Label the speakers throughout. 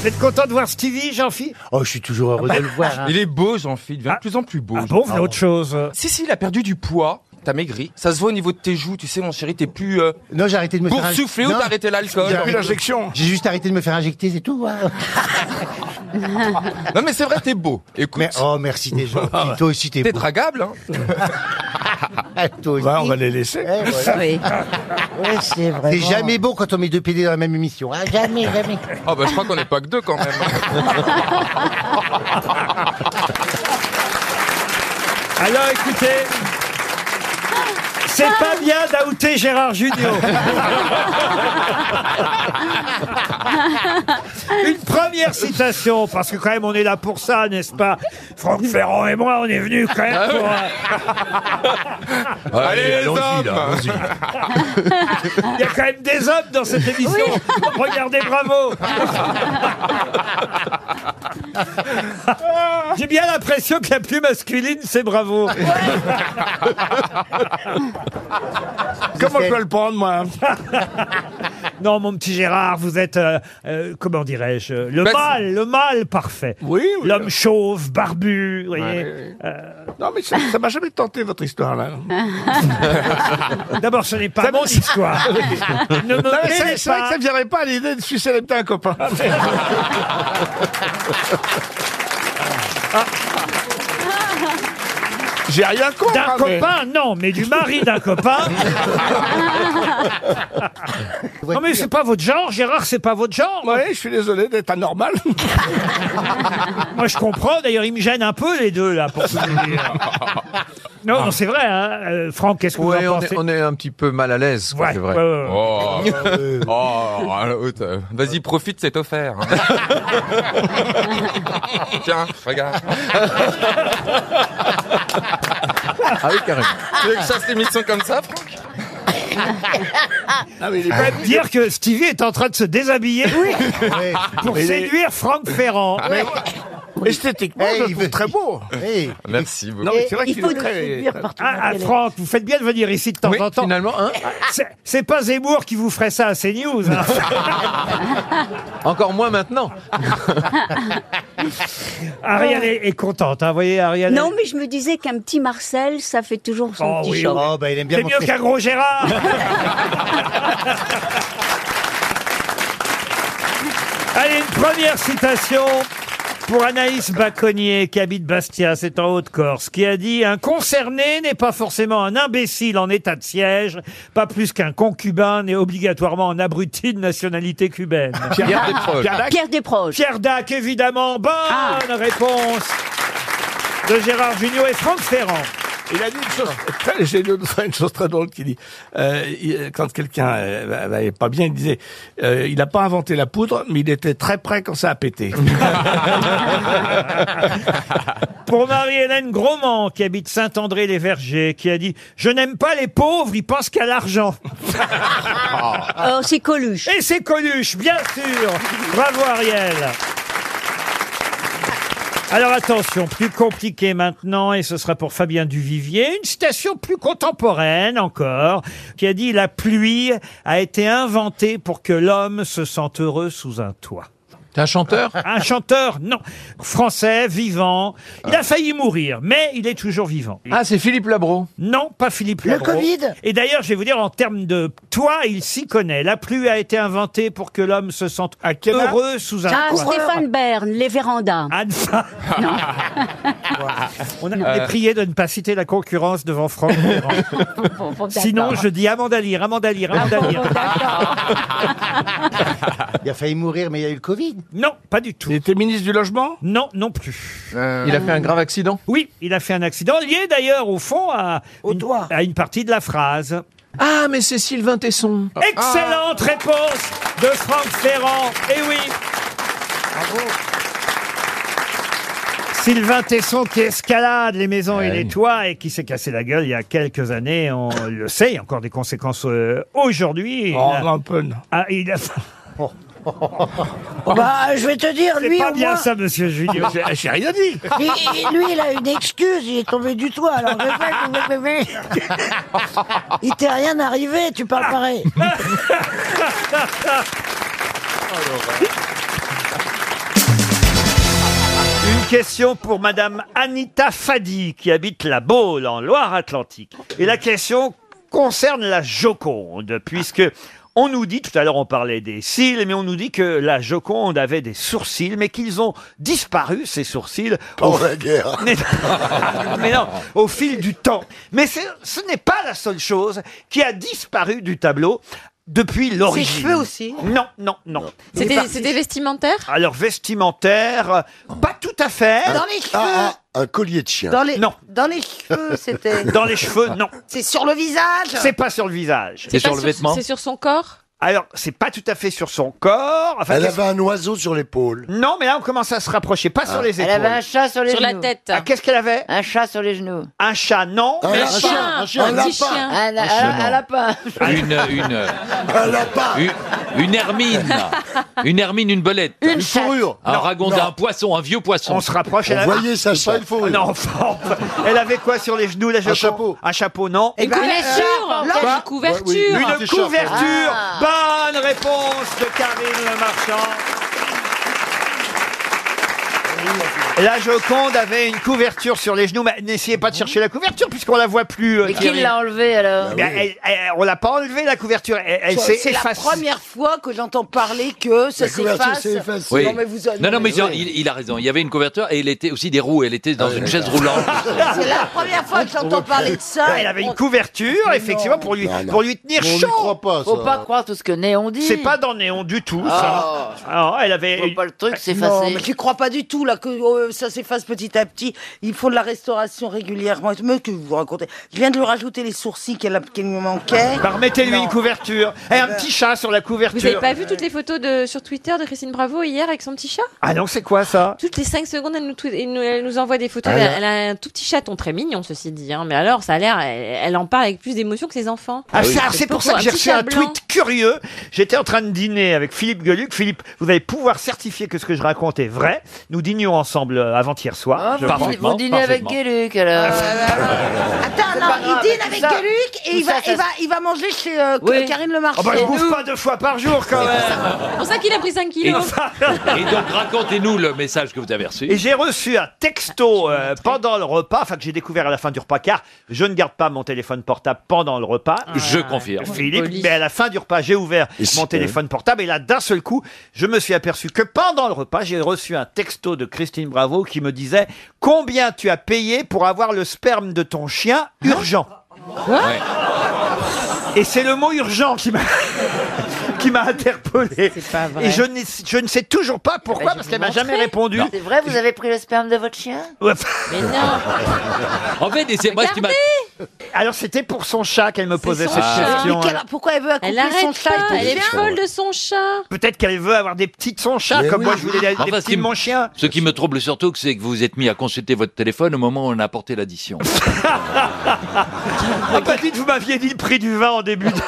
Speaker 1: Vous êtes content de voir Stevie, Jean-Phi
Speaker 2: Oh, je suis toujours heureux de le voir. hein.
Speaker 3: Ah bah, Il est beau, Jean-Phil. Il devient de plus en plus beau.
Speaker 1: Ah bon, vous avez autre chose
Speaker 3: Si, si, il a perdu du poids. T'as maigri. Ça se voit au niveau de tes joues. Tu sais, mon chéri, t'es plus euh,
Speaker 2: Non, j'ai arrêté de me faire injecter.
Speaker 3: boursouflé ou t'as arrêté l'alcool.
Speaker 2: J'ai j'ai juste arrêté de me faire injecter, c'est tout. hein.
Speaker 3: Non, mais c'est vrai, t'es beau. Écoute, Ah,
Speaker 2: Mais oh, merci des gens. Toi aussi, t'es
Speaker 3: t'es
Speaker 2: beau.
Speaker 3: dragable. Hein.
Speaker 2: Ah, toi aussi.
Speaker 4: on va les laisser.
Speaker 2: Ouais, voilà.
Speaker 5: Oui.
Speaker 6: Ouais, c'est vrai.
Speaker 2: T'es jamais beau quand on met deux PD dans la même émission. hein.
Speaker 6: Jamais, jamais.
Speaker 3: Oh, bah, je crois qu'on n'est pas que deux quand même.
Speaker 1: Alors écoutez, c'est pas bien d'outer Gérard Junior. Une première citation, parce que quand même on est là pour ça, n'est-ce pas Franck Ferrand et moi, on est venus quand même pour... euh,
Speaker 3: Allez, les hommes
Speaker 1: Il y a quand même des hommes dans cette émission. Regardez, bravo J'ai bien l'impression que la plus masculine, c'est bravo.
Speaker 4: Comment je peux le prendre, moi hein
Speaker 1: Non, mon petit Gérard, vous êtes, euh, euh, comment dirais-je, euh, le
Speaker 3: Bah,
Speaker 1: mâle, le mâle parfait.
Speaker 4: Ben, Oui, oui.
Speaker 1: L'homme chauve, barbu, vous voyez. euh.
Speaker 4: Non, mais ça ça m'a jamais tenté, votre histoire, là.
Speaker 1: D'abord, ce n'est pas mon histoire. ne me
Speaker 4: Non, mais
Speaker 1: mêlez
Speaker 4: c'est c'est vrai que
Speaker 1: pas.
Speaker 4: ça ne viendrait pas à l'idée de sucer les petits copain. J'ai rien contre.
Speaker 1: D'un
Speaker 4: hein, mais-
Speaker 1: copain, non, mais du mari d'un copain. non, mais c'est pas votre genre, Gérard, c'est pas votre genre.
Speaker 4: Ouais, je suis désolé d'être anormal.
Speaker 1: Moi, je comprends. D'ailleurs, ils me gênent un peu, les deux, là, pour tout vous dire. Non, non, c'est vrai, hein. Euh, Franck, qu'est-ce que
Speaker 7: Ouais,
Speaker 1: vous en
Speaker 7: on
Speaker 1: pensez
Speaker 7: est, on est un petit peu mal à l'aise, quoi,
Speaker 1: Ouais,
Speaker 7: c'est vrai.
Speaker 1: ouais, ouais, ouais.
Speaker 3: Oh,
Speaker 7: Ah
Speaker 3: oh, l'autre, euh, vas-y, profite, c'est offert. hein. Tiens, regarde.
Speaker 7: Ah oui, carrément.
Speaker 3: Tu veux que je fasse l'émission comme ça, Franck
Speaker 4: Ah, mais il
Speaker 1: Je
Speaker 4: est
Speaker 1: peux même dire que Stevie est en train de se déshabiller
Speaker 2: Ouais.
Speaker 1: pour
Speaker 4: Mais il est- Ah,
Speaker 1: séduire Franck Ferrand.
Speaker 4: Esthétiquement,
Speaker 2: Eh,
Speaker 4: je le
Speaker 2: il
Speaker 4: trouve
Speaker 2: veut-
Speaker 4: très beau.
Speaker 2: Hey.
Speaker 3: Merci beaucoup.
Speaker 4: Non, mais c'est vrai
Speaker 6: Et
Speaker 4: qu'il
Speaker 6: il faut
Speaker 4: est
Speaker 6: nous
Speaker 4: très...
Speaker 6: séduire partout.
Speaker 1: Ah, ah, Franck, vous faites bien de venir ici de temps
Speaker 7: Oui,
Speaker 1: en temps.
Speaker 7: finalement, hein
Speaker 1: C'est- C'est pas Zemmour qui vous ferait ça à CNews. hein.
Speaker 7: encore moins maintenant.
Speaker 1: Ariane est, est contente, hein. vous voyez, Ariane.
Speaker 5: Ah. Non, mais je me disais qu'un petit Marcel, ça fait toujours son
Speaker 1: Oh
Speaker 5: petit
Speaker 1: oui,
Speaker 5: show.
Speaker 2: Oh, bah, il aime bien
Speaker 1: C'est
Speaker 2: mon
Speaker 1: mieux
Speaker 2: frère.
Speaker 1: qu'un gros Gérard. Allez, une première citation pour Anaïs Baconnier, qui habite Bastia, c'est en Haute-Corse, qui a dit « Un concerné n'est pas forcément un imbécile en état de siège, pas plus qu'un concubin n'est obligatoirement un abruti de nationalité cubaine.
Speaker 7: Pierre Desproges.
Speaker 4: Pierre Dac,
Speaker 5: Pierre Desproges. Ah.
Speaker 1: Pierre Dac, évidemment, bonne réponse de Gérard Junior et Franck Ferrand.
Speaker 4: il a dit une chose très, j'ai lu une fois une chose très drôle qui dit, euh, il- quand quelqu'un euh, n'allait pas bien, il disait, euh, il n'a pas inventé la poudre, mais il était très près quand ça a pété.
Speaker 1: Pour Marie-Hélène Grosman, qui habite Saint-André-les-Vergers, qui a dit « Je n'aime pas les pauvres, ils pensent qu'à l'argent. Ah.
Speaker 5: Euh, c'est Coluche. »
Speaker 1: Et c'est Coluche, bien sûr Bravo Ariel alors attention, plus compliqué maintenant, et ce sera pour Fabien Duvivier, une citation plus contemporaine encore, qui a dit « La pluie a été inventée pour que l'homme se sente heureux sous un toit ».
Speaker 7: T'es un chanteur
Speaker 1: Un chanteur, non, français, vivant. Il a failli mourir, mais il est toujours vivant.
Speaker 7: Ah, c'est Philippe Labro.
Speaker 1: Non, pas Philippe
Speaker 6: Le
Speaker 1: Labro.
Speaker 6: Covid
Speaker 1: Et d'ailleurs, je vais vous dire, en termes de toit, il s'y connaît. La pluie a été inventée pour que l'homme se sente
Speaker 4: À quel âge
Speaker 1: heureux sous un
Speaker 5: Ah,
Speaker 1: toit.
Speaker 5: Stéphane Bern, les vérandas.
Speaker 1: Anne, Ah, ça. On a on
Speaker 2: Euh.
Speaker 1: est prié de ne pas citer la concurrence devant Franck. Ferrand.
Speaker 6: Bon, bon, d'accord.
Speaker 1: Sinon, je dis Amanda Lear, Amanda Lear, Amanda
Speaker 6: Bon,
Speaker 1: Lear.
Speaker 6: bon, d'accord.
Speaker 2: Ah Il a failli mourir, mais il y a eu le Covid.
Speaker 1: Non, pas du
Speaker 4: Il
Speaker 1: tout.
Speaker 4: était ministre du logement
Speaker 1: Non, non plus.
Speaker 7: Euh, Il a fait un grave accident.
Speaker 1: Oui, il a fait un accident lié d'ailleurs au fond à,
Speaker 6: Au
Speaker 1: une-
Speaker 6: doigt.
Speaker 1: à une partie de la phrase.
Speaker 7: Ah, mais c'est Sylvain Tesson.
Speaker 1: Ah. Excellente réponse de Franck Ferrand. Eh oui. Sylvain Tesson qui escalade les maisons et
Speaker 7: Ouais.
Speaker 1: les toits et qui s'est cassé la gueule il y a quelques années, on le sait, il y a encore des conséquences euh, aujourd'hui. Il
Speaker 4: Oh,
Speaker 1: a-
Speaker 4: un peu, non.
Speaker 1: ah, il a-
Speaker 6: Bah, je vais te dire,
Speaker 1: C'est
Speaker 6: lui,
Speaker 1: pas
Speaker 6: au
Speaker 1: bien
Speaker 6: moins,
Speaker 1: ça, monsieur Julien.
Speaker 4: Ah, J'ai j'ai rien dit.
Speaker 6: il- il- lui, il a une excuse, il est tombé du toit, alors je vais pas- Il t'est rien arrivé, tu parles pareil.
Speaker 1: question pour Madame Anita Fadi, qui habite la Baule, en Loire-Atlantique. Et la question concerne la Joconde, puisque on nous dit, tout à l'heure on parlait des cils, mais on nous dit que la Joconde avait des sourcils, mais qu'ils ont disparu, ces sourcils, au- mais, mais non, au fil du temps. Mais c'est- ce n'est pas la seule chose qui a disparu du tableau depuis l'origine.
Speaker 8: cheveux aussi
Speaker 1: Non, non, non.
Speaker 8: C'était c'était vestimentaire
Speaker 1: Alors vestimentaire, euh, pas tout à fait.
Speaker 8: Dans les cheveux
Speaker 9: Ah, Un collier de chien.
Speaker 8: dans les,
Speaker 1: Non.
Speaker 8: Dans les cheveux, c'était...
Speaker 1: Dans les cheveux, non.
Speaker 8: C'est sur le visage
Speaker 1: C'est pas sur le visage.
Speaker 10: C'est sur le vêtement
Speaker 11: C'est sur son corps
Speaker 1: Alors, c'est pas tout à fait sur son corps. Enfin,
Speaker 9: Elle
Speaker 1: qu'est-ce-
Speaker 9: avait un oiseau sur l'épaule. Ah.
Speaker 1: Non, mais là, on commence à se rapprocher. Pas sur les
Speaker 8: Ah. Elle
Speaker 1: épaules.
Speaker 8: avait un chat sur les
Speaker 11: Sur
Speaker 8: genoux.
Speaker 11: la tête
Speaker 1: Ah, qu'est-ce qu'elle avait
Speaker 8: Un chat sur les genoux.
Speaker 1: Un chat, non.
Speaker 9: Un,
Speaker 1: mais-
Speaker 9: un chien, un chien, un
Speaker 11: Un petit
Speaker 9: lapin,
Speaker 11: chien
Speaker 8: Un, un, un lapin.
Speaker 1: Ah,
Speaker 12: Une, une,
Speaker 9: un lapin,
Speaker 12: une, une hermine. Une hermine, une belette.
Speaker 9: une fourrure.
Speaker 12: Un ragon d'un poisson, un vieux poisson.
Speaker 1: On se rapproche.
Speaker 9: On
Speaker 1: Elle avait...
Speaker 9: voyait sa chatte.
Speaker 1: Non, enfin, elle avait quoi sur les genoux, la Joconde
Speaker 9: chapeau.
Speaker 1: Un chapeau, non.
Speaker 8: Et ben, euh,
Speaker 11: Couverture Une couverture
Speaker 1: Une
Speaker 9: t-shirt.
Speaker 1: couverture.
Speaker 8: Ah.
Speaker 1: Bonne réponse de Karine Le Marchand. La Joconde avait une couverture sur les genoux, mais n'essayez pas de chercher la couverture puisqu'on la voit plus. euh,
Speaker 8: Et qui
Speaker 1: Karine.
Speaker 8: l'a enlevé alors
Speaker 1: Euh,
Speaker 9: Bah
Speaker 1: Mais Bah, elle- elle- on l'a pas enlevée la couverture. Elle, elle s'est effacée.
Speaker 8: fois que j'entends parler que ça
Speaker 9: La couverture s'est effacée.
Speaker 12: Oui.
Speaker 8: Non, mais vous-
Speaker 12: non, non, mais
Speaker 8: oui.
Speaker 12: il, il a raison. Il y avait une couverture et il était aussi des roues. Elle était dans une chaise roulante.
Speaker 8: C'est la première fois que j'entends parler de ça.
Speaker 1: Elle avait une couverture, effectivement, pour lui,
Speaker 9: Non, non.
Speaker 1: pour lui tenir
Speaker 9: On n'y
Speaker 1: chaud.
Speaker 9: croit pas, ça.
Speaker 8: Faut pas croire tout ce que Néon dit.
Speaker 1: C'est pas dans Néon du tout, ça. Alors, elle avait. Euh,
Speaker 8: Faut pas le truc
Speaker 13: Bah, Non,
Speaker 8: s'effacer.
Speaker 13: mais tu crois pas du tout là que euh, ça s'efface petit à petit. Il faut de la restauration régulièrement. Mais que vous racontez Je viens de lui rajouter les sourcils qu'elle a- qu'elle me manquait.
Speaker 1: Bah, remettez-lui
Speaker 13: Non.
Speaker 1: une couverture. Et
Speaker 8: Eh
Speaker 1: un
Speaker 8: ben.
Speaker 1: petit chat sur la
Speaker 11: Vous n'avez
Speaker 1: couverture.
Speaker 11: pas vu toutes les photos de, sur Twitter de Christine Bravo hier avec son petit chat
Speaker 1: Ah non, c'est quoi ça
Speaker 11: Toutes les 5 secondes, elle nous, tweet- elle nous, elle nous envoie des photos.
Speaker 9: Ah,
Speaker 11: elle,
Speaker 9: là.
Speaker 11: elle a un tout petit chaton très mignon, ceci dit. hein. Mais alors, ça a l'air, elle, elle en parle avec plus d'émotion que ses enfants.
Speaker 1: Ah, ça, c'est pour ça que j'ai
Speaker 11: Un petit
Speaker 1: reçu un
Speaker 11: chat blanc.
Speaker 1: tweet curieux. J'étais en train de dîner avec Philippe Geluc. Philippe, vous allez pouvoir certifier que ce que je raconte est vrai. Nous dînions ensemble euh, avant-hier soir.
Speaker 8: Ah,
Speaker 1: je
Speaker 8: vous-
Speaker 1: pense.
Speaker 8: vous dînez avec
Speaker 12: parfaitement.
Speaker 8: Guéluc alors.
Speaker 13: Attends, non,
Speaker 8: grave,
Speaker 13: il dîne
Speaker 8: tout
Speaker 13: avec
Speaker 8: ça-
Speaker 13: Gueluc et il
Speaker 8: tout
Speaker 13: va,
Speaker 8: ça, ça
Speaker 13: il va, il va manger chez euh,
Speaker 8: Oui.
Speaker 13: Karine Le Marchand.
Speaker 1: Oh, bah, je bouffe pas deux fois par jour quand même.
Speaker 11: C'est pour ça qu'il a pris 5 kilos.
Speaker 12: Et donc, racontez-nous le message que vous avez reçu.
Speaker 1: Et j'ai reçu un
Speaker 8: Ah,
Speaker 1: texto euh, pendant le repas, enfin que j'ai découvert à la fin du repas, car je ne garde pas mon téléphone portable pendant le repas.
Speaker 8: Ah,
Speaker 12: Je confirme.
Speaker 1: Philippe,
Speaker 11: Poli.
Speaker 1: mais à la fin du repas, j'ai ouvert
Speaker 9: Et si-
Speaker 1: mon téléphone portable et là, d'un seul coup, je me suis aperçu que pendant le repas, j'ai reçu un texto de Christine Bravo qui me disait combien tu as payé pour avoir le sperme de ton chien urgent.
Speaker 8: Hein
Speaker 12: Ouais.
Speaker 1: Et c'est le mot urgent qui m'a qui m'a interpellé.
Speaker 8: C'est pas vrai.
Speaker 1: Et je ne, je ne sais toujours pas pourquoi,
Speaker 8: bah, je
Speaker 1: parce
Speaker 8: vais
Speaker 1: qu'elle m'a
Speaker 8: vous
Speaker 1: jamais
Speaker 8: montrer.
Speaker 1: répondu.
Speaker 8: C'est vrai, vous avez pris le sperme de votre chien
Speaker 11: Mais non.
Speaker 12: En fait, et c'est moi ce qui m'a.
Speaker 1: Alors c'était pour son chat qu'elle me posait
Speaker 11: son
Speaker 1: cette
Speaker 11: chat.
Speaker 1: question. hein.
Speaker 13: Quelle- pourquoi elle veut
Speaker 11: Elle
Speaker 13: accomplir son
Speaker 11: arrête
Speaker 13: chat
Speaker 11: pas.
Speaker 13: et
Speaker 11: Elle
Speaker 13: tout
Speaker 11: est
Speaker 13: ça
Speaker 11: folle de son chat.
Speaker 1: Peut-être qu'elle veut avoir des petites de son chat,
Speaker 9: Mais
Speaker 1: comme
Speaker 9: oui.
Speaker 1: moi je voulais des, des
Speaker 12: Enfin,
Speaker 1: petits de mon chien.
Speaker 12: Ce qui me trouble surtout, c'est que vous vous êtes mis à consulter votre téléphone au moment où on a apporté l'addition. bah,
Speaker 1: Ah pas dites, vous m'aviez dit le prix du vin en début. De...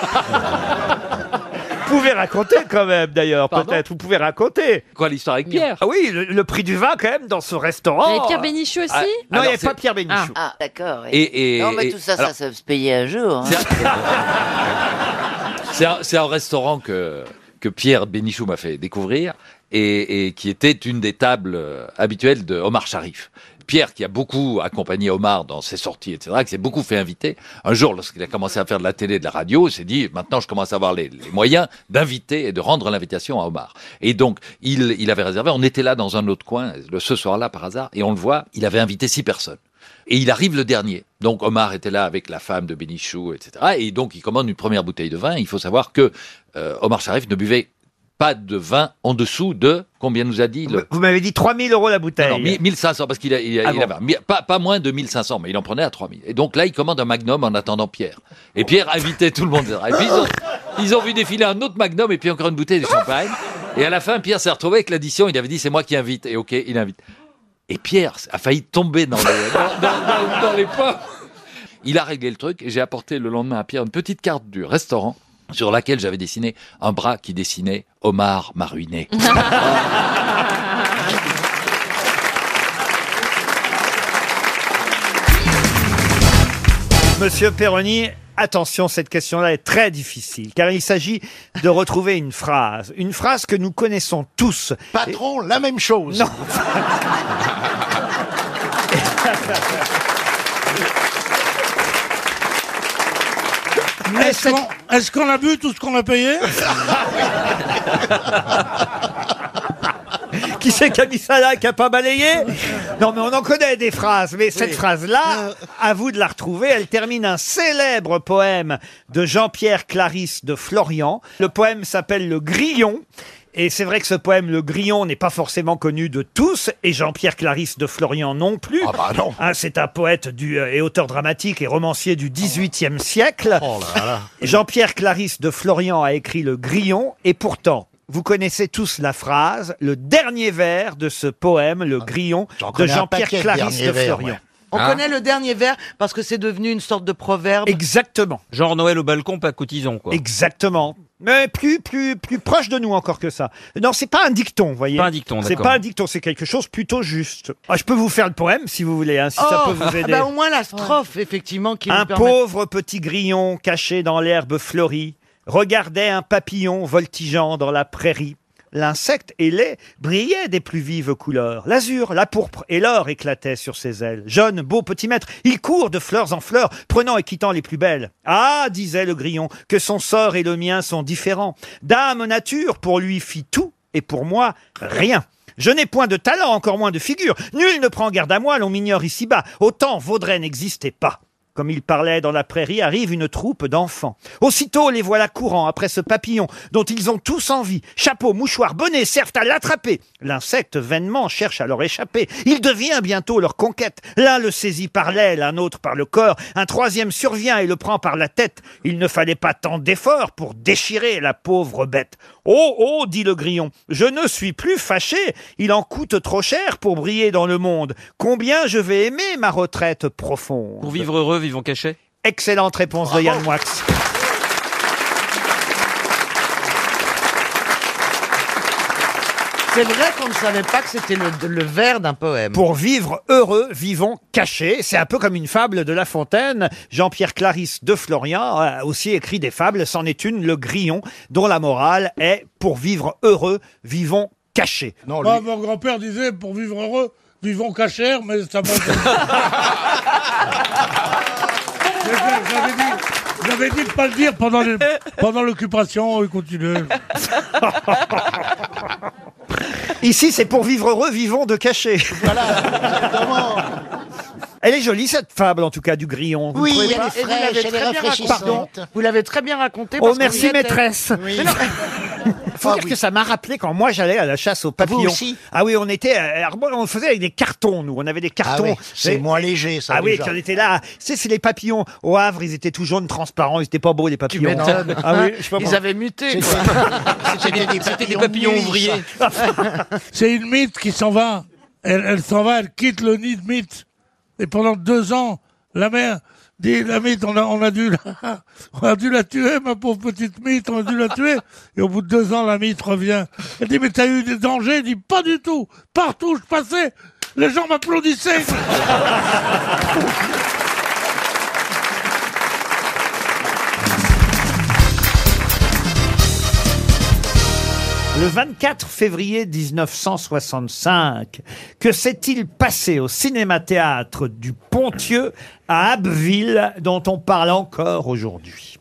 Speaker 1: vous pouvez raconter quand même d'ailleurs,
Speaker 12: Pardon
Speaker 1: peut-être. Vous pouvez raconter.
Speaker 12: Quoi, l'histoire avec Pierre
Speaker 1: Ah oui, le, le prix du vin quand même dans ce
Speaker 11: Il y
Speaker 1: restaurant.
Speaker 11: avait Pierre Bénichou aussi.
Speaker 12: Ah,
Speaker 1: Non, il n'y
Speaker 12: alors,
Speaker 1: avait pas
Speaker 12: c'est-
Speaker 1: Pierre Bénichou.
Speaker 8: Ah, d'accord. oui.
Speaker 12: Et, et-
Speaker 8: non, mais
Speaker 12: et-
Speaker 8: tout ça,
Speaker 12: alors,
Speaker 8: ça, ça se payait un jour. hein.
Speaker 12: C'est un... C'est un- c'est un restaurant que, que Pierre Bénichou m'a fait découvrir et, et qui était une des tables euh, habituelles de Omar Sharif. Pierre, qui a beaucoup accompagné Omar dans ses sorties, etc., qui s'est beaucoup fait inviter, un jour, lorsqu'il a commencé à faire de la télé, de la radio, il s'est dit, maintenant je commence à avoir les, les moyens d'inviter et de rendre l'invitation à Omar. Et donc, il, il avait réservé, on était là dans un autre coin, le- ce soir-là par hasard, et on le voit, il avait invité six personnes. Et il arrive le dernier. Donc Omar était là avec la femme de Bénichou, etc. Et donc il commande une première bouteille de vin. Il faut savoir que euh, Omar Sharif ne buvait pas de vin en dessous de combien nous a dit le.
Speaker 1: Vous m'avez dit 3000 euros la bouteille.
Speaker 12: Non, non, mi- 1500 parce qu'il a, il a-
Speaker 1: Ah
Speaker 12: il
Speaker 1: bon.
Speaker 12: avait un- mi- pas, pas moins de 1500, mais il en prenait à 3000. Et donc là, il commande un magnum en attendant Pierre. Et Pierre invitait tout le monde. Et puis ils ont, ils ont vu défiler un autre magnum et puis encore une bouteille de champagne. Et à la fin, Pierre s'est retrouvé avec l'addition. Il avait dit c'est moi qui invite. Et ok, il invite. Et Pierre a failli tomber dans les, dans, dans- dans- dans les pommes. Il a réglé le truc et j'ai apporté le lendemain à Pierre une petite carte du restaurant sur laquelle j'avais dessiné un bras qui dessinait Omar m'a ruiné.
Speaker 1: Monsieur Perroni Attention, cette question-là est très difficile, car il s'agit de retrouver une phrase. Une phrase que nous connaissons tous. Patron, la même chose. Non.
Speaker 4: Est-ce qu'on est-ce qu'on a bu tout ce qu'on a payé
Speaker 1: Qui c'est qui a mis ça là, qui a pas balayé Non, mais on en connaît des phrases. Mais cette
Speaker 4: Oui.
Speaker 1: phrase-là, à vous de la retrouver. Elle termine un célèbre poème de Jean-Pierre Clarisse de Florian. Le poème s'appelle Le Grillon. Et c'est vrai que ce poème, Le Grillon, n'est pas forcément connu de tous, et Jean-Pierre Clarisse de Florian non plus. Ah bah non C'est un poète du, euh, et auteur dramatique et romancier du XVIIIe siècle. Jean-Pierre Clarisse de Florian a écrit Le Grillon, et pourtant, vous connaissez tous la phrase, le dernier vers de ce poème, Le Grillon, de
Speaker 14: Ah, connais un
Speaker 1: Jean-Pierre
Speaker 14: paquet de
Speaker 1: Clarisse
Speaker 14: derniers
Speaker 1: de
Speaker 14: vers,
Speaker 1: Florian.
Speaker 14: ouais.
Speaker 2: On
Speaker 1: Hein
Speaker 2: connaît le dernier vers parce que c'est devenu une sorte de proverbe.
Speaker 1: Exactement.
Speaker 15: Genre Noël au balcon, pas cotisons, quoi.
Speaker 1: Exactement. Mais plus, plus, plus proche de nous encore que ça. Non, c'est pas un dicton, vous voyez.
Speaker 15: Pas un dicton,
Speaker 1: C'est
Speaker 15: d'accord.
Speaker 1: pas un dicton, c'est quelque chose plutôt juste. Ah, je peux vous faire le poème si vous voulez, hein, si ça
Speaker 2: Oh,
Speaker 1: peut vous
Speaker 7: Ah
Speaker 1: aider.
Speaker 2: bah au moins la strophe, effectivement, qui
Speaker 1: Un
Speaker 2: nous permet-
Speaker 1: pauvre petit grillon caché dans l'herbe fleurie regardait un papillon voltigeant dans la prairie. L'insecte ailé brillait des plus vives couleurs. L'azur, la pourpre et l'or éclataient sur ses ailes. Jeune, beau petit maître, il court de fleurs en fleurs, prenant et quittant les plus belles. Ah, disait le grillon, que son sort et le mien sont différents. Dame nature pour lui fit tout et pour moi rien. Je n'ai point de talent, encore moins de figure. Nul ne prend garde à moi, l'on m'ignore ici-bas. Autant vaudrait n'exister pas. Comme il parlait dans la prairie, arrive une troupe d'enfants. Aussitôt, les voilà courant après ce papillon, dont ils ont tous envie. Chapeau, mouchoir, bonnet servent à l'attraper. L'insecte vainement cherche à leur échapper. Il devient bientôt leur conquête. L'un le saisit par l'aile, un autre par le corps, un troisième survient et le prend par la tête. Il ne fallait pas tant d'efforts pour déchirer la pauvre bête. Oh, oh, dit le grillon, je ne suis plus fâché. Il en coûte trop cher pour briller dans le monde. Combien je vais aimer ma retraite profonde.
Speaker 15: Pour vivre heureux, vivons cachés.
Speaker 1: Excellente réponse de Yann Moix.
Speaker 2: C'est vrai qu'on ne savait pas que c'était le, le vers d'un poème.
Speaker 1: Pour vivre heureux, vivons cachés. C'est un peu comme une fable de La Fontaine. Jean-Pierre Clarisse de Florian a aussi écrit des fables. C'en est une, Le Grillon, dont la morale est pour vivre heureux, vivons cachés.
Speaker 4: Moi, Bah, Mon grand-père disait, pour vivre heureux, vivons cachère, mais ça m'a... J'avais dit- J'avais dit de pas le dire pendant les- pendant l'occupation, il continuait.
Speaker 1: Ici, c'est pour vivre heureux, vivons de cachés. Elle est jolie cette fable en tout cas du grillon. vous trouvez pas
Speaker 2: Et vous l'avez très bien
Speaker 1: Pardon.
Speaker 2: raconté. Vous l'avez très bien raconté.
Speaker 1: Oh,
Speaker 2: parce qu'on
Speaker 1: merci,
Speaker 2: y était.
Speaker 1: maîtresse.
Speaker 2: Mais non.
Speaker 1: Faut dire que ça m'a rappelé quand moi j'allais à la chasse aux papillons.
Speaker 14: Ah aussi
Speaker 1: ah oui, on était, à- alors, bon, on le faisait avec des cartons, nous. On avait des cartons.
Speaker 14: Ah oui, c'est
Speaker 1: Et-
Speaker 14: moins léger, ça,
Speaker 1: Ah oui,
Speaker 14: déjà.
Speaker 1: puis on était là. C'est, c'est les papillons au Havre, ils étaient tout jaunes, transparents, ils étaient pas beaux les papillons.
Speaker 2: m'étonnes.
Speaker 1: Ah oui, je sais pas
Speaker 2: Ils
Speaker 1: pourquoi.
Speaker 2: avaient muté. quoi.
Speaker 4: C'était des
Speaker 2: papillons papillons nuits, ouvriers.
Speaker 4: C'est une mythe qui s'en va. Elle, elle s'en va, elle quitte le nid de mythe. Et pendant deux ans, la mère dit, la mythe, on a, on a dû la, on a dû la tuer, ma pauvre petite mythe, on a dû la tuer. Et au bout de deux ans, la mythe revient. Elle dit, mais t'as eu des dangers? Elle dit, pas du tout. Partout où je passais, les gens m'applaudissaient.
Speaker 1: Le 24 février 1965, que s'est-il passé au cinéma-théâtre du Pontieux à Abbeville, dont on parle encore aujourd'hui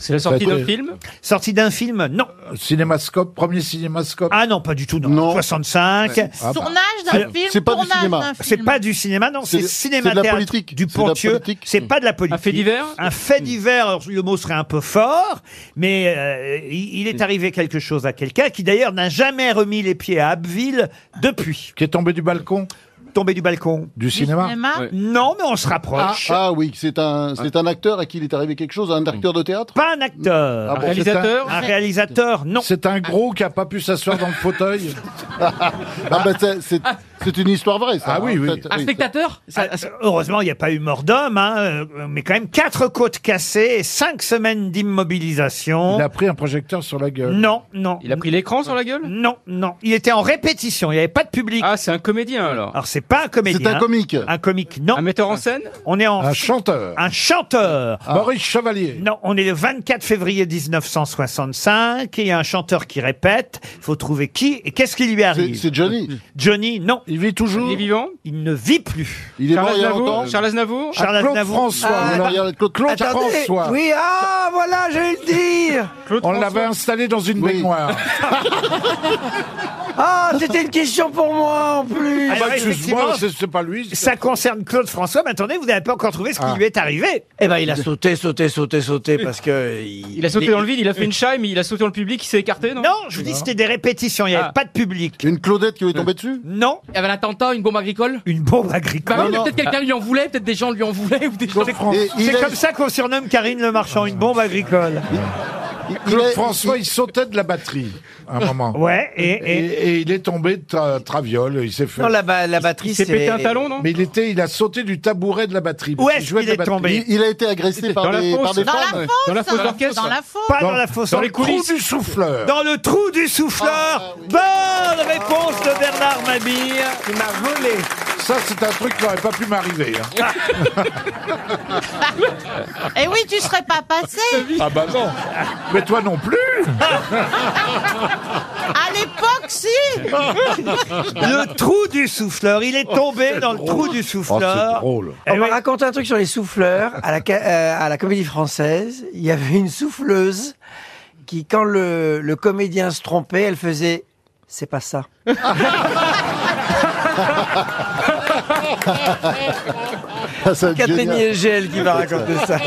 Speaker 1: C'est la
Speaker 16: sortie d'un film
Speaker 1: Sortie d'un film Non.
Speaker 16: Euh, Cinémascope, premier cinémascope.
Speaker 1: Ah non, pas du tout, non. 65.
Speaker 16: Ouais. Ah bah. Tournage d'un
Speaker 1: Alors,
Speaker 16: film, C'est pas du tournage cinéma. d'un film.
Speaker 1: C'est pas du cinéma, non, c'est
Speaker 16: C'est- c'est
Speaker 1: cinéma
Speaker 16: de la
Speaker 1: théâtre
Speaker 16: politique.
Speaker 1: du
Speaker 16: C'est de la
Speaker 1: Pontieux.
Speaker 16: politique.
Speaker 1: C'est pas de la politique.
Speaker 16: Un fait divers
Speaker 1: Un fait divers, alors, le mot serait un peu fort, mais euh, il, il est arrivé quelque chose à quelqu'un qui d'ailleurs n'a jamais remis les pieds à Abbeville depuis. Qui est tombé du balcon Tombé du balcon.
Speaker 16: Du cinéma cinéma Ouais.
Speaker 1: Non, mais on se rapproche.
Speaker 9: Ah, ah oui, c'est un, c'est un acteur à qui il est arrivé quelque chose, un acteur de théâtre Ah
Speaker 1: Pas un acteur.
Speaker 16: Un réalisateur
Speaker 1: Ah Un réalisateur, non.
Speaker 16: C'est un gros qui a pas pu s'asseoir dans le fauteuil.
Speaker 9: Ah bah, c'est- c'est-
Speaker 7: C'est une histoire vraie, ça. Ah oui, oui.
Speaker 1: spectateur Ah, Heureusement, il n'y a pas eu mort d'homme, hein, euh, mais quand même quatre côtes cassées et cinq semaines d'immobilisation.
Speaker 17: Il a pris un projecteur sur la gueule.
Speaker 1: Non, non.
Speaker 17: Il a pris l'écran sur la gueule
Speaker 1: Non, non. Il était en répétition, il n'y avait pas de public.
Speaker 17: Ah, c'est un comédien alors.
Speaker 1: Alors c'est pas un comédien.
Speaker 17: C'est un comique.
Speaker 1: Un comique, non. Un metteur en scène On est en... Un
Speaker 17: chanteur. Ah.
Speaker 1: Un chanteur.
Speaker 17: Maurice Chevalier.
Speaker 1: Non, on est le 24 février 1965 et il y a un chanteur qui répète. faut trouver qui et qu'est-ce qui lui arrive.
Speaker 7: C'est Johnny.
Speaker 1: Johnny, non.
Speaker 17: Il vit toujours Il est
Speaker 1: vivant Il ne vit plus.
Speaker 7: Il est mort il y a longtemps.
Speaker 17: Charles Aznavour
Speaker 1: Charles
Speaker 17: Ah, Claude
Speaker 1: Aznavour.
Speaker 17: François.
Speaker 1: Ah,
Speaker 17: Non, il y a Claude, Claude
Speaker 1: attendez,
Speaker 17: François.
Speaker 1: oui,
Speaker 17: ah, voilà, j'ai le dire. On
Speaker 1: François.
Speaker 17: l'avait installé dans une baignoire.
Speaker 1: bah,
Speaker 17: ah, c'était une question pour moi en
Speaker 7: bah,
Speaker 17: plus.
Speaker 1: Alors, Ah, effectivement,
Speaker 17: pas lui.
Speaker 1: Ça concerne Claude François, mais attendez, vous n'avez pas encore trouvé ce qui
Speaker 17: Ah.
Speaker 1: lui est arrivé.
Speaker 9: Eh ben, il a sauté, sauté, sauté, sauté parce que. Il,
Speaker 1: euh, Il a sauté dans le vide, il a fait une
Speaker 9: mais il a sauté dans le public, il s'est écarté, non
Speaker 1: Non, je vous dis, c'était des répétitions, il n'y avait
Speaker 15: Ah.
Speaker 1: pas de public. Euh,
Speaker 7: Une Claudette qui lui est tombée dessus
Speaker 1: Non.
Speaker 9: Il y avait un attentat, une bombe agricole
Speaker 1: Une bombe agricole
Speaker 9: Bah oui,
Speaker 1: Non,
Speaker 9: mais
Speaker 1: non.
Speaker 9: peut-être quelqu'un lui en voulait, peut-être des gens lui en voulaient ou des gens.
Speaker 1: C'est comme ça qu'on surnomme Karine Le Marchand, une bombe agricole.
Speaker 17: Claude François, il sautait de la batterie à un moment.
Speaker 1: Ouais, et,
Speaker 17: et... et il est tombé de tra- traviole, il s'est fait.
Speaker 9: Non, la, ba- la batterie, c'est.
Speaker 17: non Mais il était, il a sauté du tabouret de la batterie. parce qu'il jouait de la batterie.
Speaker 7: il, il a été agressé par des, par des femmes.
Speaker 1: Pas dans la fosse.
Speaker 17: Dans les
Speaker 1: trou
Speaker 17: coulisses.
Speaker 1: du souffleur. Dans le trou du
Speaker 17: Ah,
Speaker 1: souffleur. Bonne réponse de Bernard Mabille. Il m'a volé.
Speaker 17: Ça, c'est un truc qui n'aurait pas pu m'arriver. hein.
Speaker 18: Et oui, tu serais pas passé.
Speaker 17: ah bah non. Mais toi non plus.
Speaker 18: À l'époque, si.
Speaker 1: Le trou du souffleur. Il est tombé dans le trou du souffleur. Eh
Speaker 9: On m'a raconté un truc sur les souffleurs. À la, ca- euh, à la comédie française, il y avait une souffleuse qui, quand le, le comédien se trompait, elle faisait C'est pas ça.
Speaker 7: ça
Speaker 9: Catherine Niegel qui m'a raconté ça.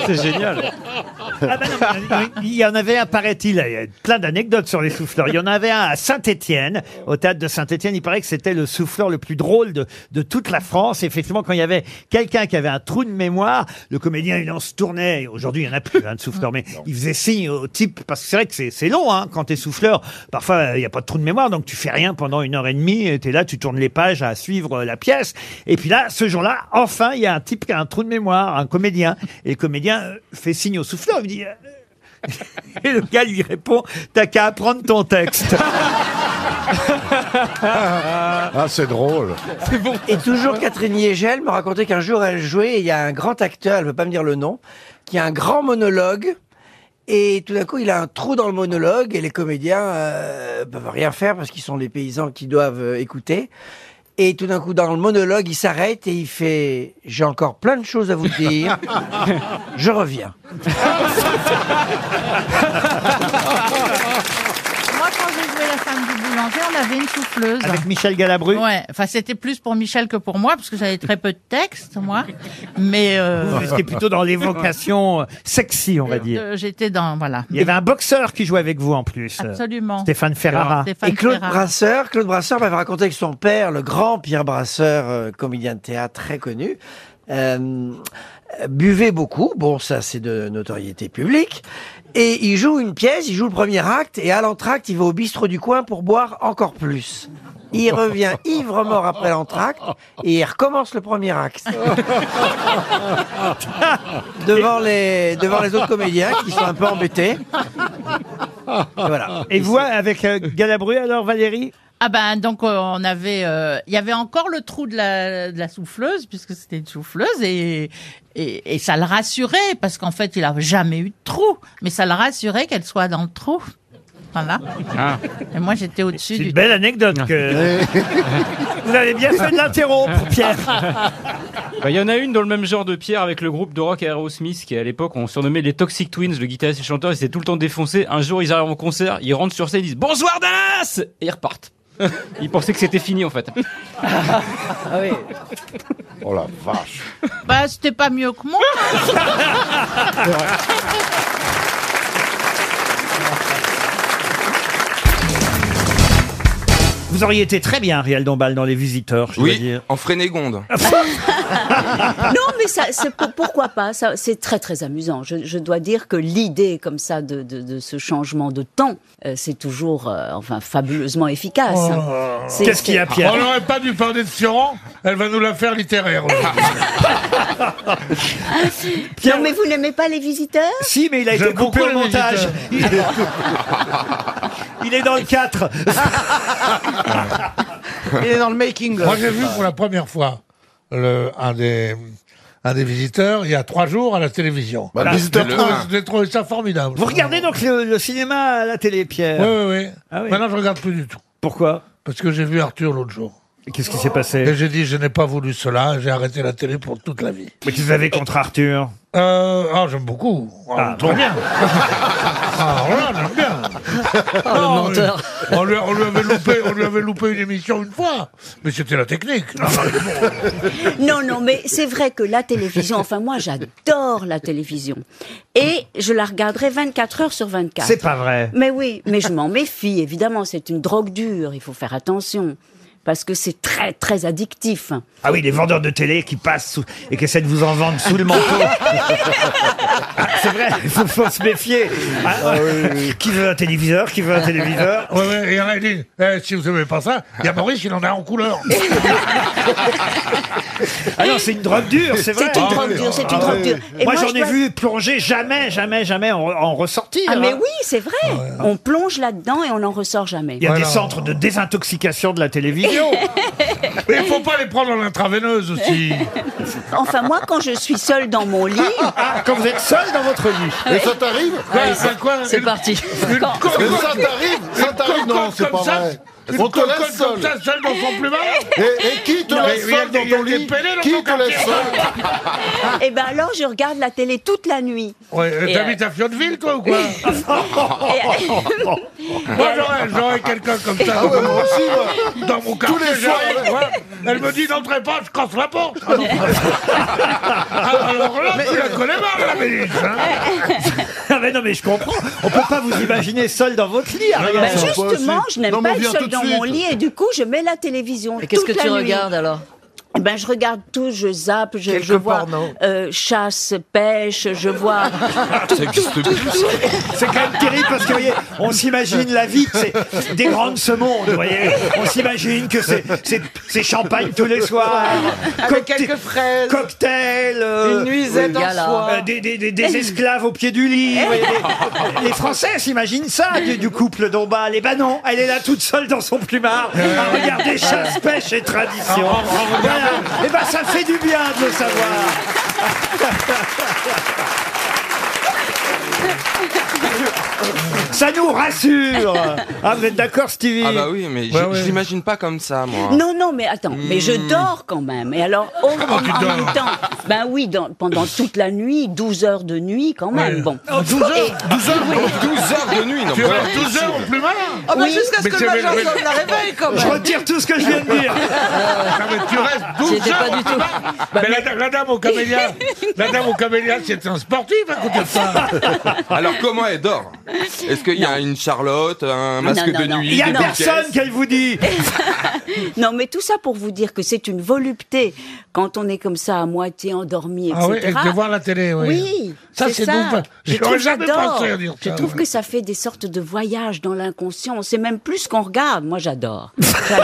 Speaker 1: Ah bah non, mais il y en avait un, paraît-il, il y a plein d'anecdotes sur les souffleurs. Il y en avait un à Saint-Étienne, au théâtre de Saint-Étienne. Il paraît que c'était le souffleur le plus drôle de, de toute la France. Effectivement, quand il y avait quelqu'un qui avait un trou de mémoire, le comédien, il en se tournait. Aujourd'hui, il n'y en a plus hein, de souffleur, mais il faisait signe au type, parce que c'est vrai que c'est- c'est long hein, quand t'es souffleur. Parfois, euh, il n'y a pas de trou de mémoire, donc tu fais rien pendant une heure et demie. et T'es là, tu tournes les pages à suivre euh, la pièce. Et puis là, ce jour-là, enfin, il y a un type qui a un trou de mémoire, un comédien. Et le comédien euh, fait signe au souffleur, il dit... euh, et le gars lui répond T'as qu'à apprendre ton texte.
Speaker 17: Ah, c'est drôle.
Speaker 9: Et toujours Catherine Niegel me racontait qu'un jour elle jouait et il y a un grand acteur, elle ne veut pas me dire le nom, qui a un grand monologue. Et tout d'un coup, il a un trou dans le monologue et les comédiens euh, peuvent rien faire parce qu'ils sont les paysans qui doivent euh, écouter. Et tout d'un coup, dans le monologue, il s'arrête et il fait « J'ai encore plein de choses à vous dire. Je reviens.
Speaker 18: Moi, quand j'ai joué la femme du boulanger, on avait une souffleuse.
Speaker 1: Avec Michel Galabru.
Speaker 18: Ouais, enfin c'était plus pour Michel que pour moi parce que j'avais très peu de texte moi, mais euh,
Speaker 1: Vous étiez plutôt dans l'évocation euh, sexy, on va dire.
Speaker 18: Euh, J'étais dans voilà.
Speaker 1: Il y avait un boxeur qui jouait avec vous en plus. euh,
Speaker 18: Absolument.
Speaker 1: Stéphane Ferrara.
Speaker 18: Stéphane
Speaker 9: Et Claude
Speaker 18: Ferrara.
Speaker 9: Brasseur, Claude Brasseur m'avait raconté que son père, le grand Pierre Brasseur, euh, comédien de théâtre très connu, euh, euh, buvait beaucoup. Bon, ça c'est de notoriété publique. Et il joue une pièce, il joue le premier acte, et à l'entracte, il va au bistrot du coin pour boire encore plus. Il revient ivre-mort après l'entracte, et il recommence le premier acte. devant, les, devant les autres comédiens qui sont un peu embêtés. Voilà.
Speaker 1: Et vous, avec euh, Galabru, alors, Valérie
Speaker 18: Ah ben donc euh, on avait, euh, il y avait encore le trou de la, de la souffleuse puisque c'était une souffleuse et, et et ça le rassurait parce qu'en fait il a jamais eu de trou, mais ça le rassurait qu'elle soit dans le trou. Voilà.
Speaker 7: Ah.
Speaker 18: Et moi j'étais au-dessus
Speaker 1: C'est
Speaker 18: du.
Speaker 1: une belle anecdote que. vous avez bien fait de l'interrompre, Pierre.
Speaker 15: Bah, Il y en a une dans le même genre de pierre avec le groupe de rock Aerosmith qui à l'époque on surnommait les Toxic Twins, le guitariste et le chanteur, ils étaient tout le temps défoncés. Un jour ils arrivent en concert, ils rentrent sur scène, ils disent Bonsoir Dallas Et ils repartent. ils pensaient que c'était fini en fait.
Speaker 17: Oh la vache.
Speaker 18: Bah c'était pas mieux que moi.
Speaker 1: Vous auriez été très bien, Ariel Dombal, dans Les Visiteurs, je dois
Speaker 10: Oui,
Speaker 1: dire. Ah,
Speaker 10: en frénégonde.
Speaker 5: non, mais ça, c'est pour- pourquoi pas ça, C'est très très amusant. Je, je dois dire que l'idée comme ça de, de- de ce changement de temps, euh, c'est toujours euh, enfin fabuleusement efficace. hein.
Speaker 1: Oh.
Speaker 4: hein.
Speaker 5: C'est- c'est-
Speaker 4: On n'aurait pas dû parler de Sioran, elle va nous la faire littéraire.
Speaker 5: Non, mais vous n'aimez pas les visiteurs
Speaker 1: Si, mais il a été coupé au montage. Il est- il est dans le 4.
Speaker 4: Il est dans le making. Moi, j'ai vu pour la première fois le, un, des, un des visiteurs il y a trois jours à la télévision.
Speaker 17: Bah, le
Speaker 4: J'ai
Speaker 17: visiteur
Speaker 4: trouvé-
Speaker 17: un.
Speaker 4: J'ai trouvé ça formidable.
Speaker 1: Vous regardez donc le, le cinéma à la télé, Pierre
Speaker 4: Oui, oui, oui.
Speaker 1: oui.
Speaker 4: Maintenant, je regarde plus du tout.
Speaker 1: Pourquoi
Speaker 4: Parce que j'ai vu Arthur l'autre jour.
Speaker 1: Qu'est-ce qui s'est passé
Speaker 4: Et j'ai dit, je n'ai pas voulu cela, j'ai arrêté la télé pour toute la vie.
Speaker 1: Mais qu'est-ce que vous avez contre Arthur
Speaker 4: Euh, ah, j'aime beaucoup.
Speaker 1: Ah, bon.
Speaker 4: trop
Speaker 1: Ah,
Speaker 4: bien. ah, voilà, j'aime bien. Non,
Speaker 2: menteur.
Speaker 4: mais On lui, on lui avait loupé, on lui avait loupé une émission une fois, mais c'était la technique. Non, mais bon.
Speaker 5: Non, non, mais c'est vrai que la télévision, enfin moi j'adore la télévision. Et je la regarderai 24 heures sur 24.
Speaker 1: C'est pas vrai.
Speaker 5: Mais oui, mais je m'en méfie, évidemment, c'est une drogue dure, il faut faire attention. Parce que c'est très, très addictif.
Speaker 1: Ah oui, les vendeurs de télé qui passent sous- et qui essaient de vous en vendre sous le manteau. Ah, C'est vrai, il faut, faut se méfier. Ah, Qui veut un téléviseur Qui veut un téléviseur
Speaker 4: Ouais, ouais, et il y en a, il dit, eh, si vous aimez pas ça, il y a Maurice, il en a en couleur.
Speaker 1: Ah non, c'est une drogue dure, c'est vrai. Ah
Speaker 5: C'est une drogue dure, c'est une drogue dure. Et
Speaker 1: moi,
Speaker 5: moi,
Speaker 1: j'en
Speaker 5: je
Speaker 1: ai
Speaker 5: dois-
Speaker 1: vu plonger jamais, jamais, jamais en, en ressortir.
Speaker 5: Ah, mais
Speaker 1: hein.
Speaker 5: oui, c'est vrai. On plonge là-dedans et on n'en ressort jamais.
Speaker 1: Il y a des centres de désintoxication de la télévision.
Speaker 4: Mais il faut pas les prendre en intraveineuse aussi.
Speaker 5: Enfin, moi, quand je suis seule dans mon lit.
Speaker 1: Ah, quand vous êtes seule dans votre lit.
Speaker 5: Et
Speaker 9: ça t'arrive
Speaker 5: C'est parti.
Speaker 9: Mais ça t'arrive Ça t'arrive Non, c'est pas vrai. On te laisse
Speaker 4: comme
Speaker 9: seul.
Speaker 4: ça, seul dans son plumard
Speaker 9: Et- et qui te
Speaker 4: Non,
Speaker 9: laisse
Speaker 4: mais il y a
Speaker 9: seul
Speaker 4: des-
Speaker 9: dans
Speaker 4: il y a
Speaker 9: ton
Speaker 4: des
Speaker 9: lit
Speaker 4: pélés dans
Speaker 9: Qui
Speaker 4: ton
Speaker 9: te laisse
Speaker 4: quartier
Speaker 5: Et ben alors, je regarde la télé toute la nuit.
Speaker 4: Ouais,
Speaker 5: Et,
Speaker 4: t'habites à Fionville, toi, ou quoi Moi, j'aurais- j'aurais quelqu'un comme ça.
Speaker 2: Ah ouais, moi aussi,
Speaker 4: Dans mon quartier,
Speaker 2: Tous les soirs,
Speaker 4: j'arrive,
Speaker 2: ouais.
Speaker 4: ouais. Elle me dit, n'entrez pas, je casse la porte. Ah non. Ah, Alors là, tu la connais pas, la hein. Mélisse.
Speaker 1: Ah mais non mais je comprends. On peut pas vous imaginer seul dans votre lit. Ariel.
Speaker 5: Ben, justement, je n'aime pas être seule dans mon lit et du coup, je mets la télévision.
Speaker 8: Mais qu'est-ce que
Speaker 5: toute
Speaker 8: tu
Speaker 5: la nuit.
Speaker 8: regardes alors
Speaker 5: ben, je regarde tout, je zappe, je,
Speaker 8: Quelques
Speaker 5: je vois
Speaker 8: pornos.
Speaker 5: euh, chasse, pêche, je vois
Speaker 1: Ça existe plus. C'est quand même terrible parce que vous voyez, on s'imagine la vie, c'est des grandes semondes, vous voyez. On s'imagine que c'est- c'est c'est champagne tous les soirs. Avec quelques fraises. Cocktail. euh,
Speaker 2: Une nuisette en Gala. soie.
Speaker 1: euh, des, des- des- des esclaves au pied du lit. vous voyez. Les, les Français s'imaginent ça du, du couple d'Ombal. Et ben non, elle est là toute seule dans son plumard à regarder chasse, pêche et tradition. Voilà. Et ben ça fait du bien de le savoir. Ça nous rassure Ah, vous êtes d'accord, Stevie
Speaker 10: Ah bah oui, mais je- je l'imagine pas comme ça, moi.
Speaker 3: Hein.
Speaker 5: Non, non, mais attends, mais je dors quand même. Et alors, au- en,
Speaker 10: tu
Speaker 5: en
Speaker 10: dors.
Speaker 5: même temps, ben oui, dans- pendant toute la nuit, 12 heures de nuit quand même.
Speaker 10: Ouais.
Speaker 5: Bon.
Speaker 10: Oh, 12 heures
Speaker 5: Et-
Speaker 10: 12 heures de- 12 heures de nuit, non,
Speaker 4: Tu
Speaker 10: voilà.
Speaker 4: restes 12 heures au plumard
Speaker 5: Ah, bah, Oui. jusqu'à ce
Speaker 4: Mais
Speaker 5: que
Speaker 4: c'est-
Speaker 5: le major
Speaker 4: mais-
Speaker 5: Tom la réveille, quand même. Je retire
Speaker 1: tout ce que je viens de dire.
Speaker 4: Non, mais tu restes 12
Speaker 2: J'étais
Speaker 4: heures
Speaker 2: pas
Speaker 4: au
Speaker 2: du tout.
Speaker 4: plumard. Mais la, da- la dame au camélia, la dame au camélia, c'est un sportif à côté de ça.
Speaker 10: Alors comment elle dort Est-ce qu'il y a une Charlotte, un masque
Speaker 5: Non, non,
Speaker 10: de
Speaker 5: non.
Speaker 10: nuit
Speaker 5: Il y a
Speaker 10: des
Speaker 5: personne
Speaker 10: bouquets
Speaker 1: qu'elle vous dit.
Speaker 5: non, mais tout ça pour vous dire que c'est une volupté quand on est comme ça à moitié endormi, etc.
Speaker 4: Ah oui, et de voir la télé, oui.
Speaker 5: Oui,
Speaker 4: Ça, c'est donc-
Speaker 5: Je
Speaker 4: j'aurais
Speaker 5: trouve-
Speaker 4: jamais
Speaker 5: j'adore.
Speaker 4: pensé à dire
Speaker 5: Je
Speaker 4: ça,
Speaker 5: trouve
Speaker 4: ouais.
Speaker 5: que ça fait des sortes de voyages dans l'inconscient. C'est même plus qu'on regarde. Moi, j'adore.
Speaker 4: C'est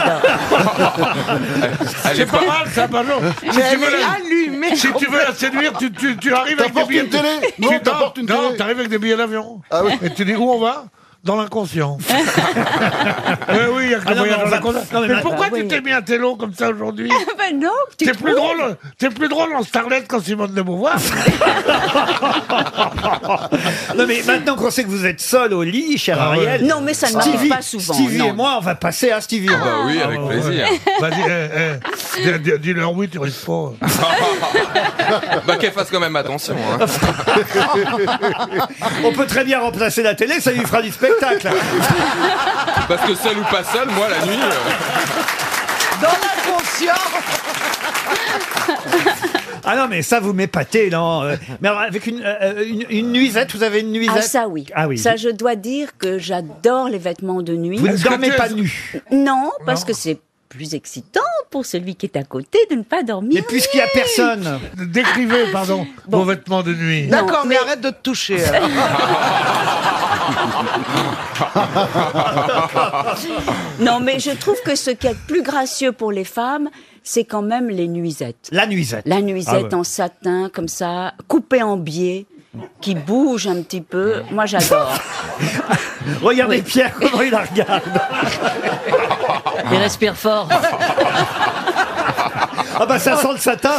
Speaker 4: pas mal, ça, par exemple. Si
Speaker 2: Mais
Speaker 4: tu
Speaker 2: elle
Speaker 4: veux
Speaker 2: est
Speaker 4: la-
Speaker 2: allumée.
Speaker 4: Si tu veux la séduire, tu, tu, tu arrives avec des
Speaker 2: T'apportes
Speaker 4: billets
Speaker 2: une
Speaker 4: de-
Speaker 2: télé
Speaker 4: tu-
Speaker 2: Non,
Speaker 4: Non,
Speaker 2: t'apportes une
Speaker 4: non,
Speaker 2: télé. Ah
Speaker 4: t'arrives avec des billets d'avion. Et tu dis où on va dans l'inconscient. oui, oui, il y a que
Speaker 2: Ah
Speaker 4: le
Speaker 2: non, mais on
Speaker 4: voyage dans
Speaker 2: va-
Speaker 4: l'inconscient.
Speaker 2: non,
Speaker 4: mais
Speaker 2: mais ma-
Speaker 4: pourquoi
Speaker 2: bah
Speaker 4: tu
Speaker 2: oui.
Speaker 4: t'es mis un télo comme ça aujourd'hui
Speaker 5: Ben non,
Speaker 4: T'es plus drôle, t'es plus drôle en starlette qu'en Simone de Beauvoir.
Speaker 1: Ah Non mais maintenant qu'on sait que vous êtes seul au lit, cher
Speaker 4: Ah ouais.
Speaker 1: Ariel.
Speaker 4: Non, mais ça ne m'arrive
Speaker 1: Stevie-
Speaker 4: pas souvent,
Speaker 1: Stevie
Speaker 4: non.
Speaker 1: et moi, on va passer à Stevie.
Speaker 4: Ah bah oui, avec
Speaker 10: plaisir.
Speaker 4: Vas-y, eh, eh, dis- dis- dis-leur oui, tu risques pas.
Speaker 10: Bah qu'elle fasse quand même attention. hein.
Speaker 1: on peut très bien remplacer la télé, ça lui fera du spectacle.
Speaker 10: Parce que seul ou pas seul, moi la nuit. euh,
Speaker 2: Dans l'inconscient
Speaker 1: Ah non, mais ça, vous m'épatez, non euh, Mais alors, avec une, euh, une, une nuisette, vous avez une nuisette
Speaker 5: Ah ça oui.
Speaker 1: Ah oui.
Speaker 5: Ça je dois dire que j'adore les vêtements de nuit.
Speaker 1: Vous ne Est-ce que dormez tu- pas nu
Speaker 5: Non, parce que c'est plus excitant pour celui qui est à côté de ne pas dormir. Mais
Speaker 1: puisqu'il y a personne.
Speaker 4: Décrivez, pardon, vos vêtements de nuit.
Speaker 5: D'accord, mais
Speaker 4: arrête de te toucher.
Speaker 5: Non, mais je trouve que ce qui est plus gracieux pour les femmes, c'est quand même les nuisettes.
Speaker 1: La nuisette.
Speaker 5: La nuisette
Speaker 1: Ah ouais.
Speaker 5: en satin, comme ça, coupée en biais, qui bouge un petit peu. Moi, j'adore.
Speaker 1: Regardez Pierre comment il la regarde.
Speaker 7: Il respire fort.
Speaker 1: Ah bah ça sent le satin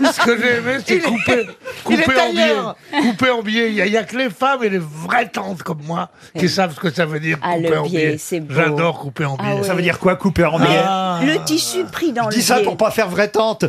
Speaker 4: Ce que j'ai aimé, c'est couper, il est couper en biais. tailleur. Couper en biais. Il n'y a, que les femmes et les vraies tantes comme moi qui savent ce que ça veut dire
Speaker 5: Ah,
Speaker 4: couper
Speaker 5: le
Speaker 4: en
Speaker 5: biais,
Speaker 4: biais.
Speaker 5: c'est beau.
Speaker 4: J'adore couper en biais.
Speaker 5: Ah
Speaker 1: Ça veut dire quoi, couper en biais
Speaker 4: Ah.
Speaker 5: Le tissu pris dans
Speaker 1: Je
Speaker 5: le
Speaker 1: dis ça
Speaker 5: biais.
Speaker 1: pour pas faire vraie tante.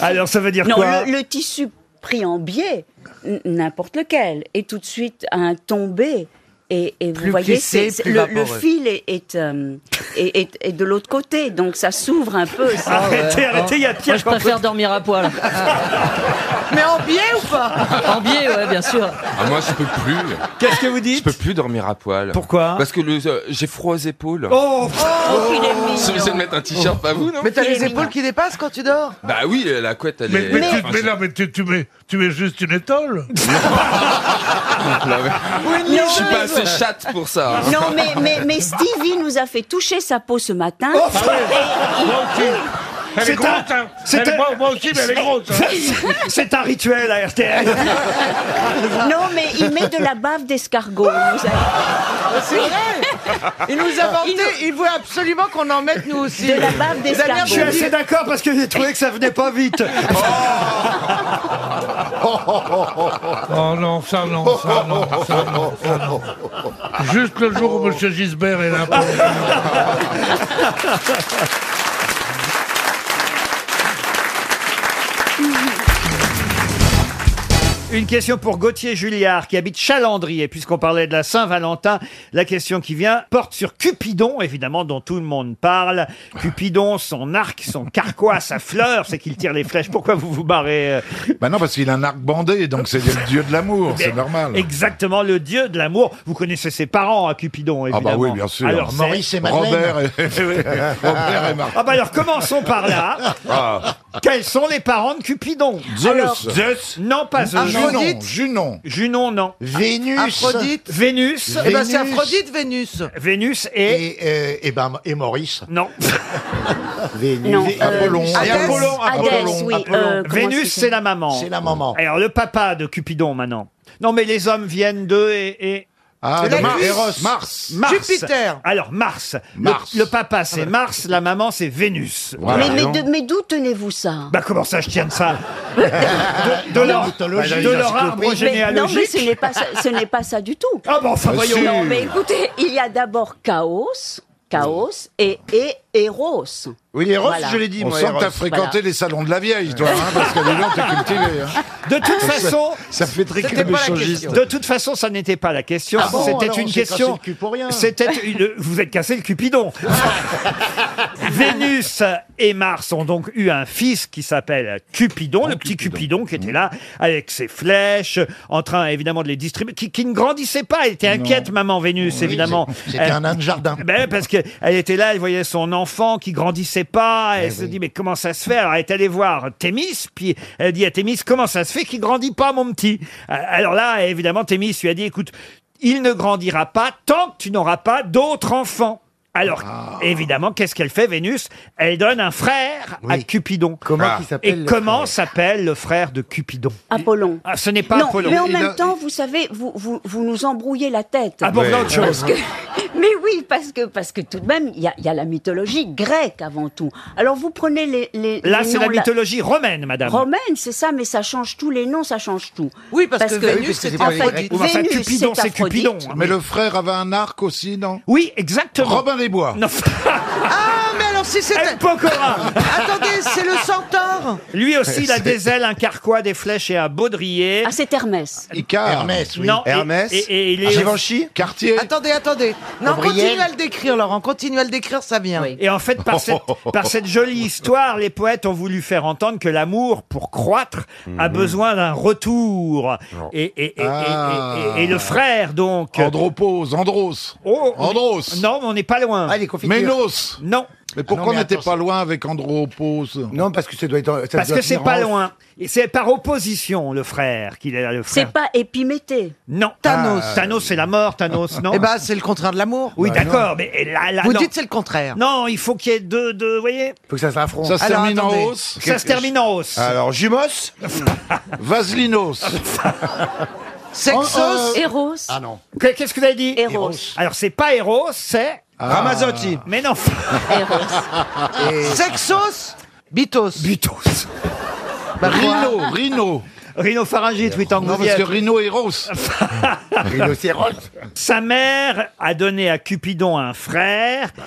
Speaker 1: Alors ça veut dire
Speaker 5: Non,
Speaker 1: quoi
Speaker 5: le, le tissu pris en biais, n- n'importe lequel, est tout de suite à un tombé. Et, et vous
Speaker 7: Plus
Speaker 5: voyez, c'est-
Speaker 7: plissé,
Speaker 5: c'est-
Speaker 7: plus
Speaker 5: le, le
Speaker 7: vaporeux.
Speaker 5: fil est, est, euh, est- est- est de l'autre côté, donc ça s'ouvre un peu. ça.
Speaker 7: Ah ouais. Moi, je préfère dormir à poil.
Speaker 5: Mais en biais ou pas
Speaker 7: En biais, ouais, bien sûr.
Speaker 10: Ah, moi, je peux plus.
Speaker 1: Qu'est-ce que vous dites
Speaker 10: Je peux plus dormir à poil.
Speaker 1: Pourquoi
Speaker 10: Parce que le- euh, j'ai froid aux épaules.
Speaker 1: Oh,
Speaker 7: qu'il est
Speaker 10: Je suis obligé de mettre un t-shirt, pas vous, non
Speaker 7: Oh. Mais t'as les épaules qui dépassent quand tu dors.
Speaker 10: Bah oui, la couette, elle
Speaker 4: Mais,
Speaker 10: est.
Speaker 4: mais
Speaker 10: enfin,
Speaker 4: tu, mais non, mais tu, tu mets, tu mets juste une étole.
Speaker 10: c'est- Là, ouais.
Speaker 5: non,
Speaker 10: Je suis
Speaker 5: mais-
Speaker 10: pas assez chatte pour ça. hein.
Speaker 5: Non, mais, mais, mais Stevie nous a fait toucher sa peau ce matin.
Speaker 4: Elle est
Speaker 1: C'est un-
Speaker 4: grosse, hein.
Speaker 1: c'est
Speaker 4: Elle est-
Speaker 1: un-
Speaker 4: moi, moi aussi, mais elle est grosse. hein.
Speaker 1: C'est un rituel à RTL.
Speaker 5: non, mais il met de la bave d'escargot. il nous a-
Speaker 7: C'est vrai Il nous a vanté, il voulait absolument qu'on en mette nous aussi. De la
Speaker 5: bave
Speaker 1: Je suis assez d'accord parce que j'ai trouvé que ça venait pas vite.
Speaker 4: Oh non, ça non, ça non, ça non, ça non. Juste le jour
Speaker 5: Oh.
Speaker 4: où M. Gisbert est là.
Speaker 1: Une question pour Gauthier Julliard qui habite Chalandry. Et puisqu'on parlait de la Saint-Valentin, la question qui vient porte sur Cupidon, évidemment, dont tout le monde parle. Cupidon, son arc, son carquois, sa fleur, c'est qu'il tire les flèches. Pourquoi vous vous barrez euh
Speaker 17: Bah non, parce qu'il a un arc bandé, donc c'est le dieu de l'amour, c'est normal.
Speaker 1: Exactement, le dieu de l'amour. Vous connaissez ses parents à Cupidon,
Speaker 17: Ah
Speaker 1: évidemment.
Speaker 17: bah oui, bien sûr.
Speaker 1: Alors, c'est-
Speaker 17: Robert et, Robert et Marc.
Speaker 1: Ah bah alors commençons par là.
Speaker 17: Ah.
Speaker 1: Quels sont les parents de Cupidon
Speaker 17: Zeus. Alors- Zeus.
Speaker 1: Non, pas Zeus.
Speaker 17: Aphrodite.
Speaker 1: Junon. Junon, non.
Speaker 14: Vénus. Aphrodite.
Speaker 1: Vénus.
Speaker 14: Eh ben, c'est Vénus.
Speaker 7: Aphrodite, Vénus.
Speaker 1: Vénus et...
Speaker 14: Et, euh, et, ben, et Maurice.
Speaker 1: Non.
Speaker 14: Vénus.
Speaker 1: Non,
Speaker 14: Et
Speaker 1: euh,
Speaker 14: Apollon.
Speaker 1: Hadès.
Speaker 14: Apollon.
Speaker 1: Hadès,
Speaker 14: Apollon.
Speaker 1: oui,
Speaker 14: Apollon.
Speaker 1: euh, comment Vénus, c'est la maman.
Speaker 14: C'est la maman.
Speaker 1: Alors le papa de Cupidon maintenant. Non mais les hommes viennent d'eux et... et...
Speaker 17: Ah,
Speaker 1: de
Speaker 17: de Mars. Eros.
Speaker 1: Mars. Mars.
Speaker 7: Jupiter.
Speaker 1: Alors, Mars. Le-
Speaker 17: Mars.
Speaker 1: Le, papa, c'est Mars. La maman, c'est Vénus.
Speaker 5: mais mais de- mais d'où tenez-vous ça
Speaker 1: Bah comment ça, je tiens de ça De, de leur, de leur arbre généalogique.
Speaker 5: Non, mais ce n'est pas ça, ce n'est pas ça du tout.
Speaker 1: Ah bon, enfin, Bah voyons. si.
Speaker 5: Non, mais écoutez, il y a d'abord Chaos, Chaos et, et Eros.
Speaker 17: Oui, Eros,
Speaker 5: Voilà.
Speaker 17: je l'ai dit. On sent que t'as fréquenté les salons de la vieille, toi, hein, parce que les gens t'es cultivé. hein.
Speaker 1: De toute
Speaker 17: Ça-
Speaker 1: façon,
Speaker 17: ça fait très C'était club pas la échangiste. question.
Speaker 1: De toute façon, ça n'était pas la question.
Speaker 14: Ah bon,
Speaker 1: C'était
Speaker 14: alors,
Speaker 1: une
Speaker 14: on s'est cassé
Speaker 1: question.
Speaker 14: le cul pour rien.
Speaker 1: C'était une- Vous êtes cassé le cupidon. Vénus et Mars ont donc eu un fils qui s'appelle Cupidon, le petit Cupidon. Mmh. qui était là avec ses flèches, en train évidemment de les distribuer, qui, qui ne grandissait pas. Elle était inquiète, maman Vénus, évidemment.
Speaker 14: c'était un
Speaker 1: nain de jardin. Ben, parce qu'elle était là, elle voyait son enfant qui grandissait pas.
Speaker 14: Eh
Speaker 1: Elle se dit, mais comment ça se fait Alors, elle est allée voir Thémis, puis elle dit à Thémis, comment ça se fait qu'il grandit pas, mon petit Euh, Alors là, évidemment, Thémis lui a dit, écoute, il ne grandira pas tant que tu n'auras pas d'autres enfants. Alors,
Speaker 14: Ah.
Speaker 1: évidemment, qu'est-ce qu'elle fait, Vénus Elle donne un frère à Cupidon.
Speaker 14: Comment Ah. qu'il s'appelle,
Speaker 1: Et
Speaker 14: le
Speaker 1: comment s'appelle le frère de Cupidon
Speaker 5: Apollon.
Speaker 1: Ah, ce n'est pas
Speaker 5: non,
Speaker 1: Apollon.
Speaker 5: mais en
Speaker 1: Il
Speaker 5: même
Speaker 1: a-
Speaker 5: temps, vous savez, vous, vous, vous nous embrouillez la tête.
Speaker 1: Ah bon, voilà autre chose.
Speaker 5: Parce que- mais oui, parce que, parce que tout de même, il y a, il y a la mythologie grecque avant tout. Alors vous prenez les... les
Speaker 1: Là,
Speaker 5: les
Speaker 1: c'est la
Speaker 5: noms,
Speaker 1: mythologie romaine, madame.
Speaker 5: Romaine, c'est ça, mais ça change tout, les noms, ça change tout.
Speaker 7: Oui, parce que Vénus, c'est
Speaker 5: en fait,
Speaker 17: Ou enfin,
Speaker 5: Vénus,
Speaker 17: Cupidon, c'est
Speaker 5: Aphrodite.
Speaker 17: Cupidon. hein. Mais le frère avait un arc aussi, non
Speaker 1: Oui, exactement.
Speaker 17: Robin des Bois.
Speaker 7: Ah, mais alors si c'était.
Speaker 1: El Pokora.
Speaker 7: Attendez, c'est le centaure
Speaker 1: Lui aussi, il a
Speaker 7: C'est-
Speaker 1: des ailes, un carquois, des flèches et un baudrier. Ah, c'est Hermès.
Speaker 7: Hermès, oui.
Speaker 1: Non, et-
Speaker 7: Hermès. Ah,
Speaker 1: Et, et il est.
Speaker 7: Cartier. Attendez, attendez. Non,
Speaker 1: Gabriel.
Speaker 7: continuez à le décrire, Laurent. Continuez à le décrire, ça vient.
Speaker 1: Et en fait, par
Speaker 7: Oh,
Speaker 1: cette, par cette jolie histoire, les poètes ont voulu faire entendre que l'amour, pour croître, a besoin d'un retour. Et, et- et- et- et- et- et le frère, donc. Andropos, Andros.
Speaker 17: Oh,
Speaker 1: Andros. Non, mais on n'est pas loin. Ah, les
Speaker 17: Ménos.
Speaker 1: Non.
Speaker 17: Mais
Speaker 1: Ah
Speaker 17: pourquoi
Speaker 1: non, mais
Speaker 17: on n'était
Speaker 1: attends,
Speaker 17: pas loin avec Andropos Non, parce que ça doit être.
Speaker 1: Parce que c'est pas loin. Et C'est par opposition, le frère, qu'il est là, le frère.
Speaker 5: C'est pas épiméthée.
Speaker 1: Non.
Speaker 5: Thanos.
Speaker 1: Ah, Thanos, c'est la mort, Thanos, non
Speaker 5: Eh ben,
Speaker 1: c'est le contraire de l'amour. Oui, d'accord, mais et là, là,
Speaker 7: Vous
Speaker 1: non.
Speaker 7: dites c'est le contraire.
Speaker 1: Non, il faut qu'il y ait deux, deux, vous voyez
Speaker 7: Faut que ça s'affronte.
Speaker 1: Ça se termine en hausse Ça se termine en hausse.
Speaker 17: Alors, Jumos Vaselinos.
Speaker 1: Sexos
Speaker 5: Oh, Eros.
Speaker 17: Oh, Ah non.
Speaker 1: Que- Qu'est-ce que vous avez dit Eros. Alors, c'est pas Eros, c'est.
Speaker 7: Ah.
Speaker 17: Ramazzotti.
Speaker 1: Mais non.
Speaker 7: Sexos Bitos. Bah,
Speaker 1: Bitos.
Speaker 17: Rhino, Rhino.
Speaker 1: Rhinopharyngite, oui, tant que
Speaker 17: Non,
Speaker 1: vous y
Speaker 17: parce que
Speaker 1: êtes.
Speaker 17: Rhino est rose. Rhinocéros.
Speaker 1: Sa mère a donné à Cupidon un frère
Speaker 17: Bah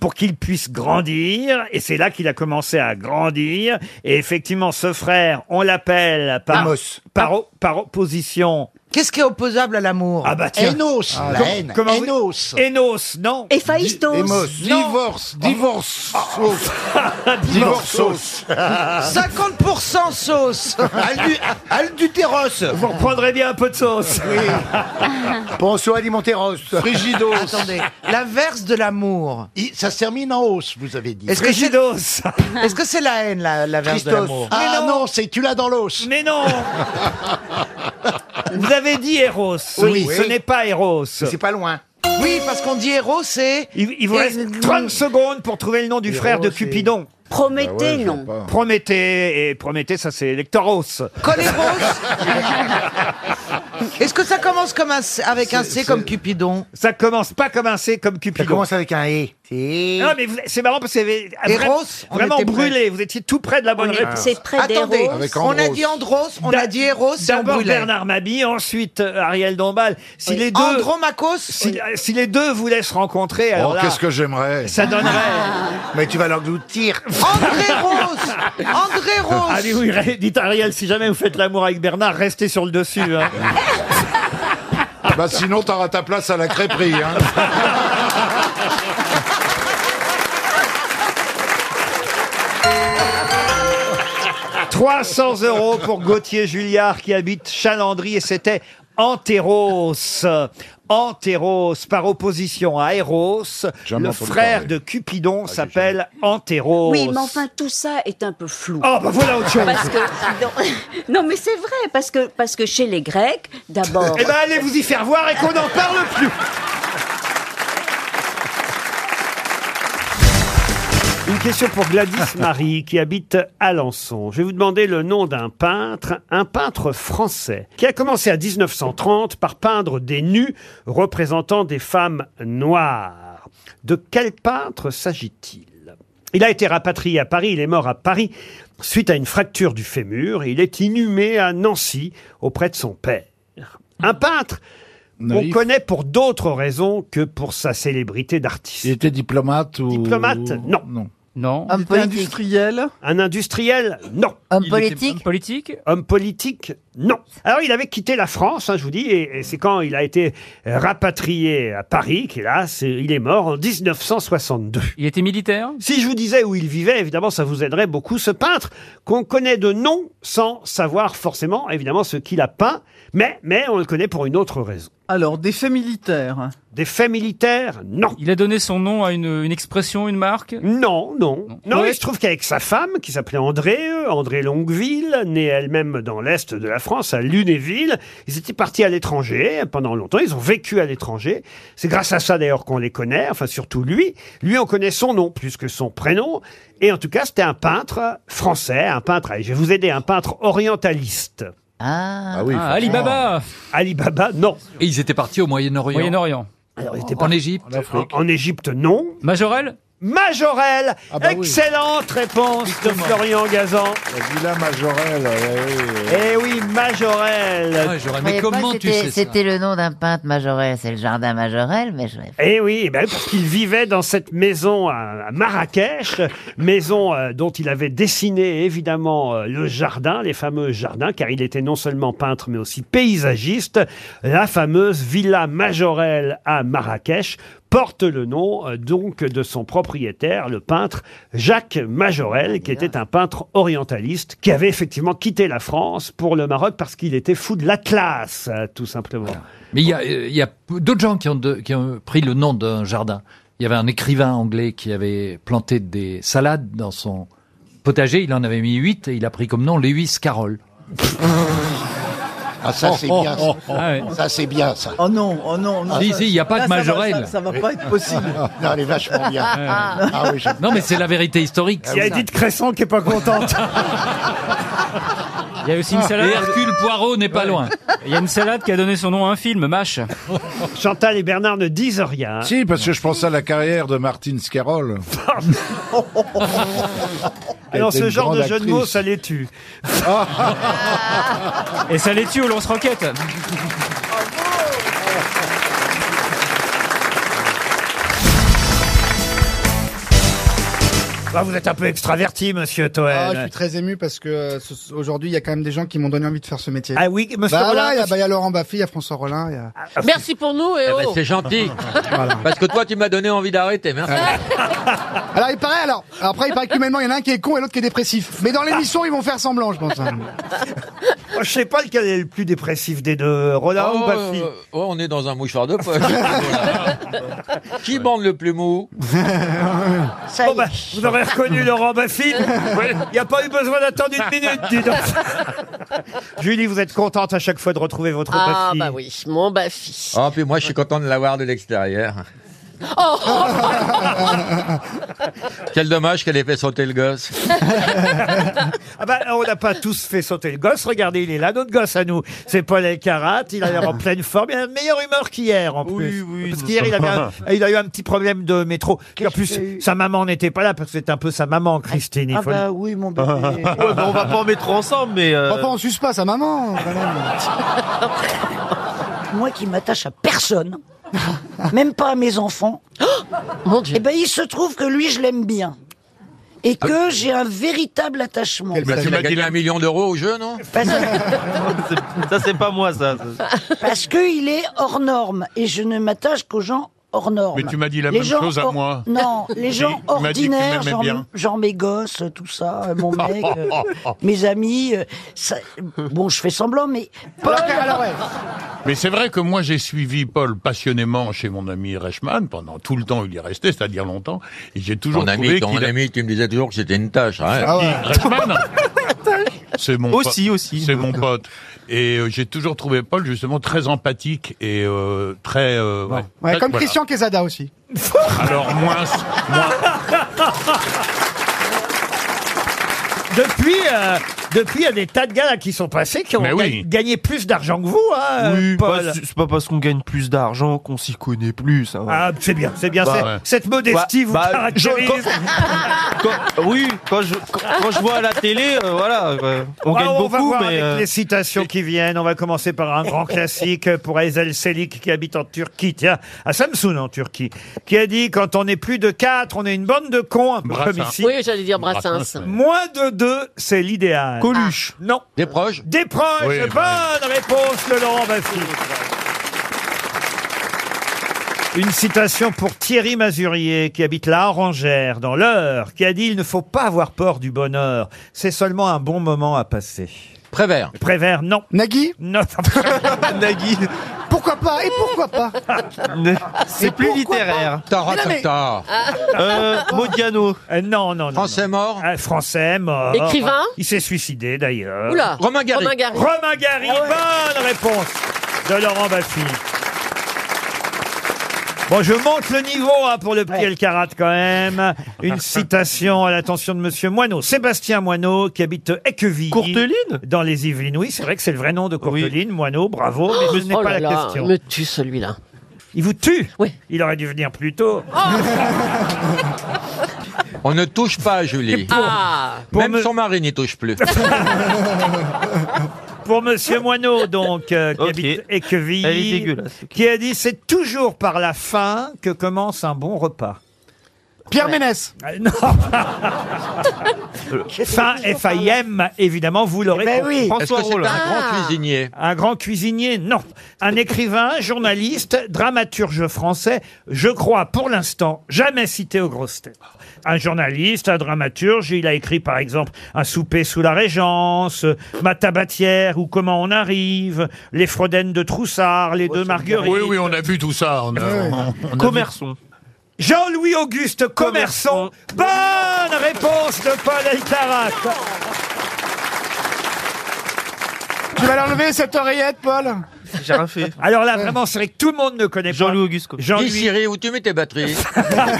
Speaker 1: pour qu'il puisse grandir. Et c'est là qu'il a commencé à grandir. Et effectivement, ce frère, on l'appelle par, par, o- par opposition.
Speaker 7: Qu'est-ce qui est opposable à l'amour
Speaker 1: Ah bah tiens.
Speaker 7: Enos.
Speaker 1: Com- comment vous- Enos, non. Oh.
Speaker 5: Héphaïstos.
Speaker 17: Divorce. Divorce. Divorce.
Speaker 7: 50% sauce.
Speaker 1: Alduteros. Vous reprendrez bien un peu de sauce.
Speaker 14: Ponceau alimenteros.
Speaker 7: Frigidos. oh, Attendez, l'inverse de l'amour.
Speaker 14: Ça se termine en hausse, vous avez dit.
Speaker 7: Est-ce que c'est
Speaker 14: Est-ce
Speaker 7: que c'est la haine, la- l'inverse de l'amour
Speaker 14: Ah non, c'est tu l'as dans l'os.
Speaker 1: Mais non Vous avez dit Eros.
Speaker 7: Oui.
Speaker 1: ce n'est pas Eros.
Speaker 14: C'est pas loin.
Speaker 7: Oui, parce qu'on dit héros, c'est.
Speaker 1: Il, il vous reste 30 secondes pour trouver le nom du frère de Cupidon.
Speaker 7: Ah
Speaker 5: Prométhée, Bah ouais, je non. vois pas.
Speaker 1: Prométhée, et Prométhée, ça c'est Lectoros.
Speaker 7: Est-ce que ça commence comme un C- avec un C comme Cupidon
Speaker 1: Ça commence pas comme un C comme Cupidon. Ça
Speaker 14: commence avec un E. C'est-
Speaker 1: Non, mais vous- c'est marrant parce que vous avez
Speaker 7: Eros,
Speaker 1: vraiment-
Speaker 7: on
Speaker 1: vraiment
Speaker 7: était près.
Speaker 1: brûlé. Vous étiez tout près de la bonne
Speaker 7: On est-
Speaker 1: réponse.
Speaker 7: c'est près Attendez, d'Eros. avec on a Andros. dit Andros, on a
Speaker 1: D'a-
Speaker 7: dit Eros et on
Speaker 1: D'abord
Speaker 7: brûlait.
Speaker 1: Bernard Mabie, ensuite euh, Ariel Dombal. Si les deux.
Speaker 7: Andromacos
Speaker 1: si, euh, si les deux voulaient se rencontrer, alors
Speaker 17: Oh,
Speaker 1: là,
Speaker 17: qu'est-ce que j'aimerais.
Speaker 1: ça donnerait.
Speaker 7: Ah.
Speaker 14: Mais tu vas l'engloutir.
Speaker 7: André Rose André Rose
Speaker 1: Ah mais oui, re- dites à Ariel, si jamais vous faites l'amour avec Bernard, restez sur le dessus. hein.
Speaker 17: Bah sinon, t'auras ta place à la crêperie. Hein.
Speaker 1: Ah. 300 euros pour Gauthier Julliard qui habite Chalandry et c'était Anteros. Anteros, par opposition à Eros,
Speaker 5: Jamais
Speaker 1: le
Speaker 5: entendu parler.
Speaker 1: frère
Speaker 5: Ah,
Speaker 1: de Cupidon s'appelle Anteros.
Speaker 5: Oui, mais enfin, tout ça est un peu flou.
Speaker 1: Oh, bah voilà autre chose.
Speaker 5: Parce que- non, non, mais c'est vrai, parce que, parce que chez les Grecs, d'abord...
Speaker 1: Eh ben allez vous y faire voir et qu'on n'en parle plus Une question pour Gladys Marie qui habite Alençon. Je vais vous demander le nom d'un peintre, un peintre français, qui a commencé à 1930 par peindre des nus représentant des femmes noires. De quel peintre s'agit-il Il a été rapatrié à Paris, il est mort à Paris suite à une fracture du fémur et il est inhumé à Nancy auprès de son père. Un peintre qu'on
Speaker 17: Naïf.
Speaker 1: connaît pour d'autres raisons que pour sa célébrité d'artiste.
Speaker 17: Il était diplomate ou...
Speaker 1: Diplomate Non.
Speaker 17: Non.
Speaker 15: Non.
Speaker 17: Homme politique.
Speaker 15: industriel
Speaker 1: Un industriel Non.
Speaker 15: Homme Il était politique homme politique
Speaker 1: Homme politique Non. Alors il avait quitté la France, hein, je vous dis, et, et c'est quand il a été euh, rapatrié à Paris qu'hélas, euh, il est mort en 1962.
Speaker 15: Il était militaire
Speaker 1: Si je vous disais où il vivait, évidemment, ça vous aiderait beaucoup. Ce peintre qu'on connaît de nom sans savoir forcément, évidemment, ce qu'il a peint, mais, mais on le connaît pour une autre raison.
Speaker 15: Ah,
Speaker 7: Alors, des faits militaires.
Speaker 1: Des faits militaires Non.
Speaker 15: Il a donné son nom à une, une expression, une marque
Speaker 1: Non, non. Non, il se trouve qu'avec sa femme, qui s'appelait André, euh, André Longueville, née elle-même dans l'Est de la France, à Lunéville, ils étaient partis à l'étranger pendant longtemps, ils ont vécu à l'étranger. C'est grâce à ça d'ailleurs qu'on les connaît, enfin surtout lui. Lui, on connaît son nom plus que son prénom. Et en tout cas, c'était un peintre français, un peintre, allez, je vais vous aider, un peintre orientaliste.
Speaker 8: Ah,
Speaker 15: Ah, Ali Baba
Speaker 1: Ali Baba, non.
Speaker 12: Et ils étaient partis au Moyen-Orient.
Speaker 15: Moyen-Orient.
Speaker 1: Alors, ils étaient
Speaker 12: En
Speaker 1: pas-
Speaker 12: Égypte.
Speaker 1: En, en Égypte, non.
Speaker 15: Majorel
Speaker 1: Majorelle. Excellente réponse de Florian Gazan.
Speaker 19: Villa Majorelle.
Speaker 1: Eh oui,
Speaker 12: Ah,
Speaker 1: Majorelle.
Speaker 20: Je croyais pas que c'était- C'était le nom d'un peintre Majorel, c'est le jardin Majorel, mais je
Speaker 1: Eh oui, eh ben, parce qu'il vivait dans cette maison à à Marrakech, maison euh, dont il avait dessiné évidemment euh, le jardin, les fameux jardins, car il était non seulement peintre mais aussi paysagiste. La fameuse Villa Majorelle à Marrakech porte le nom euh, donc de son propriétaire, le peintre Jacques Majorelle, qui était un peintre orientaliste, qui avait effectivement quitté la France pour le Maroc parce qu'il était fou de l'Atlas, euh, tout simplement.
Speaker 19: Ah.
Speaker 12: Mais il y a, euh, il y a peu- d'autres gens qui ont, de- qui ont pris le nom d'un jardin. Il y avait un écrivain anglais qui avait planté des salades dans son potager. Il en avait mis huit et il a pris comme nom Lewis Carroll.
Speaker 2: Ah, ça, c'est bien, ça.
Speaker 12: Ah,
Speaker 2: Ça, c'est bien, ça.
Speaker 12: Oh non, oh non,
Speaker 2: Ah non.
Speaker 12: Oh, Si, si, il n'y a pas
Speaker 2: Là,
Speaker 12: que
Speaker 2: ça va-
Speaker 12: Majorelle.
Speaker 2: ça- ça va pas être possible.
Speaker 7: Ah,
Speaker 2: Non, elle est vachement bien. Ah oui, j'aime
Speaker 12: non, mais c'est la vérité historique.
Speaker 1: Il y a Edith Cresson qui est pas contente.
Speaker 15: Il y a aussi une salade.
Speaker 12: Et Hercule Poirot n'est pas loin.
Speaker 15: Il y a une salade qui a donné son nom à un film, Mash.
Speaker 1: Chantal et Bernard ne disent rien.
Speaker 19: Si, parce que je pense à la carrière de Martine Scarroll.
Speaker 1: Alors
Speaker 19: C'était
Speaker 1: ce
Speaker 19: une
Speaker 1: genre de
Speaker 19: grande
Speaker 1: jeu de
Speaker 19: actrice.
Speaker 1: mots, ça les tue.
Speaker 15: Et ça les tue au lance-roquette.
Speaker 1: Ah, vous êtes un peu extraverti, monsieur Toen.
Speaker 7: Ah, je suis très ému parce que euh, ce- aujourd'hui, il y a quand même des gens qui m'ont donné envie de faire ce métier.
Speaker 1: Ah oui, monsieur
Speaker 7: Bah,
Speaker 1: Rollin,
Speaker 7: voilà, il y a- bah, il y a Laurent Baffy, il y a François Rollin, il y a...
Speaker 16: Merci pour nous et
Speaker 10: Eh
Speaker 16: oh.
Speaker 10: ben, c'est gentil. Parce que toi, tu m'as donné envie d'arrêter. Merci.
Speaker 16: Ah,
Speaker 10: Ah,
Speaker 7: Alors, il paraît, alors, après, il paraît qu'humainement, il y en a un qui est con et l'autre qui est dépressif. Mais dans l'émission, ils vont faire semblant, je pense. hein.
Speaker 1: Moi, Oh, Je sais pas lequel est le plus dépressif des deux, Roland
Speaker 10: Oh,
Speaker 1: ou Baffy.
Speaker 10: euh, ouais, on est dans un mouchoir de poche. Qui bande le plus mou
Speaker 1: Bon, bah, vous aurez reconnu Laurent Baffy. Il n'y a pas eu besoin d'attendre une minute, dis donc. Julie, vous êtes contente à chaque fois de retrouver votre
Speaker 16: Ah
Speaker 1: Baffy.
Speaker 16: bah oui, mon Bafi.
Speaker 10: Oh, puis moi, je suis content de l'avoir de l'extérieur.
Speaker 16: Oh
Speaker 10: Quel dommage qu'elle ait fait sauter le gosse.
Speaker 1: Ah bah, on n'a pas tous fait sauter le gosse. Regardez, il est là, notre gosse à nous. C'est Paul Elkarat. Il a l'air en pleine forme. Il a la meilleure humeur qu'hier, en plus. Parce qu'hier, il, avait un- il a eu un petit problème de métro. Puis en plus, sa maman n'était pas là parce que c'est un peu sa maman, Christine. il
Speaker 16: Ah
Speaker 1: faut le-
Speaker 16: bah oui, mon bébé. Ouais, bah,
Speaker 7: on va pas en
Speaker 1: mettre ensemble, mais.
Speaker 21: euh,
Speaker 7: Enfin, on suce pas sa maman. quand
Speaker 6: Moi qui m'attache à personne, même pas à mes enfants. Oh, Mon Dieu. Et ben il se trouve que lui je l'aime bien et
Speaker 7: Ah.
Speaker 6: que j'ai un véritable attachement.
Speaker 10: Bah, tu m'as gagné un million d'euros au jeu, non
Speaker 16: Bah,
Speaker 10: Ça, c'est pas moi, ça.
Speaker 6: Parce qu'il est hors norme et je ne m'attache qu'aux gens hors normes.
Speaker 17: Mais tu m'as dit la
Speaker 6: Les
Speaker 17: même
Speaker 6: gens
Speaker 17: chose à
Speaker 6: hors-
Speaker 17: moi.
Speaker 6: Non, les
Speaker 17: Tu-
Speaker 6: gens
Speaker 17: tu m'as dit que tu
Speaker 6: ordinaires,
Speaker 17: m'aimais
Speaker 6: genre,
Speaker 17: bien.
Speaker 6: genre mes gosses, euh, tout ça, euh, mon mec, euh, mes amis. euh, ça- bon, je fais semblant, mais Paul,
Speaker 17: Mais c'est vrai que moi, j'ai suivi Paul passionnément chez mon ami Reichmann pendant tout le temps où il est resté, c'est-à-dire longtemps. Et j'ai toujours
Speaker 10: Mon ami,
Speaker 17: trouvé
Speaker 10: ton
Speaker 17: qu'il a-
Speaker 10: ami, tu me disais toujours que c'était une tâche. hein.
Speaker 17: Ah ouais. Reichmann, c'est mon
Speaker 10: Aussi,
Speaker 17: pote. C'est mon pote. Et euh, j'ai toujours trouvé Paul justement très empathique et euh, très. euh, ouais.
Speaker 7: Ouais,
Speaker 17: Très-
Speaker 7: comme
Speaker 17: voilà.
Speaker 7: Christian Quesada aussi.
Speaker 17: Alors moins, moins
Speaker 1: Depuis, euh, depuis, il y a des tas de gars là, qui sont passés qui ont
Speaker 21: Mais
Speaker 1: ga-
Speaker 21: oui.
Speaker 1: gagné plus d'argent que vous, hein,
Speaker 21: oui,
Speaker 1: Paul.
Speaker 21: bah, c'est c'est pas parce qu'on gagne plus d'argent qu'on s'y connaît plus. hein.
Speaker 1: Ah, c'est bien, c'est bien.
Speaker 21: Bah,
Speaker 1: c'est-
Speaker 21: ouais.
Speaker 1: Cette modestie
Speaker 21: Bah,
Speaker 1: vous
Speaker 21: bah,
Speaker 1: caractérise.
Speaker 21: je- Quand- oui, quand je, quand, quand je vois à la télé, euh, voilà, euh, on
Speaker 1: Ah,
Speaker 21: gagne
Speaker 1: on
Speaker 21: beaucoup,
Speaker 1: va voir
Speaker 21: mais
Speaker 1: avec
Speaker 21: euh,
Speaker 1: les citations qui viennent. On va commencer par un grand classique pour Ezel Selik qui habite en Turquie, tiens, à Samsun en Turquie, qui a dit quand on est plus de quatre, on est une bande de cons, un peu comme ici.
Speaker 16: Oui, j'allais dire Brassens.
Speaker 1: Moins de deux, c'est l'idéal. Ah,
Speaker 21: Coluche.
Speaker 1: Non.
Speaker 10: Des proches.
Speaker 1: Des proches.
Speaker 21: Oui,
Speaker 1: bonne réponse de Laurent Baffy. Une citation pour Thierry Mazurier, qui habite la Orangère, dans l'Eure, qui a dit Il ne faut pas avoir peur du bonheur, c'est seulement un bon moment à passer.
Speaker 10: Prévert.
Speaker 1: Prévert, non.
Speaker 7: Nagui
Speaker 1: Non.
Speaker 21: Nagui.
Speaker 7: Pourquoi pas Et pourquoi pas
Speaker 21: c'est plus littéraire.
Speaker 10: Tara,
Speaker 7: Mais Ah. non, mais-
Speaker 10: tara.
Speaker 21: Euh, Modiano.
Speaker 1: non, non, non.
Speaker 10: Français mort.
Speaker 1: Euh, Français mort.
Speaker 21: Écrivain
Speaker 1: Il s'est suicidé d'ailleurs.
Speaker 21: Oula. Romain Gary. Romain Gary. Ah
Speaker 1: Romain Gary, bonne réponse de Laurent Baffy. Bon, je monte le niveau hein, pour le prix El Karat quand même. Une citation à l'attention de Monsieur Moineau, Sébastien Moineau, qui habite Équevilly. Courteline Dans les Yvelines, oui, c'est vrai que c'est le vrai nom de Courteline, Moineau, bravo, mais ce n'est
Speaker 16: Oh
Speaker 1: pas
Speaker 16: là
Speaker 1: la
Speaker 16: là,
Speaker 1: question.
Speaker 16: il me tue celui-là. Oh
Speaker 1: Il vous tue Oui. Il aurait dû venir plus tôt.
Speaker 10: On ne touche pas à Julie.
Speaker 1: Ah.
Speaker 10: Même son mari n'y touche plus.
Speaker 1: Pour Monsieur Moineau, donc, euh, qui habite Équevilly,
Speaker 10: Elle est dégueulasse.
Speaker 1: qui a dit c'est toujours par la faim que commence un bon repas. Pierre Ménès. Non. Faim, F-A-I-M, évidemment, vous l'aurez
Speaker 10: ben
Speaker 1: compris.
Speaker 10: oui. François Est-ce que c'était un Hollande. grand
Speaker 1: cuisinier Un grand cuisinier, non. Un écrivain, journaliste, dramaturge français, je crois pour l'instant jamais cité aux grosses têtes. Un journaliste, un dramaturge, il a écrit par exemple Un souper sous la Régence, Ma tabatière ou Comment on arrive, Les Frodennes de Troussard, Les Deux Marguerites.
Speaker 22: Oui, oui, on a vu tout ça. On a, on- on a vu-
Speaker 1: Jean-Louis Auguste Commerçon. Bonne réponse de Paul Elkarat.
Speaker 7: Tu vas l'enlever cette oreillette, Paul
Speaker 1: J'ai rien fait. Alors là, vraiment, c'est vrai que tout le monde ne connaît pas. Jean-Louis Auguste
Speaker 10: Dis
Speaker 1: Jean-Louis
Speaker 10: Siri, où tu mets tes batteries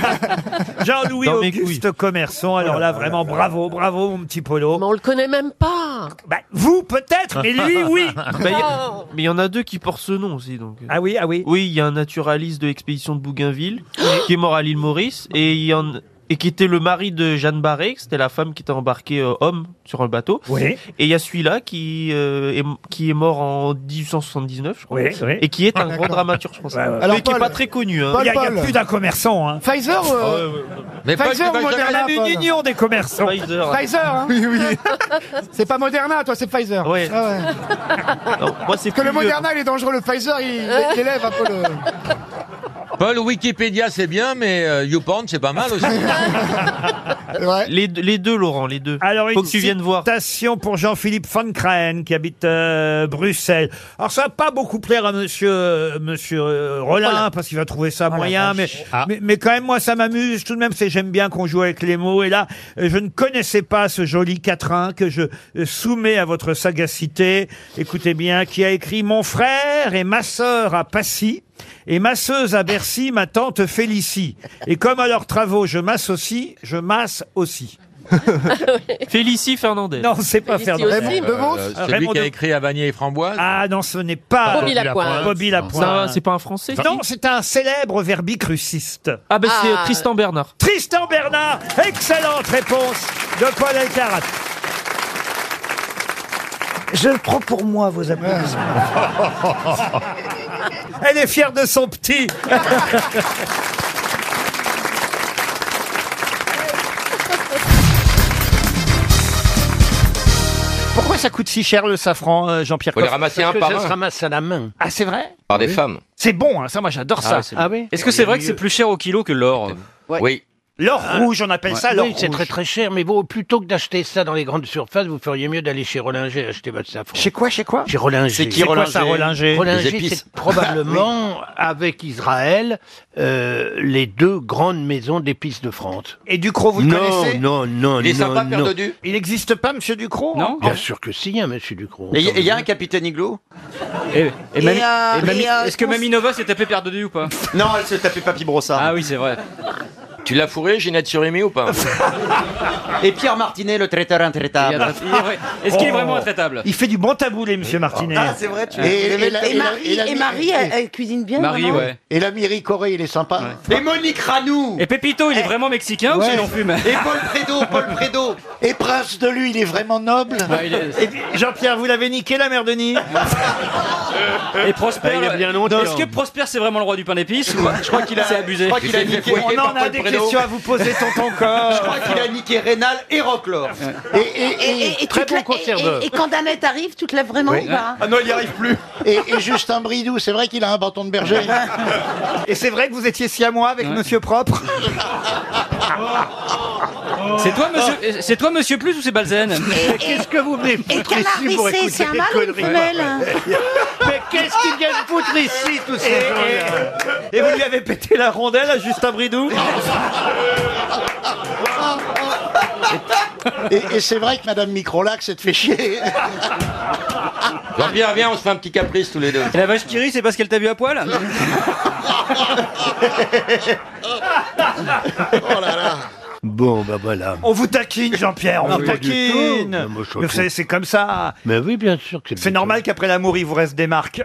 Speaker 1: Jean-Louis
Speaker 10: Dans mes
Speaker 1: Auguste Commerçon. Alors Oh là, vraiment, bravo, bravo, mon petit Polo.
Speaker 23: On le connaît même pas.
Speaker 1: Bah, vous peut-être, mais lui, oui.
Speaker 23: Bah, y a-
Speaker 1: Oh.
Speaker 21: Mais il y en a deux qui portent ce nom aussi. Donc. euh.
Speaker 1: Ah oui, ah oui.
Speaker 21: Oui, il y a un naturaliste de l'expédition de Bougainville qui est mort à l'île Maurice et, il y en- et qui était le mari de Jeanne Barré, que c'était la femme qui était embarquée euh, homme sur un bateau.
Speaker 1: Oui.
Speaker 21: Et il y a celui-là qui, euh, est, qui est mort en 1879, je crois.
Speaker 1: Oui, oui.
Speaker 21: Et qui est un grand
Speaker 1: D'accord.
Speaker 21: dramaturge français.
Speaker 1: Ouais, ouais.
Speaker 21: Mais
Speaker 1: Alors,
Speaker 21: qui n'est
Speaker 1: Paul-
Speaker 21: pas très connu. hein.
Speaker 1: Il n'y a, il y a plus d'un commerçant. Hein.
Speaker 7: Pfizer ou, euh, Ouais, ouais, ouais. Mais Paul, Pfizer tu vas ou jamais Moderna,
Speaker 1: Il y a
Speaker 7: Paul
Speaker 1: une union des commerçants.
Speaker 7: Pfizer, hein
Speaker 1: Oui, oui.
Speaker 7: C'est pas Moderna, toi, c'est Pfizer.
Speaker 21: Ouais.
Speaker 7: Ah ouais.
Speaker 21: Moi, c'est
Speaker 7: Parce que le
Speaker 10: plus vieux.
Speaker 7: Moderna, il est dangereux. Le Pfizer, il, il élève un peu le...
Speaker 10: Paul, Wikipédia, c'est bien, mais euh, YouPorn, c'est pas mal aussi.
Speaker 21: Les, deux- les deux, Laurent, les deux.
Speaker 1: Alors,
Speaker 21: Faut
Speaker 1: une
Speaker 21: que tu viennes voir.
Speaker 1: citation pour Jean-Philippe Van Kraen, qui habite euh, Bruxelles. Alors, ça va pas beaucoup plaire à monsieur, euh, monsieur euh, Rollin, parce qu'il va trouver
Speaker 21: Oh
Speaker 1: ça moyen, mais,
Speaker 21: Ah.
Speaker 1: mais, mais quand même, moi, ça m'amuse. Tout de même, c'est j'aime bien qu'on joue avec les mots. Et là, euh, je ne connaissais pas ce joli quatrain que je euh, soumets à votre sagacité. Écoutez bien, qui a écrit « Mon frère et ma sœur à Passy ». Et masseuse à Bercy, ma tante Félicie. Et comme à leurs travaux, je m'associe, je masse aussi.
Speaker 21: Félicie Fernandez.
Speaker 1: Non, c'est pas
Speaker 10: Félicie
Speaker 1: Fernandez.
Speaker 10: aussi. Raymond Devos Euh, c'est lui qui a écrit
Speaker 1: à Vanier et Framboise. Ah non, ce n'est pas
Speaker 10: Bobby Lapointe.
Speaker 1: Bobby
Speaker 10: Non.
Speaker 1: Lapointe.
Speaker 21: Ça, c'est pas un Français,
Speaker 1: Non,
Speaker 21: si
Speaker 1: c'est un célèbre verbicruciste.
Speaker 21: Ah, ben, c'est, Ah. euh, Tristan Bernard.
Speaker 1: Tristan Bernard, excellente réponse de Paul Elkarat.
Speaker 24: Je le prends pour moi, vos applaudissements.
Speaker 1: Elle est fière de son petit. Pourquoi ça coûte si cher le safran, euh, Jean-Pierre
Speaker 4: Faut les
Speaker 1: Coff
Speaker 4: ramasser
Speaker 1: Parce que
Speaker 4: un par
Speaker 1: ça
Speaker 4: un.
Speaker 1: se ramasse à la main.
Speaker 4: Ah, c'est vrai Par des femmes.
Speaker 1: C'est bon, hein, ça, moi j'adore
Speaker 4: Ah
Speaker 1: ça.
Speaker 4: ouais, c'est bon. Ah oui
Speaker 21: Est-ce que c'est vrai que c'est plus cher au kilo que l'or
Speaker 4: Oui.
Speaker 1: L'or rouge, on appelle ça l'or
Speaker 4: Ah. Hein Oui, c'est
Speaker 1: rouge.
Speaker 4: très très cher, mais bon, plutôt que d'acheter ça dans les grandes surfaces, vous feriez mieux d'aller chez Rollinger acheter votre safran. Chez
Speaker 1: quoi, chez quoi
Speaker 4: Chez Rollinger.
Speaker 1: C'est qui C'est quoi ça, Rollinger
Speaker 4: Rollinger,
Speaker 1: Les épices.
Speaker 4: c'est probablement, euh, avec Israël, euh, les deux grandes maisons d'épices de France.
Speaker 1: Et Ducrot, vous le
Speaker 4: non,
Speaker 1: connaissez
Speaker 4: Non, non,
Speaker 1: Il est
Speaker 4: non,
Speaker 1: sympa, Père
Speaker 4: non.
Speaker 1: Dodu Il n'existe pas, Monsieur Ducrot
Speaker 4: Non
Speaker 1: hein
Speaker 4: Bien sûr que si, hein, monsieur Ducrot.
Speaker 21: Et y- et y a un
Speaker 4: capitaine Iglo
Speaker 21: Et,
Speaker 4: Et,
Speaker 21: Mamie-
Speaker 4: euh,
Speaker 21: et Mamie-
Speaker 4: et, euh,
Speaker 21: Est-ce que
Speaker 4: cons-
Speaker 21: Mamie Nova s'est tapée Père Dodu ou pas Non, elle s'est tapée Papy Brossard. Ah oui, c'est vrai.
Speaker 10: Tu l'as fourré, Ginette Surimi, ou pas
Speaker 14: Et Pierre Martinet, le traiteur
Speaker 21: Il est
Speaker 14: intraitable.
Speaker 21: attra- il est vrai. Est-ce qu'il est vraiment intraitable
Speaker 1: Oh. Il fait du bon taboulé, Monsieur Martinet.
Speaker 14: Ah, c'est vrai, tu-
Speaker 2: Et-
Speaker 14: Et-
Speaker 2: et la-
Speaker 14: et
Speaker 2: et la-
Speaker 14: Marie-
Speaker 2: et la-
Speaker 14: et Marie, elle- elle cuisine bien, Marie, maman ouais.
Speaker 2: Et la Miri Corée, il est sympa.
Speaker 21: Et Monique Ranou Et Pépito,
Speaker 4: Eh.
Speaker 21: il est vraiment mexicain ou c'est non fume
Speaker 2: Et Paul Prédo, Paul Prédo. Et Prince de lui, il est vraiment noble.
Speaker 21: Ouais, Bah, il est-
Speaker 1: Et puis, Jean-Pierre, vous l'avez niqué, la mère de Denis
Speaker 21: Et Prosper, euh,
Speaker 1: Ah, il a bien honte.
Speaker 21: est-ce que Prosper c'est vraiment le roi du pain d'épices ou... Je crois qu'il a c'est abusé.
Speaker 14: Je crois qu'il a niqué.
Speaker 1: On en a des questions à vous poser, tonton corps.
Speaker 14: Je crois qu'il a niqué Rénal et Roclore.
Speaker 2: Et,
Speaker 14: tu te la-
Speaker 2: conserveur.
Speaker 14: et- et quand Danette arrive, tu te lèves vraiment
Speaker 2: Oui.
Speaker 14: ou pas
Speaker 2: Ah non, il n'y arrive plus. Et, et Justin Bridou, c'est vrai qu'il a un bâton de berger.
Speaker 1: Et c'est vrai que vous étiez si à moi avec Monsieur Propre
Speaker 7: Oh.
Speaker 21: C'est toi, monsieur... c'est toi, monsieur Plus ou c'est Balzen
Speaker 4: Qu'est-ce que vous venez foutre ici pour écouter des conneries Mais qu'est-ce qu'ils viennent foutre ici, tous ces gens-là
Speaker 21: Et vous lui avez pété la rondelle à Justin Bridou
Speaker 2: Et, Oh, et c'est vrai que Madame Microlax, elle te fait chier.
Speaker 10: Jean-Pierre, viens, on se fait un petit caprice tous les deux.
Speaker 21: Et la vache qui rit, c'est parce qu'elle t'a vu à poil
Speaker 10: Ah,
Speaker 4: Bon, bah voilà.
Speaker 1: On vous taquine, Jean-Pierre, on
Speaker 4: Ah
Speaker 1: vous
Speaker 4: oui, du tout.
Speaker 1: taquine.
Speaker 4: Non, moi, je suis
Speaker 1: Mais vous savez, c'est comme ça.
Speaker 4: Mais oui, bien sûr que
Speaker 1: C'est normal qu'après l'amour, il vous reste des marques.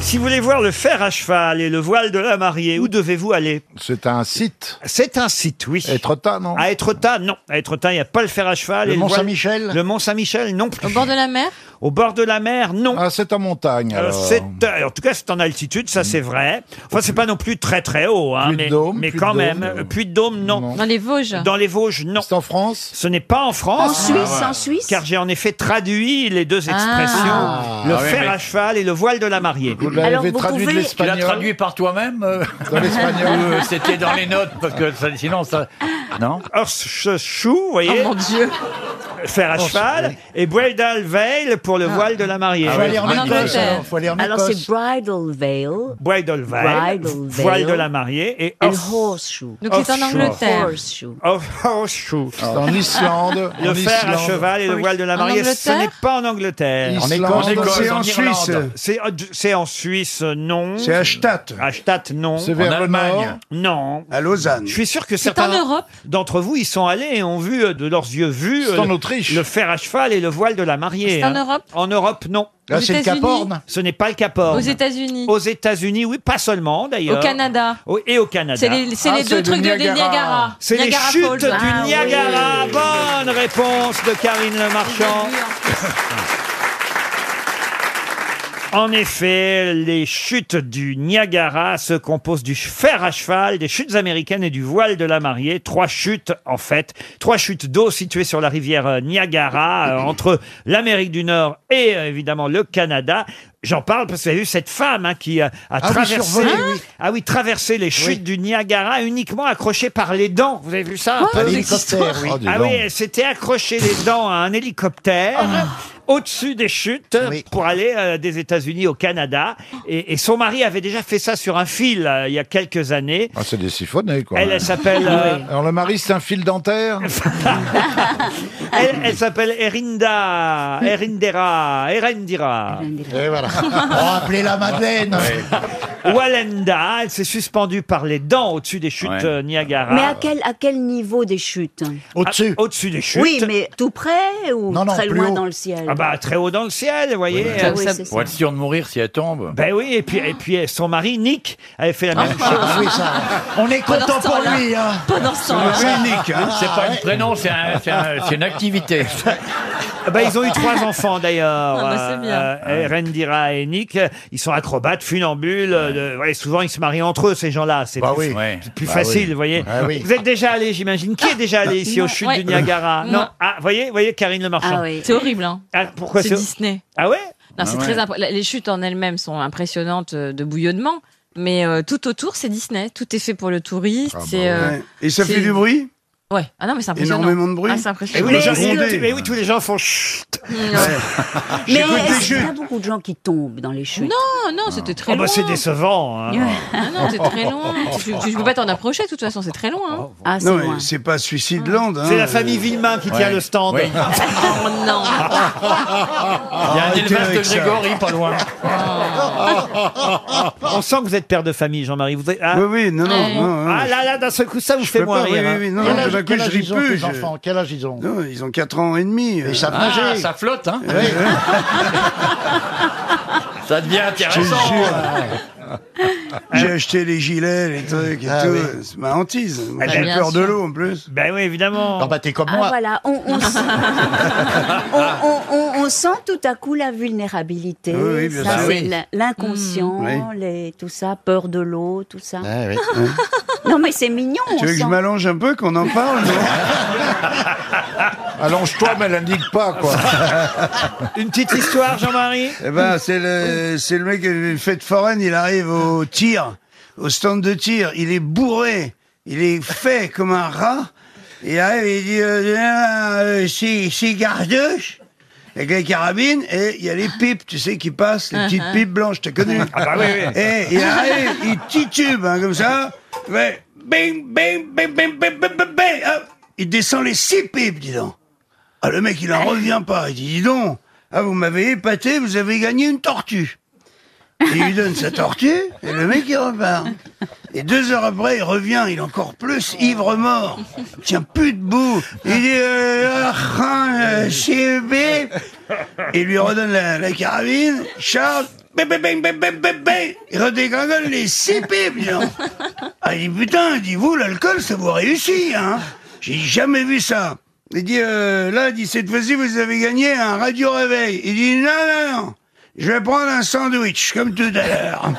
Speaker 1: Si vous voulez voir le fer à cheval et le voile de la mariée, où devez-vous aller
Speaker 17: C'est un site.
Speaker 1: C'est un site, oui.
Speaker 17: Étretat, non
Speaker 1: À Étretat, non. À Étretat, il n'y a pas le fer à cheval.
Speaker 17: Le
Speaker 1: et
Speaker 17: Mont
Speaker 1: voile-
Speaker 17: Saint-Michel
Speaker 1: Le Mont Saint-Michel, non plus.
Speaker 11: Au bord de la mer
Speaker 1: Au bord de la mer, non.
Speaker 17: Ah, c'est en montagne.
Speaker 1: Alors,
Speaker 17: alors. Mm.
Speaker 1: c'est, euh, en tout cas, c'est en altitude, ça c'est vrai. Enfin, c'est pas non plus très très haut, hein, mais, mais quand même. Euh, Puy-de-Dôme, non.
Speaker 11: Dans les Vosges
Speaker 1: Dans les Vosges, non. C'est
Speaker 17: en France
Speaker 1: Ce n'est pas en France.
Speaker 5: En Suisse, Ah ouais. en Suisse
Speaker 1: Car j'ai en effet traduit les deux expressions,
Speaker 17: Ah.
Speaker 1: le
Speaker 17: Ah ouais,
Speaker 1: fer
Speaker 17: mais-
Speaker 1: à cheval et le voile de la mariée.
Speaker 17: Vous l'avez Alors, vous traduit de pouvez- l'espagnol
Speaker 16: Tu l'as traduit par toi-même euh
Speaker 17: Dans l'espagnol.
Speaker 16: Ou, euh, C'était dans les notes, parce que ça- sinon ça... Non
Speaker 1: Or, ce chou, vous voyez
Speaker 16: Oh, mon Dieu.
Speaker 1: Fer à
Speaker 16: Oh,
Speaker 1: cheval et bridal veil pour le voile de la mariée.
Speaker 17: Ah
Speaker 16: Faut aller en En Écosse, Angleterre. alors, faut aller en
Speaker 5: Euh, Alors c'est bridal veil.
Speaker 1: Bridal veil,
Speaker 5: Bridal veil.
Speaker 1: voile de la mariée et
Speaker 5: And
Speaker 1: horse-
Speaker 5: horseshoe.
Speaker 11: Donc, c'est en
Speaker 1: horseshoe.
Speaker 11: Angleterre.
Speaker 5: Horseshoe.
Speaker 1: Oh, horseshoe.
Speaker 17: C'est en Islande,
Speaker 1: Le
Speaker 17: en
Speaker 1: fer à
Speaker 17: Islande.
Speaker 1: cheval et le
Speaker 16: Oui.
Speaker 1: voile de la
Speaker 16: En
Speaker 1: mariée, ce
Speaker 16: Angleterre
Speaker 1: n'est pas en Angleterre.
Speaker 16: En Islande, En Écosse, c'est en en Irlande. Suisse.
Speaker 1: C'est, c'est en Suisse, non.
Speaker 16: C'est à
Speaker 1: Stadt. À Stadt, non.
Speaker 16: C'est vers En le Allemagne.
Speaker 1: Non. À Lausanne. Je suis sûr que
Speaker 16: C'est
Speaker 1: certains
Speaker 16: en Europe
Speaker 1: d'entre vous y sont allés et ont vu euh, de leurs yeux vus
Speaker 16: C'est
Speaker 1: euh,
Speaker 16: en
Speaker 1: le- le fer à cheval et le voile de la mariée.
Speaker 11: C'est en
Speaker 1: hein.
Speaker 11: Europe
Speaker 1: En Europe, non.
Speaker 11: Là, Aux c'est le Cap États-Unis Horn
Speaker 1: Ce n'est pas le Cap Horn.
Speaker 11: Aux États-Unis
Speaker 1: Aux États-unis, oui, pas seulement d'ailleurs.
Speaker 11: Au Canada.
Speaker 1: Au- Et au Canada.
Speaker 11: C'est les- c'est Ah, les deux c'est le trucs de- des Niagara. Niagara.
Speaker 1: C'est les
Speaker 11: Niagara
Speaker 1: chutes
Speaker 11: Falls.
Speaker 1: du
Speaker 11: Ah, oui.
Speaker 1: Niagara. Bonne réponse de Karine Le Marchand. En effet, les chutes du Niagara se composent du fer à cheval, des chutes américaines et du voile de la mariée. Trois chutes, en fait. Trois chutes d'eau situées sur la rivière euh, Niagara, euh, entre l'Amérique du Nord et, euh, évidemment, le Canada. J'en parle parce que vous avez vu cette femme hein, qui a,
Speaker 11: Ah
Speaker 1: a
Speaker 16: oui,
Speaker 1: traversé,
Speaker 16: survolé, oui.
Speaker 1: ah oui, traversé les chutes du Niagara uniquement accrochée par les dents. Vous avez vu ça un
Speaker 16: Ah,
Speaker 1: peu
Speaker 16: l'hélicoptère,
Speaker 1: Cette histoire.
Speaker 16: oui. Oh, dis
Speaker 1: Ah
Speaker 16: donc.
Speaker 1: oui, elle s'était accrochée les dents à un hélicoptère au-dessus des chutes pour aller euh, des États-Unis au Canada. Et, et son mari avait déjà fait ça sur un fil euh, il y a quelques années.
Speaker 17: Ah, c'est des siphonnés, quoi.
Speaker 1: Elle, elle s'appelle, euh, Oui.
Speaker 17: Alors, le mari, c'est un fil dentaire
Speaker 1: Elle, elle s'appelle Erinda, Erindera, Erendira.
Speaker 17: Et voilà. Oh, appelez-la Madeleine.
Speaker 1: Walenda, elle s'est suspendue par les dents au-dessus des chutes euh, Niagara.
Speaker 5: Mais à quel, à quel niveau des chutes Ah,
Speaker 1: Au-dessus. Au-dessus des chutes.
Speaker 5: Oui, mais tout près ou très loin dans le ciel
Speaker 1: Ah bah très haut dans le ciel, vous voyez. hein.
Speaker 5: mais Oui, ça- c'est ça.
Speaker 16: Pour être sûr de mourir si elle tombe.
Speaker 1: Ben oui, et puis, et puis son mari, Nick, avait fait la même chose.
Speaker 16: Ah, oui, ça.
Speaker 1: On est
Speaker 16: Pendant content ce pour temps-là. lui, hein.
Speaker 11: Pendant
Speaker 16: C'est unique. hein. C'est pas une prénom, c'est un- c'est un- c'est une activité.
Speaker 1: Ben, ils ont eu trois enfants d'ailleurs.
Speaker 16: Ah, bah, c'est bien.
Speaker 1: euh, euh, Rendira et Nick. Ils sont acrobates, funambules. euh, de- ouais, souvent, ils se marient entre eux, ces gens-là. C'est
Speaker 16: Bah
Speaker 1: plus,
Speaker 16: oui. Ouais.
Speaker 1: plus
Speaker 16: Bah
Speaker 1: facile,
Speaker 16: oui.
Speaker 1: vous voyez.
Speaker 16: Ah oui.
Speaker 1: Vous êtes déjà allé, j'imagine. Qui est déjà allé ici
Speaker 11: Non.
Speaker 1: aux chutes
Speaker 11: Ouais.
Speaker 1: du Niagara
Speaker 11: Non.
Speaker 1: Ah, voyez, voyez Karine Le Marchand.
Speaker 11: Ah oui. C'est horrible, hein.
Speaker 1: Ah, pourquoi
Speaker 11: C'est
Speaker 1: c'est
Speaker 11: Disney.
Speaker 1: Ah ouais
Speaker 11: Non, c'est très imp- Les chutes en elles-mêmes sont impressionnantes euh, de bouillonnement, mais euh, tout autour, c'est Disney. Tout est fait pour le touriste.
Speaker 7: bah
Speaker 10: Ah bah
Speaker 11: c'est, euh,
Speaker 25: Ouais. Et ça
Speaker 11: c'est-
Speaker 25: fait du bruit
Speaker 11: Ouais. Ah non, mais c'est impressionnant.
Speaker 25: Énormément de bruit
Speaker 11: Ah, c'est
Speaker 1: Eh
Speaker 11: impressionnant.
Speaker 1: oui, les gens-
Speaker 25: Girondais.
Speaker 1: mais, oui, tous les gens font chut.
Speaker 5: Mais
Speaker 1: J'écoute des
Speaker 5: est-ce qu'il y a
Speaker 1: chutes.
Speaker 5: beaucoup de gens qui tombent dans les chutes
Speaker 11: Non, non, c'était très
Speaker 1: Oh,
Speaker 11: loin.
Speaker 1: bah, c'est décevant. hein.
Speaker 11: Ah non, c'est très loin. Tu, tu- tu peux pas t'en approcher, de toute façon, c'est très hein. loin.
Speaker 5: Ah,
Speaker 25: Non, mais c'est pas
Speaker 6: Ah.
Speaker 25: hein. Suicideland.
Speaker 1: C'est la famille Villemain qui tient le stand.
Speaker 11: Oh non
Speaker 16: Il y a un
Speaker 1: Arrêtez
Speaker 16: élevage de
Speaker 1: avec ça.
Speaker 16: Grégory pas loin.
Speaker 1: On sent que vous êtes père de famille, Jean-Marie. Vous êtes- ah.
Speaker 25: Oui, oui, non, non,
Speaker 1: Ah,
Speaker 25: non, non.
Speaker 1: Ah là là, d'un seul coup, ça vous fait
Speaker 25: peux
Speaker 1: moins
Speaker 25: pas,
Speaker 1: rire.
Speaker 25: oui,
Speaker 1: hein.
Speaker 25: oui, oui, non, non, tout d'un coup, je ris plus. je-
Speaker 14: Quel âge ils ont
Speaker 25: Non, ils ont 4 ans et demi. euh.
Speaker 14: savent Ah, nager. ça
Speaker 16: flotte, hein
Speaker 25: Ouais, ouais.
Speaker 16: Ça devient intéressant.
Speaker 1: Ah,
Speaker 25: J'ai acheté les gilets, les trucs et
Speaker 14: Ah
Speaker 25: tout.
Speaker 14: oui.
Speaker 25: C'est ma hantise.
Speaker 1: Ah,
Speaker 25: J'ai
Speaker 1: bien
Speaker 25: peur de
Speaker 1: sûr.
Speaker 25: l'eau en plus.
Speaker 1: Ben oui, évidemment.
Speaker 25: bah t'es comme
Speaker 5: Ah voilà, on, on s-
Speaker 13: Ah.
Speaker 5: on- on- on- on sent tout à coup la vulnérabilité,
Speaker 25: Oui, oui, bien
Speaker 5: ça,
Speaker 13: Ah
Speaker 25: sûr.
Speaker 5: c'est
Speaker 25: Oui.
Speaker 5: l'in- l'inconscient,
Speaker 13: Mmh.
Speaker 25: Mm.
Speaker 5: les- tout ça, peur de l'eau, tout ça.
Speaker 13: Ah
Speaker 1: Ah,
Speaker 5: Non mais c'est mignon, on
Speaker 25: Tu veux que je
Speaker 5: sent.
Speaker 25: m'allonge un peu, qu'on en parle
Speaker 17: Allonge-toi, mais elle indique pas, quoi.
Speaker 1: Une petite histoire, Jean-Marie
Speaker 25: Eh ben, c'est le, c'est le mec qui a une fête foraine, il arrive au tir, au stand de tir, il est bourré, il est fait comme un rat, il arrive, il dit, euh, euh, c'est, c'est gardeuche, avec les carabines, et il y a les pipes, tu sais, qui passent, les petites pipes blanches, t'as connu
Speaker 1: Ah bah oui, oui.
Speaker 25: Et il arrive, il titube, hein, comme ça, il fait bing, bing, bing, bing, bing, bing, bing, bing, Ah. hop, il descend les six pipes, dis donc. Ah, le mec, il en revient pas. Il dit, dis donc, ah, vous m'avez épaté, vous avez gagné une tortue. Il lui donne sa tortue, et le mec, il repart. Et deux heures après, il revient, il est encore plus ivre-mort. Il tient plus debout. Il dit, euh, ah, euh, CEB. Et il lui redonne la, la carabine. Charles, bé, bé, bé, bé, bé, bé, bé. Il redégringole les six pipes, dis donc. Ah, il dit, putain, il dit, vous, l'alcool, ça vous réussit, hein. J'ai jamais vu ça. Il dit, euh, là, il dit, cette fois-ci, vous avez gagné un radio réveil. Il dit, non, non, non. Je vais prendre un sandwich, comme tout à l'heure.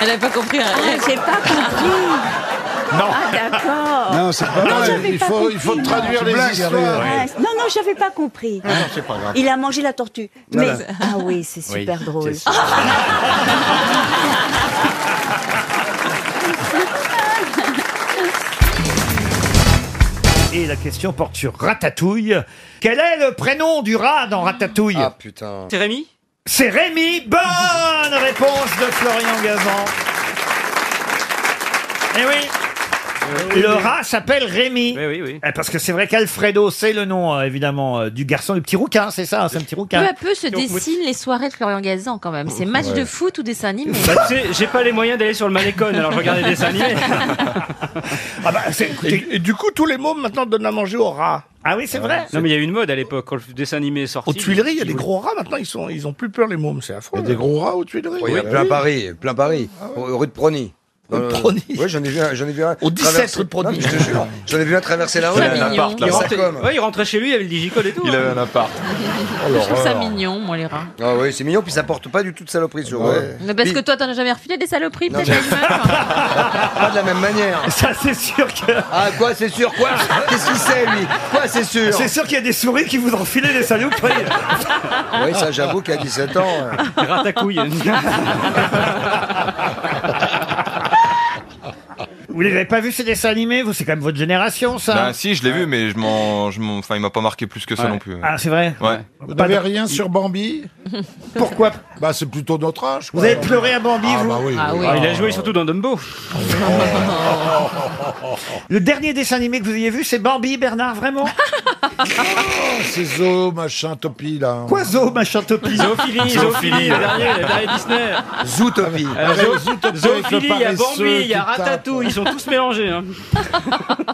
Speaker 11: Elle n'a pas compris.
Speaker 5: Ah, j'ai pas compris.
Speaker 13: Non.
Speaker 5: Ah, d'accord.
Speaker 13: Non, c'est pas
Speaker 5: Non,
Speaker 13: vrai.
Speaker 5: j'avais
Speaker 13: Il
Speaker 5: pas
Speaker 13: faut-
Speaker 5: compris.
Speaker 13: il faut traduire
Speaker 5: Non.
Speaker 13: les
Speaker 5: Blague,
Speaker 13: histoires.
Speaker 5: Ariel. Ah, Non, non, j'avais pas compris.
Speaker 13: Ah non, c'est pas grave.
Speaker 5: Il a mangé la tortue. Mais,
Speaker 13: Voilà.
Speaker 5: ah oui, c'est super
Speaker 13: Oui,
Speaker 5: drôle.
Speaker 13: c'est ça.
Speaker 1: Et la question porte sur Ratatouille. Quel est le prénom du rat dans Ratatouille Ah putain.
Speaker 15: C'est Rémi
Speaker 1: C'est Rémi. Bonne réponse de Florian Gazan. Eh oui. Le rat s'appelle Rémi. Eh, Parce que c'est vrai qu'Alfredo, c'est le nom, euh, évidemment, euh, du garçon, du petit rouquin, c'est ça, hein, c'est un petit rouquin.
Speaker 11: Peu à peu se dessinent les soirées de Florian Gazan quand même. C'est match
Speaker 1: ouais.
Speaker 11: de foot ou dessin animé.
Speaker 15: Bah, tu sais, j'ai pas les moyens d'aller sur le Malécon, alors je regardais des dessins animés. Ah bah,
Speaker 1: et,
Speaker 15: du coup, tous les mômes maintenant donnent à manger aux rats.
Speaker 1: Ah oui, c'est vrai.
Speaker 15: Non, mais il y a eu une mode à l'époque quand le dessin animé est sorti.
Speaker 10: Aux Tuileries, il y a des gros
Speaker 15: rats maintenant, ils, sont, ils ont plus peur les mômes, c'est affreux.
Speaker 10: Il y a des gros rats
Speaker 15: aux Tuileries
Speaker 10: Oui,
Speaker 3: Ah
Speaker 10: plein Paris, plein Paris.
Speaker 7: Ah,
Speaker 10: Au- Rue de Prony. Dans le- Ouais, j'en ai vu un. J'en ai vu un
Speaker 21: Au 17
Speaker 10: traverser-
Speaker 21: rue de Prony.
Speaker 10: Non, mais je te jure, J'en ai vu un traverser la rue.
Speaker 15: Il
Speaker 10: Ça
Speaker 15: rentrait,
Speaker 10: comme.
Speaker 15: ouais, il rentrait chez lui, il avait le digicode et tout. Il avait un appart.
Speaker 10: Oh,
Speaker 11: Je trouve ça
Speaker 10: l'horreur.
Speaker 11: mignon, moi, les rats.
Speaker 10: Ah oui, c'est mignon, puis ça porte pas du tout de saloperie sur eux.
Speaker 11: Mais parce que toi, t'en as jamais refilé des saloperies,
Speaker 10: Non,
Speaker 11: peut-être,
Speaker 10: j'ai-
Speaker 11: Dagmar
Speaker 10: Pas de la même manière.
Speaker 1: Ça, c'est sûr que.
Speaker 10: Ah, quoi, c'est sûr, quoi Qu'est-ce qu'il sait, lui Quoi, c'est sûr
Speaker 1: C'est sûr qu'il y a des souris qui vous ont filé des salopes.
Speaker 10: Oui, ça, j'avoue qu'à 17 ans.
Speaker 15: Ratacouille.
Speaker 1: Vous les avez pas vus ces dessins animés Vous, c'est quand même votre génération, ça. hein.
Speaker 9: Bah si, je l'ai vu, mais je m'en, je m'en- enfin, il m'a pas marqué plus que ça
Speaker 1: Ouais.
Speaker 9: non plus.
Speaker 1: Ah, c'est vrai
Speaker 9: Ouais.
Speaker 17: Vous
Speaker 9: Pas
Speaker 17: n'avez
Speaker 9: de-
Speaker 17: rien sur Bambi Pourquoi Bah, c'est plutôt notre âge.
Speaker 1: Vous avez pleuré à Bambi,
Speaker 17: ah,
Speaker 1: vous
Speaker 17: bah oui,
Speaker 1: Ah oui.
Speaker 15: il a joué surtout dans Dumbo.
Speaker 1: Le dernier dessin animé que vous ayez vu, c'est Bambi, Bernard, vraiment
Speaker 17: Oh, c'est Zo, machin, Topi, là.
Speaker 1: Quoi, Zo, machin, Topi euh.
Speaker 15: Zoophilie, zoophilie, le dernier, le dernier Disney.
Speaker 10: Zootopie.
Speaker 17: Ah
Speaker 15: Euh, zo- Zoophilie, il y a Bambi, il y a Ratatouille, ils sont tous mélangés. hein.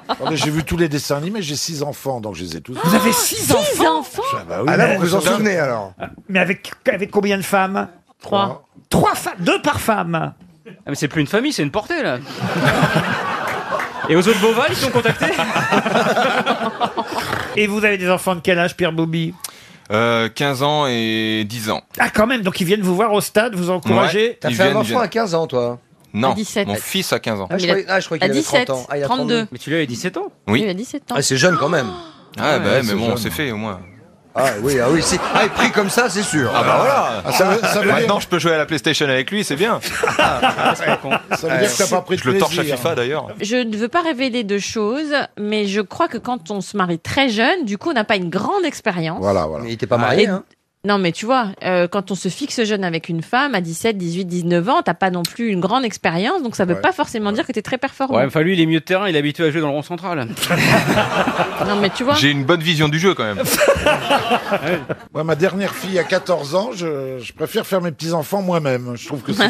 Speaker 17: Attendez, j'ai vu tous les dessins animés, j'ai six enfants, donc je les ai tous.
Speaker 1: Vous avez Ah, six
Speaker 9: Six
Speaker 1: enfants
Speaker 9: enfants
Speaker 17: Ah, bah oui,
Speaker 10: Ah, là,
Speaker 17: mais-
Speaker 10: vous vous en souvenez, alors
Speaker 1: Mais avec, avec combien de femmes Trois. Trois femmes Deux par femme
Speaker 15: Ah, mais c'est plus une famille, c'est une portée là. Et aux autres Beauval, ils sont contactés
Speaker 1: Et vous avez des enfants de quel âge, Pierre Boubi
Speaker 9: Euh, 15 ans et 10 ans.
Speaker 1: Ah, quand même, donc ils viennent vous voir au stade, vous encourager.
Speaker 9: Ouais, T'as ils fait un viennent, enfant ils viennent. à
Speaker 10: 15 ans, toi
Speaker 9: Non,
Speaker 10: À 17.
Speaker 9: mon fils a 15 ans.
Speaker 10: Ah, je croyais, ah, je croyais
Speaker 9: à
Speaker 10: qu'il avait
Speaker 9: 17,
Speaker 10: 30 ans. Ah, il a
Speaker 9: 32.
Speaker 15: Mais tu lui avais 17 ans
Speaker 9: Oui.
Speaker 11: Il a 17 ans.
Speaker 10: Ah, c'est jeune quand même.
Speaker 9: Ah, bah, mais
Speaker 10: c'est
Speaker 9: bon,
Speaker 10: jeune.
Speaker 9: c'est fait au moins.
Speaker 10: Ah oui, ah oui, si. Ah, et pris comme ça, c'est sûr.
Speaker 9: Ah bah voilà.
Speaker 10: Ah, ça veut- ça veut dire-
Speaker 9: Maintenant, je peux jouer à la PlayStation avec lui, c'est bien.
Speaker 17: Ça veut dire que t'as pas pris de
Speaker 9: Je le torche à
Speaker 17: plaisir.
Speaker 9: FIFA d'ailleurs.
Speaker 11: Je ne veux pas révéler de choses, mais je crois que quand on se marie très jeune, du coup, on n'a pas une grande expérience.
Speaker 10: Voilà, voilà. Mais il était pas marié,
Speaker 11: Et-
Speaker 10: hein
Speaker 11: Non, mais tu vois, euh, quand on se fixe jeune avec une femme à 17, 18, 19 ans, t'as pas non plus une grande expérience, donc ça veut
Speaker 15: Ouais.
Speaker 11: pas forcément dire que t'es très performant.
Speaker 15: Ouais, enfin lui, il est mieux de terrain, il est habitué à jouer dans le rond central.
Speaker 11: non, mais tu vois.
Speaker 9: J'ai une bonne vision du jeu quand même.
Speaker 17: Ouais, ma dernière fille a 14 ans, je, je préfère faire mes petits-enfants moi-même. Je trouve que c'est.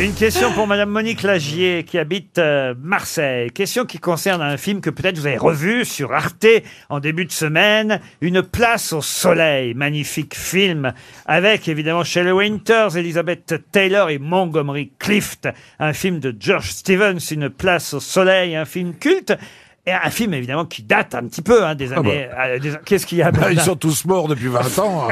Speaker 1: Une question pour Madame Monique Lagier qui habite euh, Marseille. Question qui concerne un film que peut-être vous avez revu sur Arte en début de semaine, Une place au soleil, magnifique film avec évidemment Shelley Winters, Elizabeth Taylor et Montgomery Clift, un film de George Stevens, Une place au soleil, un film culte. Et un film évidemment qui date un petit peu hein, des
Speaker 17: Ah bah.
Speaker 1: années. euh, des- Qu'est-ce qu'il y a
Speaker 17: Bah, ils
Speaker 1: Bernard
Speaker 17: sont tous morts depuis 20 ans.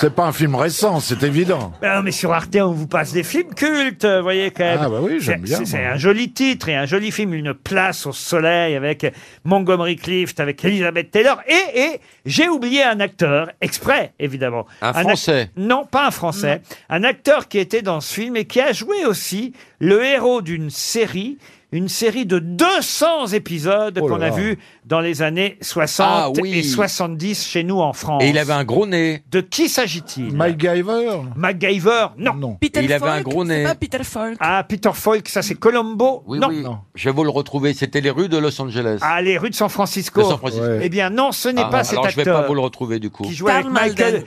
Speaker 17: C'est pas un film récent, c'est évident.
Speaker 1: Ben non, mais sur Arte, on vous passe des films cultes, vous voyez, quand même.
Speaker 17: Ah, bah oui, j'aime
Speaker 1: C'est-
Speaker 17: bien,
Speaker 1: c'est- C'est
Speaker 17: moi.
Speaker 1: un joli titre et un joli film, Une place au soleil, avec Montgomery Clift, avec Elizabeth Taylor. Et, et j'ai oublié un acteur, exprès, évidemment.
Speaker 3: Un
Speaker 1: ac-
Speaker 3: Français.
Speaker 1: Non, pas un Français. Un acteur qui était dans ce film et qui a joué aussi le héros d'une série, une série de 200 épisodes
Speaker 3: Oh là
Speaker 1: qu'on a
Speaker 3: là.
Speaker 1: vu dans les années 60
Speaker 3: Ah oui.
Speaker 1: et 70 chez nous en France.
Speaker 3: Et il avait un gros nez.
Speaker 1: De qui s'agit-il
Speaker 17: MacGyver
Speaker 1: MacGyver, non.
Speaker 3: Peter Il avait un Falk, gros c'est nez. pas
Speaker 1: Peter Falk. Ah, Peter Falk, ça c'est Colombo.
Speaker 3: Oui,
Speaker 1: non.
Speaker 3: oui. Je vais vous le retrouver. C'était les rues de Los Angeles.
Speaker 1: Ah, les rues de San Francisco.
Speaker 3: De San Francisco. Ouais.
Speaker 1: Eh bien, non, ce n'est
Speaker 3: Ah,
Speaker 1: pas cet
Speaker 3: alors je vais
Speaker 1: acteur.
Speaker 3: pas vous le retrouver du coup.
Speaker 1: Qui jouait avec Michael,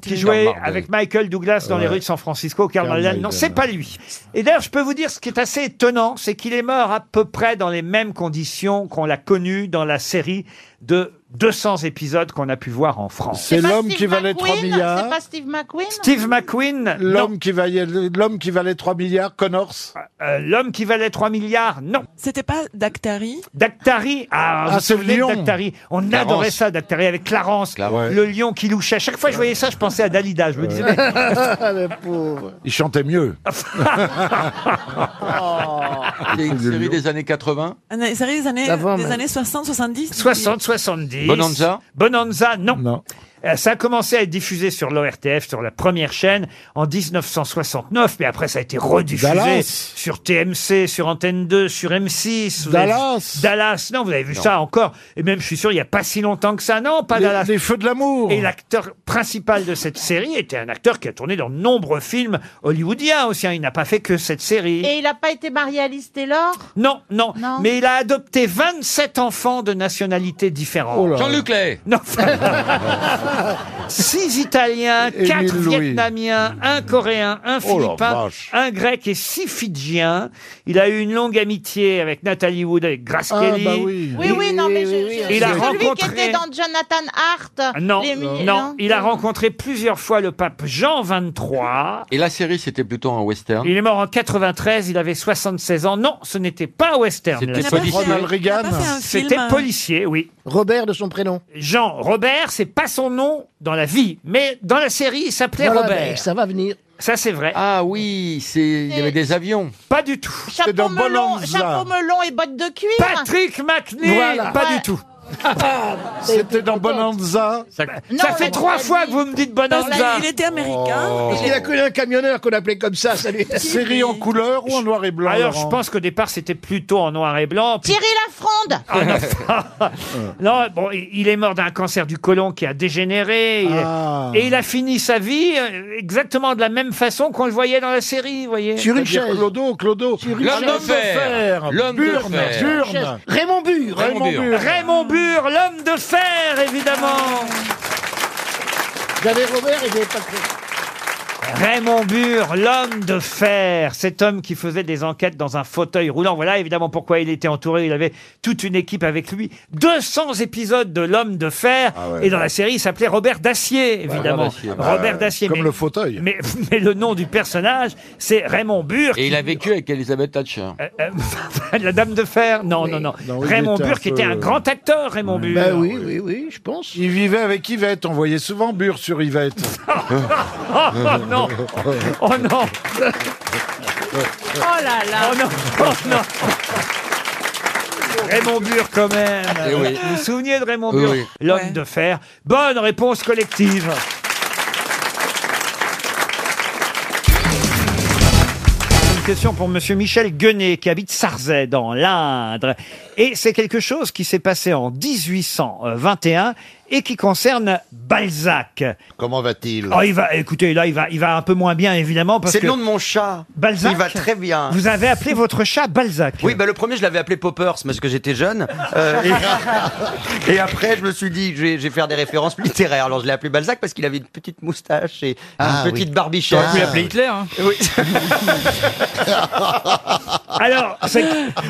Speaker 1: qui- qui, jouait avec Michael Douglas dans les
Speaker 3: Ouais.
Speaker 1: rues de San Francisco, Carl
Speaker 3: Karl
Speaker 1: Malden. Non,
Speaker 3: Malden.
Speaker 1: c'est pas lui. Et d'ailleurs, je peux vous dire ce qui est assez étonnant, c'est qu'il est mort à peu près dans les mêmes conditions qu'on l'a connu dans la série de 200 épisodes qu'on a pu voir en France.
Speaker 17: C'est l'homme qui valait 3 milliards.
Speaker 18: C'est pas Steve McQueen
Speaker 1: Steve McQueen.
Speaker 17: L'homme qui valait l'homme qui valait 3 milliards, Connors.
Speaker 1: Euh, l'homme qui valait 3 milliards, non.
Speaker 8: C'était pas Dactari
Speaker 1: Dactari, ah, vous
Speaker 8: Ah,
Speaker 1: vous
Speaker 8: c'est
Speaker 1: souvenez
Speaker 8: le
Speaker 1: de
Speaker 8: lion.
Speaker 1: Dactari On
Speaker 8: Clarence.
Speaker 1: adorait ça, Dactari, avec Clarence, le lion qui louchait. À chaque fois que je voyais ça, je pensais à Dalida. Je me disais, mais-
Speaker 17: Il chantait mieux.
Speaker 3: Il y a une série des années 80
Speaker 8: Une série des années,
Speaker 3: D'avant,
Speaker 8: des
Speaker 3: mais-
Speaker 8: années 60, 70
Speaker 1: 60, 70.
Speaker 3: Bonanza
Speaker 1: Bonanza, non. Euh, Ça a commencé à être diffusé sur l'ORTF, sur la première chaîne, en 1969, mais après ça a été rediffusé
Speaker 17: Dallas.
Speaker 1: sur TMC, sur Antenne 2, sur M6. Vous avez vu-
Speaker 17: Dallas.
Speaker 1: Dallas, non, vous avez vu ça encore. Et même, je suis sûr, il n'y a pas si longtemps que ça. Non, pas
Speaker 17: Les-
Speaker 1: Dallas.
Speaker 17: les Feux de l'amour.
Speaker 1: Et l'acteur principal de cette série était un acteur qui a tourné dans de nombreux films hollywoodiens aussi. hein. Il n'a pas fait que cette série.
Speaker 18: Et il n'a pas été marié à Liz Taylor
Speaker 1: Non, non,
Speaker 18: Non.
Speaker 1: Mais il a adopté 27 enfants de nationalités différentes.
Speaker 17: Oh
Speaker 3: là. Jean-Luc Lay.
Speaker 1: Non. 6 Italiens,
Speaker 3: Émile
Speaker 1: 4
Speaker 3: Louis.
Speaker 1: Vietnamiens, 1 Coréen, 1
Speaker 3: Oh la
Speaker 1: Philippin,
Speaker 3: vache.
Speaker 1: 1 Grec et 6 Fidjiens. Il a eu une longue amitié avec Nathalie Wood et Grace
Speaker 17: Ah,
Speaker 1: Kelly.
Speaker 17: bah oui.
Speaker 18: Oui, oui, non, mais je, je-
Speaker 1: Il a
Speaker 18: celui
Speaker 1: rencontré-
Speaker 18: qui était dans Jonathan Hart.
Speaker 1: Non,
Speaker 18: les-
Speaker 1: non, il a rencontré plusieurs fois le pape Jean XXIII.
Speaker 3: Et la série, c'était plutôt un western.
Speaker 1: Il est mort en 93, il avait 76 ans. Non, ce n'était pas un western. la
Speaker 3: C'était
Speaker 1: série.
Speaker 3: policier. Ronald
Speaker 17: Reagan. Il a pas fait un film,
Speaker 1: C'était
Speaker 17: hein.
Speaker 1: policier, oui. Robert de son prénom. Jean Robert, c'est pas son nom dans la vie, mais dans la série, il s'appelait
Speaker 4: Voilà,
Speaker 1: Robert.
Speaker 4: ben, ça va venir.
Speaker 1: Ça, c'est vrai.
Speaker 3: Ah oui, c'est il y avait des avions.
Speaker 1: Pas du tout.
Speaker 18: Chapeau melon, chapeau melon et bottes de cuir.
Speaker 1: Patrick McNeil, pas du tout.
Speaker 17: C'était dans Bonanza.
Speaker 3: Ça,
Speaker 1: ça fait trois fois que vous me dites Bonanza.
Speaker 4: Il était américain. Parce Oh. qu'il a connu un camionneur qu'on appelait comme ça. ça lui-
Speaker 17: Série en couleur ou en noir et blanc
Speaker 1: Alors,
Speaker 17: Laurent
Speaker 1: je pense qu'au départ, c'était plutôt en noir et blanc. puis-
Speaker 18: Thierry Lafronde.
Speaker 1: Ah, non. non, bon, il il est mort d'un cancer du côlon qui a dégénéré. il-
Speaker 17: Ah.
Speaker 1: Et il a fini sa vie euh, exactement de la même façon qu'on le voyait dans la série, vous voyez.
Speaker 17: C'est-à-dire Clodo, Clodo.
Speaker 1: une L'homme chaise. de fer. L'homme de
Speaker 17: Burne,
Speaker 1: fer.
Speaker 17: Burne.
Speaker 1: Raymond Burr.
Speaker 17: Ah. Raymond Raymond Burr. Burr.
Speaker 1: Raymond Burr, l'homme de fer, évidemment.
Speaker 4: J'avais Robert et j'avais pas cru.
Speaker 1: Raymond Burr, l'homme de fer, cet homme qui faisait des enquêtes dans un fauteuil roulant. Voilà évidemment pourquoi il était entouré. Il avait toute une équipe avec lui. 200 épisodes de l'homme de fer.
Speaker 17: ouais.
Speaker 1: Et dans la série, il s'appelait Robert Dacier, évidemment.
Speaker 3: Ah Robert Dacier.
Speaker 1: Robert Dacier.
Speaker 3: bah Ouais. Comme
Speaker 1: le
Speaker 17: fauteuil.
Speaker 1: Mais, mais le nom du personnage, c'est Raymond Burr.
Speaker 3: Et il a vécu avec Elisabeth Thatcher.
Speaker 1: Euh, euh, la dame de fer Non, non, non.
Speaker 17: il
Speaker 1: Raymond
Speaker 17: était un
Speaker 1: Burr, qui
Speaker 17: peu-
Speaker 1: était un grand acteur, Raymond Burr.
Speaker 17: Ben oui,
Speaker 4: oui, oui, je pense.
Speaker 17: Il vivait avec Yvette. On voyait souvent Burr sur Yvette.
Speaker 1: Oh, oh, non Oh non
Speaker 4: Oh là là.
Speaker 1: Oh non, oh non. Raymond Burr quand même.
Speaker 3: Eh oui.
Speaker 1: Vous vous souveniez de Raymond
Speaker 3: Oui,
Speaker 1: Burr
Speaker 3: oui.
Speaker 1: L'homme de fer. Bonne réponse collective. Une question pour Monsieur Michel Guenet qui habite Sarzay dans l'Indre. Et c'est quelque chose qui s'est passé en 1821 et qui concerne Balzac.
Speaker 14: Comment va-t-il
Speaker 1: Oh, il va, écoutez, là, il va, il va un peu moins bien, évidemment. parce
Speaker 14: C'est le
Speaker 1: que-
Speaker 14: nom de mon chat.
Speaker 1: Balzac
Speaker 14: Il va très bien.
Speaker 1: Vous avez appelé votre chat Balzac.
Speaker 14: Oui, bah, le premier, je l'avais appelé Poppers parce que j'étais jeune. Euh, et... et après, je me suis dit, je vais, je vais faire des références littéraires. Alors, je l'ai appelé Balzac parce qu'il avait une petite moustache et
Speaker 1: Ah,
Speaker 14: une
Speaker 1: oui.
Speaker 14: petite barbichette.
Speaker 1: T'aurais pu l'appeler hein.
Speaker 14: Hitler. Oui.
Speaker 1: Alors,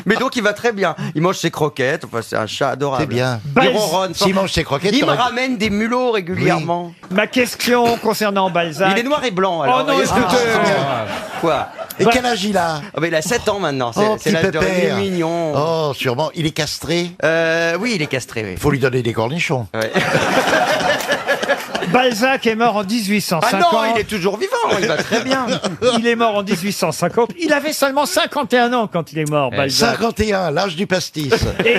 Speaker 14: mais donc, il va très bien. Il mange ses croquettes. Enfin, c'est un chat adorable.
Speaker 1: C'est bien.
Speaker 14: Il
Speaker 1: Balz-
Speaker 14: ronronne.
Speaker 1: S'il mange ses croquettes,
Speaker 14: il me
Speaker 1: t'aurais-
Speaker 14: ramène des mulots régulièrement.
Speaker 1: Ma question concernant Balzac.
Speaker 14: Il est noir et blanc. Alors.
Speaker 1: Oh non,
Speaker 14: Et-
Speaker 1: écoutez.
Speaker 14: Ah, Quoi
Speaker 1: Bah-
Speaker 2: Et quel âge il a
Speaker 14: Ah, ben, Il a 7 ans maintenant. C'est
Speaker 2: Oh,
Speaker 14: c'est
Speaker 2: petit
Speaker 14: l'âge de il est
Speaker 2: pépère.
Speaker 14: mignon.
Speaker 2: Oh, sûrement. Il est castré
Speaker 14: Euh, oui, il est castré, oui.
Speaker 2: Faut lui donner des cornichons.
Speaker 1: Balzac est mort en 1850.
Speaker 14: Ah non, il est toujours vivant, il va très bien.
Speaker 1: il est mort en 1850. Il avait seulement 51 ans quand il est
Speaker 2: Eh,
Speaker 1: mort, Balzac.
Speaker 2: 51, l'âge du pastis.
Speaker 1: Et,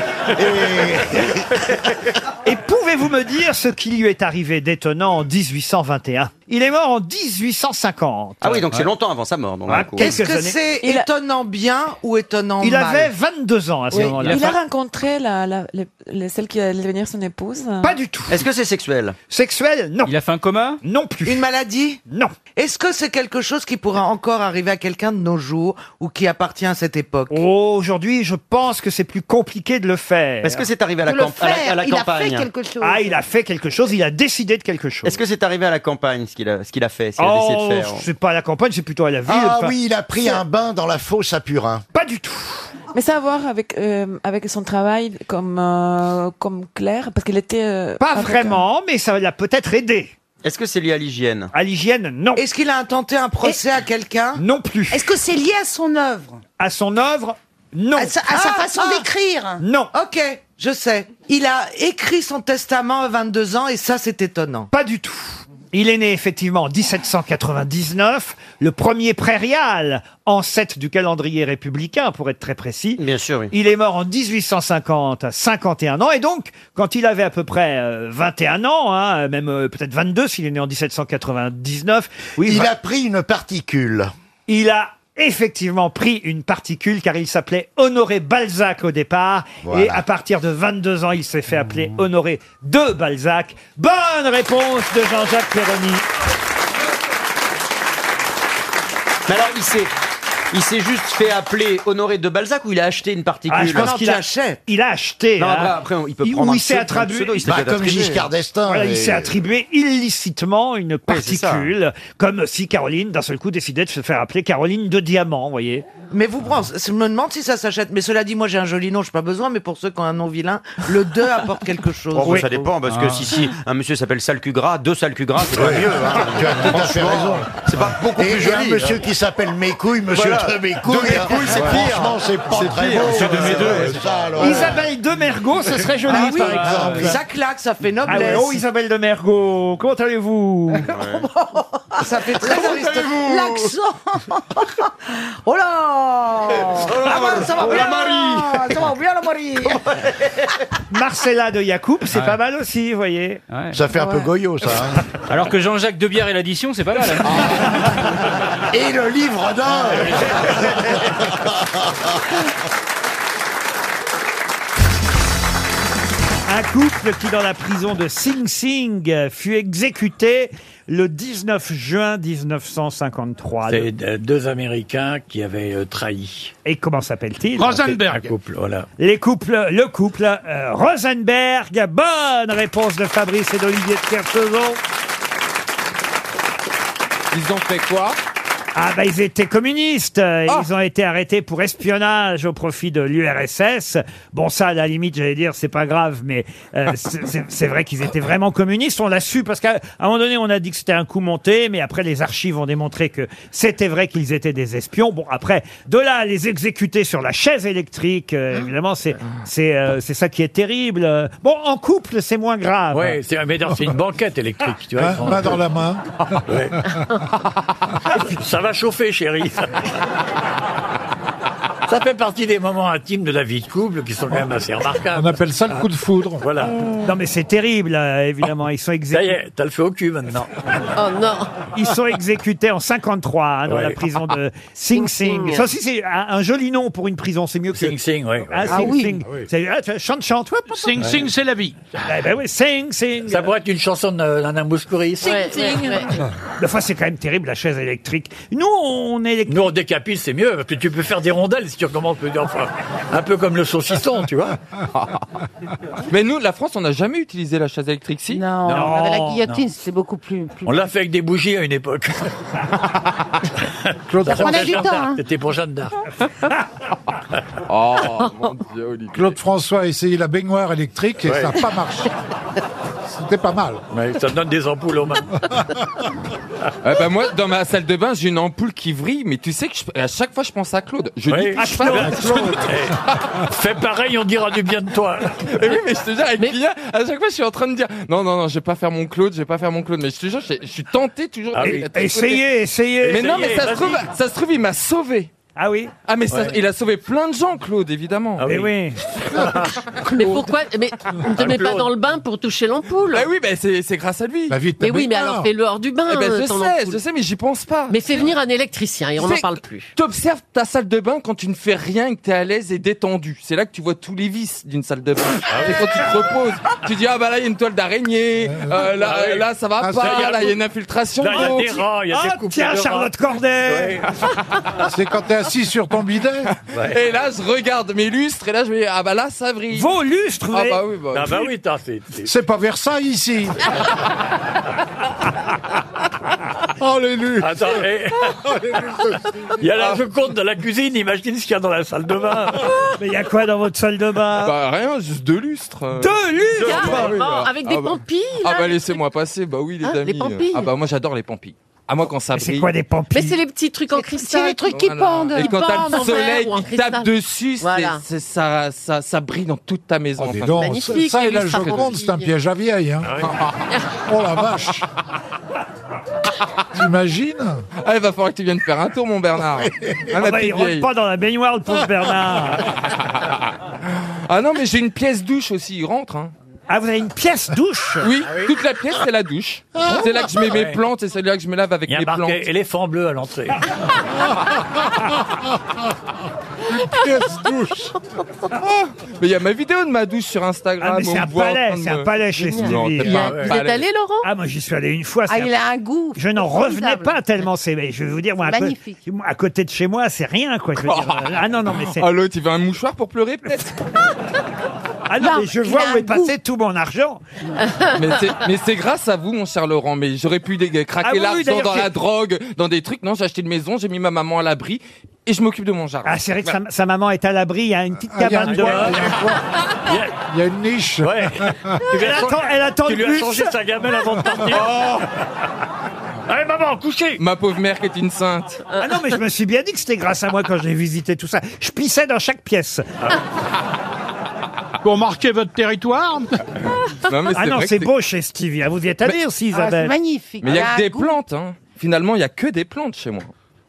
Speaker 1: Et pouvez-vous me dire ce qui lui est arrivé d'étonnant en 1821 Il est mort en 1850.
Speaker 14: Ah oui, donc c'est
Speaker 1: Ouais. Ah,
Speaker 14: longtemps avant sa mort. donc,
Speaker 1: Ouais,
Speaker 14: du coup.
Speaker 1: qu'est-ce
Speaker 7: Est-ce que
Speaker 1: années.
Speaker 7: c'est étonnant bien ou étonnant
Speaker 1: Il
Speaker 7: mal
Speaker 1: avait 22 ans à ce
Speaker 7: Oui,
Speaker 1: moment-là.
Speaker 7: il
Speaker 8: Il a rencontré la, la- le- le- celle qui allait devenir son épouse.
Speaker 1: Pas du tout.
Speaker 14: Est-ce que c'est sexuel
Speaker 1: sexuelle Non.
Speaker 15: Il a fait un coma
Speaker 1: Non plus.
Speaker 7: Une maladie
Speaker 1: Non.
Speaker 7: Est-ce que c'est quelque chose qui pourrait encore arriver à quelqu'un de nos jours ou qui appartient à cette époque
Speaker 1: Oh, aujourd'hui, je pense que c'est plus compliqué de le faire.
Speaker 14: Est-ce que c'est arrivé à la
Speaker 7: De le
Speaker 14: camp- à la-
Speaker 7: faire,
Speaker 14: à la
Speaker 7: il a fait
Speaker 14: campagne
Speaker 7: quelque chose.
Speaker 1: Ah, il a fait quelque chose, il a décidé de quelque chose.
Speaker 14: Est-ce que c'est arrivé à la campagne ce qu'il a, ce qu'il a fait, ce qu'il a
Speaker 1: Oh,
Speaker 14: décidé de faire
Speaker 1: c'est pas à la campagne, c'est plutôt à la ville.
Speaker 2: Ah
Speaker 1: enfin,
Speaker 2: oui, il a pris un bain dans la fosse à Purin.
Speaker 1: Pas du tout.
Speaker 8: Mais ça a à voir avec, euh, avec son travail comme, euh, comme Claire, parce qu'il était...
Speaker 7: Ah,
Speaker 8: euh,
Speaker 1: Pas
Speaker 8: avocat.
Speaker 1: vraiment, mais ça l'a peut-être aidé.
Speaker 14: Est-ce que c'est lié à l'hygiène
Speaker 1: À l'hygiène, non.
Speaker 7: Est-ce qu'il a intenté un procès à quelqu'un
Speaker 1: Non plus.
Speaker 7: Est-ce que c'est lié à son œuvre
Speaker 1: À son œuvre, non.
Speaker 7: À sa, à sa façon d'écrire
Speaker 1: Non.
Speaker 7: Ah, Ok, je sais. Il a écrit son testament à 22 ans et ça, c'est étonnant.
Speaker 1: Pas du tout. Il est né effectivement en 1799, le premier prairial, en 7 du calendrier républicain, pour être très précis.
Speaker 14: Bien sûr, oui.
Speaker 1: Il est mort en 1850 à 51 ans. Et donc, quand il avait à peu près euh, 21 ans, hein, même euh, peut-être 22 s'il est né en 1799, oui,
Speaker 2: Il
Speaker 1: vingt-
Speaker 2: a pris une particule.
Speaker 1: il a effectivement pris une particule car il s'appelait Honoré Balzac au départ.
Speaker 2: Voilà.
Speaker 1: Et à partir de 22 ans, il s'est fait appeler Honoré de Balzac. Bonne réponse de Jean-Jacques Perroni.
Speaker 14: Mais alors, il s'est, il s'est juste fait appeler Honoré de Balzac ou il a acheté une particule
Speaker 1: Ah, je pense qu'il a, il a acheté.
Speaker 14: Non,
Speaker 1: hein.
Speaker 14: après, après, on- il peut
Speaker 1: Il-
Speaker 14: prendre
Speaker 1: ou
Speaker 14: un
Speaker 1: il s'est
Speaker 14: pseudo, un
Speaker 1: attribué,
Speaker 14: pseudo, il s'est Bah, fait comme attribuer. Giscard d'Estaing,
Speaker 1: Voilà, il
Speaker 14: mais-
Speaker 1: s'est attribué illicitement une
Speaker 14: c'est ça.
Speaker 1: particule, comme si Caroline, d'un seul coup, décidait de se faire appeler Caroline de Diamant, vous voyez.
Speaker 7: Mais vous pensez, je me demande si ça s'achète. Mais cela dit, moi j'ai un joli nom, je n'ai pas besoin, mais pour ceux qui ont un nom vilain, le 2 apporte quelque chose.
Speaker 14: Oh, bah, Ça dépend, parce que
Speaker 7: Ah.
Speaker 14: si, si un monsieur s'appelle sale cul gras, deux sales cul gras, c'est pas mieux. hein.
Speaker 2: Tu as tout à fait
Speaker 14: Franchement,
Speaker 2: raison.
Speaker 14: C'est pas beaucoup
Speaker 2: Et,
Speaker 14: plus
Speaker 2: et un
Speaker 14: joli.
Speaker 2: monsieur qui s'appelle Mécouille, monsieur
Speaker 14: Voilà.
Speaker 2: de Mécouille.
Speaker 14: De Mécouille, c'est
Speaker 2: hein.
Speaker 14: pire.
Speaker 2: Franchement, c'est
Speaker 14: C'est
Speaker 2: pas très
Speaker 14: pire.
Speaker 2: beau.
Speaker 14: Monsieur de Médeux, ouais.
Speaker 2: ça, alors.
Speaker 1: Isabelle de Mergot, ce serait joli,
Speaker 7: Ah oui,
Speaker 1: par exemple.
Speaker 7: Ça claque, ça fait
Speaker 1: Ah ouais,
Speaker 7: noblesse.
Speaker 1: oh, Isabelle de Mergot, comment allez-vous
Speaker 7: Ça fait très
Speaker 1: Comment
Speaker 7: aristocrate.
Speaker 1: allez-vous
Speaker 7: L'accent Oh là Ah ouais, Ça va
Speaker 1: Oh la
Speaker 7: bien
Speaker 1: Marie
Speaker 7: Ça va bien la Marie
Speaker 1: Marcella de Yacoub, c'est
Speaker 16: Ouais.
Speaker 1: pas mal aussi, vous voyez.
Speaker 2: Ça fait un peu goyot, ça. hein.
Speaker 16: Alors que Jean-Jacques Debière et l'addition, c'est pas mal.
Speaker 2: Et le livre d'or
Speaker 1: Un couple qui, dans la prison de Sing Sing, euh, fut exécuté le 19 juin 1953.
Speaker 16: C'est de- deux Américains qui avaient euh, trahi.
Speaker 1: Et comment s'appelle-t-il
Speaker 16: Un couple, voilà.
Speaker 1: Les couples, le couple euh, Rosenberg. Bonne réponse de Fabrice et d'Olivier de Kersauzon.
Speaker 3: Ils ont fait quoi Ah.
Speaker 1: Ah bah ils étaient communistes. euh, et Ils ont été arrêtés pour espionnage au profit de l'URSS. Bon ça à la limite j'allais dire c'est pas grave mais euh, c'est- c'est c'est vrai qu'ils étaient vraiment communistes. On l'a su parce qu'à à un moment donné on a dit que c'était un coup monté mais après les archives ont démontré que c'était vrai qu'ils étaient des espions. Bon après de là à les exécuter sur la chaise électrique euh,
Speaker 3: Hein
Speaker 1: évidemment c'est c'est euh, c'est ça qui est terrible. Euh, Bon en couple c'est moins grave.
Speaker 16: Ouais, c'est un médecin, c'est une banquette électrique, tu vois. ils
Speaker 17: Hein Main,
Speaker 16: font-
Speaker 17: Ah, bah. main dans la main.
Speaker 16: Ouais. Ça va chauffer, chérie. Ça fait partie des moments intimes de la vie de couple qui sont quand même assez remarquables.
Speaker 17: On appelle ça le coup de foudre.
Speaker 16: Voilà.
Speaker 1: Non mais c'est terrible euh, évidemment ils sont
Speaker 16: Ça y
Speaker 1: exécutés.
Speaker 16: est, t'as le feu au cul maintenant. Ah.
Speaker 11: Oh non
Speaker 1: Ils sont exécutés en 53 hein, dans
Speaker 16: Ouais.
Speaker 1: la prison de Sing Sing. Ça aussi, c'est un, un joli nom pour une prison, c'est mieux que...
Speaker 16: Sing Sing, oui.
Speaker 1: Ah, Sing Sing. C'est- ah, tu vois, chante, chante. ouais, papa.
Speaker 16: Sing Sing, c'est la vie.
Speaker 1: Eh ben oui, Sing Sing.
Speaker 16: Ça pourrait être une chanson de Nana Mouskouri. Sing
Speaker 11: Ouais,
Speaker 16: Sing.
Speaker 11: ouais, ouais.
Speaker 1: Enfin, c'est quand même terrible, la chaise électrique. Nous, on est...
Speaker 16: Nous, on décapite, c'est mieux, parce que tu peux faire des rondelles si tu recommences. Enfin, un peu comme le saucisson, tu vois.
Speaker 3: Mais nous, la France, on n'a jamais utilisé la chaise électrique, si
Speaker 6: Non,
Speaker 16: Non,
Speaker 6: on avait la
Speaker 16: non.
Speaker 6: guillotine, c'était beaucoup plus. plus-
Speaker 16: On l'a fait avec des bougies à une époque. Claude
Speaker 6: Ça prenait du temps, hein.
Speaker 16: C'était pour Jeanne d'Arc.
Speaker 3: Oh, mon Dieu, Olivier.
Speaker 17: Claude François a essayé la baignoire électrique et
Speaker 16: Ouais.
Speaker 17: ça n'a pas marché. C'était pas mal.
Speaker 16: Ouais, ça donne des ampoules aux mains.
Speaker 3: Eh ben, moi, dans ma salle de bain, j'ai une ampoule qui vrille, mais tu sais que je- à chaque fois, je pense à Claude. Je
Speaker 16: Ouais.
Speaker 3: ne touche pas.
Speaker 16: Ah,
Speaker 3: Je ne
Speaker 16: Claude. Eh, Fais pareil, on dira du bien de toi.
Speaker 3: Mais Eh oui, mais je te jure, avec Kylian, à chaque fois, je suis en train de dire non, non, non, je vais pas faire mon Claude, je vais pas faire mon Claude, mais je te jure, je, je suis tenté toujours.
Speaker 16: Ah
Speaker 3: de-
Speaker 16: oui.
Speaker 3: de- de-
Speaker 1: Essayez, essayez.
Speaker 3: Mais non, mais ça se
Speaker 16: Essayez,
Speaker 3: trouve,
Speaker 16: vas-y.
Speaker 3: ça se trouve, il m'a sauvé.
Speaker 1: Ah oui
Speaker 3: Ah mais ça-
Speaker 1: Ouais.
Speaker 3: il a sauvé plein de gens, Claude, évidemment.
Speaker 1: Ah oui. Eh
Speaker 12: Mais pourquoi Mais ne te
Speaker 3: Ah,
Speaker 12: mets pas
Speaker 3: Claude.
Speaker 12: dans le bain pour toucher l'ampoule.
Speaker 3: Ah oui, ben c'est c'est grâce à
Speaker 13: Bah,
Speaker 3: lui.
Speaker 12: mais oui, mais alors fais-le hors du bain.
Speaker 3: Eh ben, je
Speaker 12: ton
Speaker 3: sais,
Speaker 12: ampoule.
Speaker 3: je sais, mais j'y pense pas.
Speaker 12: Mais fais venir un électricien et on n'en
Speaker 3: C'est-
Speaker 12: parle plus.
Speaker 3: T'observes ta salle de bain quand tu ne fais rien et que t'es à l'aise et détendu. C'est là que tu vois tous les vices d'une salle de bain.
Speaker 13: Ah
Speaker 3: C'est quand tu te reposes, tu dis ah bah là il y a une toile d'araignée, euh, là,
Speaker 13: Ah oui.
Speaker 3: là, ça va
Speaker 13: Ah, ça, il y
Speaker 3: pas,
Speaker 13: a
Speaker 3: là il y a
Speaker 13: tout.
Speaker 3: une infiltration.
Speaker 13: Là, il y a
Speaker 3: d'eau.
Speaker 13: des rats, il y a des
Speaker 3: Ah,
Speaker 13: coupures
Speaker 3: tiens
Speaker 13: de rats.
Speaker 3: Charlotte
Speaker 1: Corday.
Speaker 17: C'est quand t'es assis sur ton bidet.
Speaker 3: Et là je regarde mes lustres et là je me dis ah bah là ça brille.
Speaker 1: Vos lustres.
Speaker 3: Ah bah oui bah.
Speaker 16: Ah bah oui, t'as- c'est- c'est-
Speaker 17: C'est pas Versailles ici.
Speaker 16: Oh les lustres Attends, eh,
Speaker 17: Oh,
Speaker 16: il y a la seconde dans la cuisine, imagine ce qu'il y a dans la salle de bain.
Speaker 1: Mais il y a quoi dans votre salle de bain
Speaker 3: Bah rien, juste deux lustres.
Speaker 1: Deux lustres
Speaker 3: Ah oui, bah.
Speaker 12: avec des
Speaker 3: Ah bah.
Speaker 12: pampilles.
Speaker 3: Ah
Speaker 12: là,
Speaker 3: bah
Speaker 12: des
Speaker 3: laissez-moi passer, bah oui les
Speaker 12: Hein, les
Speaker 3: amis.
Speaker 12: pampilles.
Speaker 3: Ah bah moi j'adore les pampilles. À moi quand ça brille.
Speaker 1: C'est quoi des
Speaker 12: Mais
Speaker 1: pampilles
Speaker 12: c'est les petits trucs en cristal. C'est les trucs
Speaker 3: Voilà. Et quand t'as le soleil qui tape dessus, c'est-
Speaker 12: Voilà.
Speaker 3: c'est- ça, ça, ça brille dans toute ta maison.
Speaker 17: Oh, Dis
Speaker 3: Enfin,
Speaker 17: donc,
Speaker 3: magnifique,
Speaker 17: ça et la
Speaker 3: les lustres.
Speaker 17: Joconde, c'est un piège à vieille. hein. Oh la vache T'imagines
Speaker 3: Ah, il va falloir que tu viennes faire un tour, mon Bernard.
Speaker 1: Ah bah, il rentre pas dans la baignoire, le pauvre Bernard.
Speaker 3: ah non, mais j'ai une pièce douche aussi, il rentre. hein.
Speaker 1: Ah, vous avez une pièce douche Ah
Speaker 3: Oui, toute la pièce, c'est la douche. C'est là que je mets mes
Speaker 16: Ouais.
Speaker 3: plantes et c'est là que je me lave avec
Speaker 16: Il y a
Speaker 3: mes plantes.
Speaker 16: marqué éléphant bleu à l'entrée.
Speaker 3: pièce douche Mais il y a ma vidéo de ma douche sur Instagram.
Speaker 1: Ah, mais c'est
Speaker 3: on
Speaker 1: un
Speaker 3: me voit en
Speaker 1: palais,
Speaker 3: train de
Speaker 1: c'est
Speaker 3: me-
Speaker 1: un palais chez
Speaker 3: Non,
Speaker 1: Stevie.
Speaker 3: t'es pas un palais.
Speaker 12: Laurent
Speaker 1: Ah, moi j'y suis allé une fois.
Speaker 12: Ah,
Speaker 1: c'est
Speaker 12: il a un goût
Speaker 1: Je n'en
Speaker 12: formidable.
Speaker 1: revenais pas tellement. C'est, mais je vais vous dire, moi, à, co-
Speaker 12: Magnifique.
Speaker 1: à côté de chez moi, c'est rien, quoi. Je veux dire, euh, ah non, non, mais c'est.
Speaker 3: Ah, l'autre, il veut un mouchoir pour pleurer, peut-être
Speaker 1: Ah non, mais je vois où est passé tout mon argent.
Speaker 3: mais c'est- mais c'est grâce à vous, mon cher Laurent. Mais j'aurais pu dé-
Speaker 1: Ah
Speaker 3: craquer
Speaker 1: oui, oui,
Speaker 3: l'argent
Speaker 1: d'ailleurs,
Speaker 3: dans la
Speaker 1: j'ai-
Speaker 3: drogue, dans des trucs. Non, j'ai acheté une maison, j'ai mis ma maman à l'abri et je m'occupe de mon jardin.
Speaker 1: Ah, c'est vrai que sa, sa maman est à l'abri, Ah, il y a une
Speaker 3: Ah,
Speaker 1: petite cabane de.
Speaker 17: Il y a une niche.
Speaker 1: Elle attend, elle attend Oh.
Speaker 16: Tu lui as
Speaker 1: plus.
Speaker 16: changé sa gamelle avant de partir. Allez, maman, couchez
Speaker 3: Ma pauvre mère qui est une sainte.
Speaker 1: Ah non, mais je me suis bien dit que c'était grâce à moi quand j'ai visité tout ça. Je pissais dans chaque pièce.
Speaker 26: Pour marquer votre territoire
Speaker 3: mais
Speaker 1: ah
Speaker 3: c'est
Speaker 1: non,
Speaker 3: vrai que
Speaker 1: c'est
Speaker 3: c'est-
Speaker 1: beau chez Stevie. Ah, vous y êtes allé
Speaker 3: Mais-
Speaker 1: aussi, Isabelle.
Speaker 3: Mais il y a que des plantes, hein. Finalement, il y a que des plantes chez moi.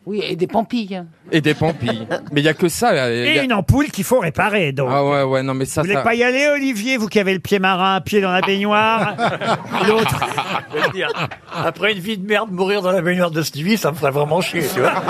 Speaker 6: Oui, et des pampilles.
Speaker 3: Et des pampilles. mais il y a que ça.
Speaker 1: Et une ampoule qu'il faut réparer, donc.
Speaker 3: Ah ouais, ouais, non, mais ça,
Speaker 1: Vous voulez
Speaker 3: ça...
Speaker 1: pas y aller, Olivier, vous qui avez le pied marin, un pied dans la baignoire, l'autre.
Speaker 16: Je veux dire, Après une vie de merde, mourir dans la baignoire de Stevie, ça me ferait vraiment chier, tu vois.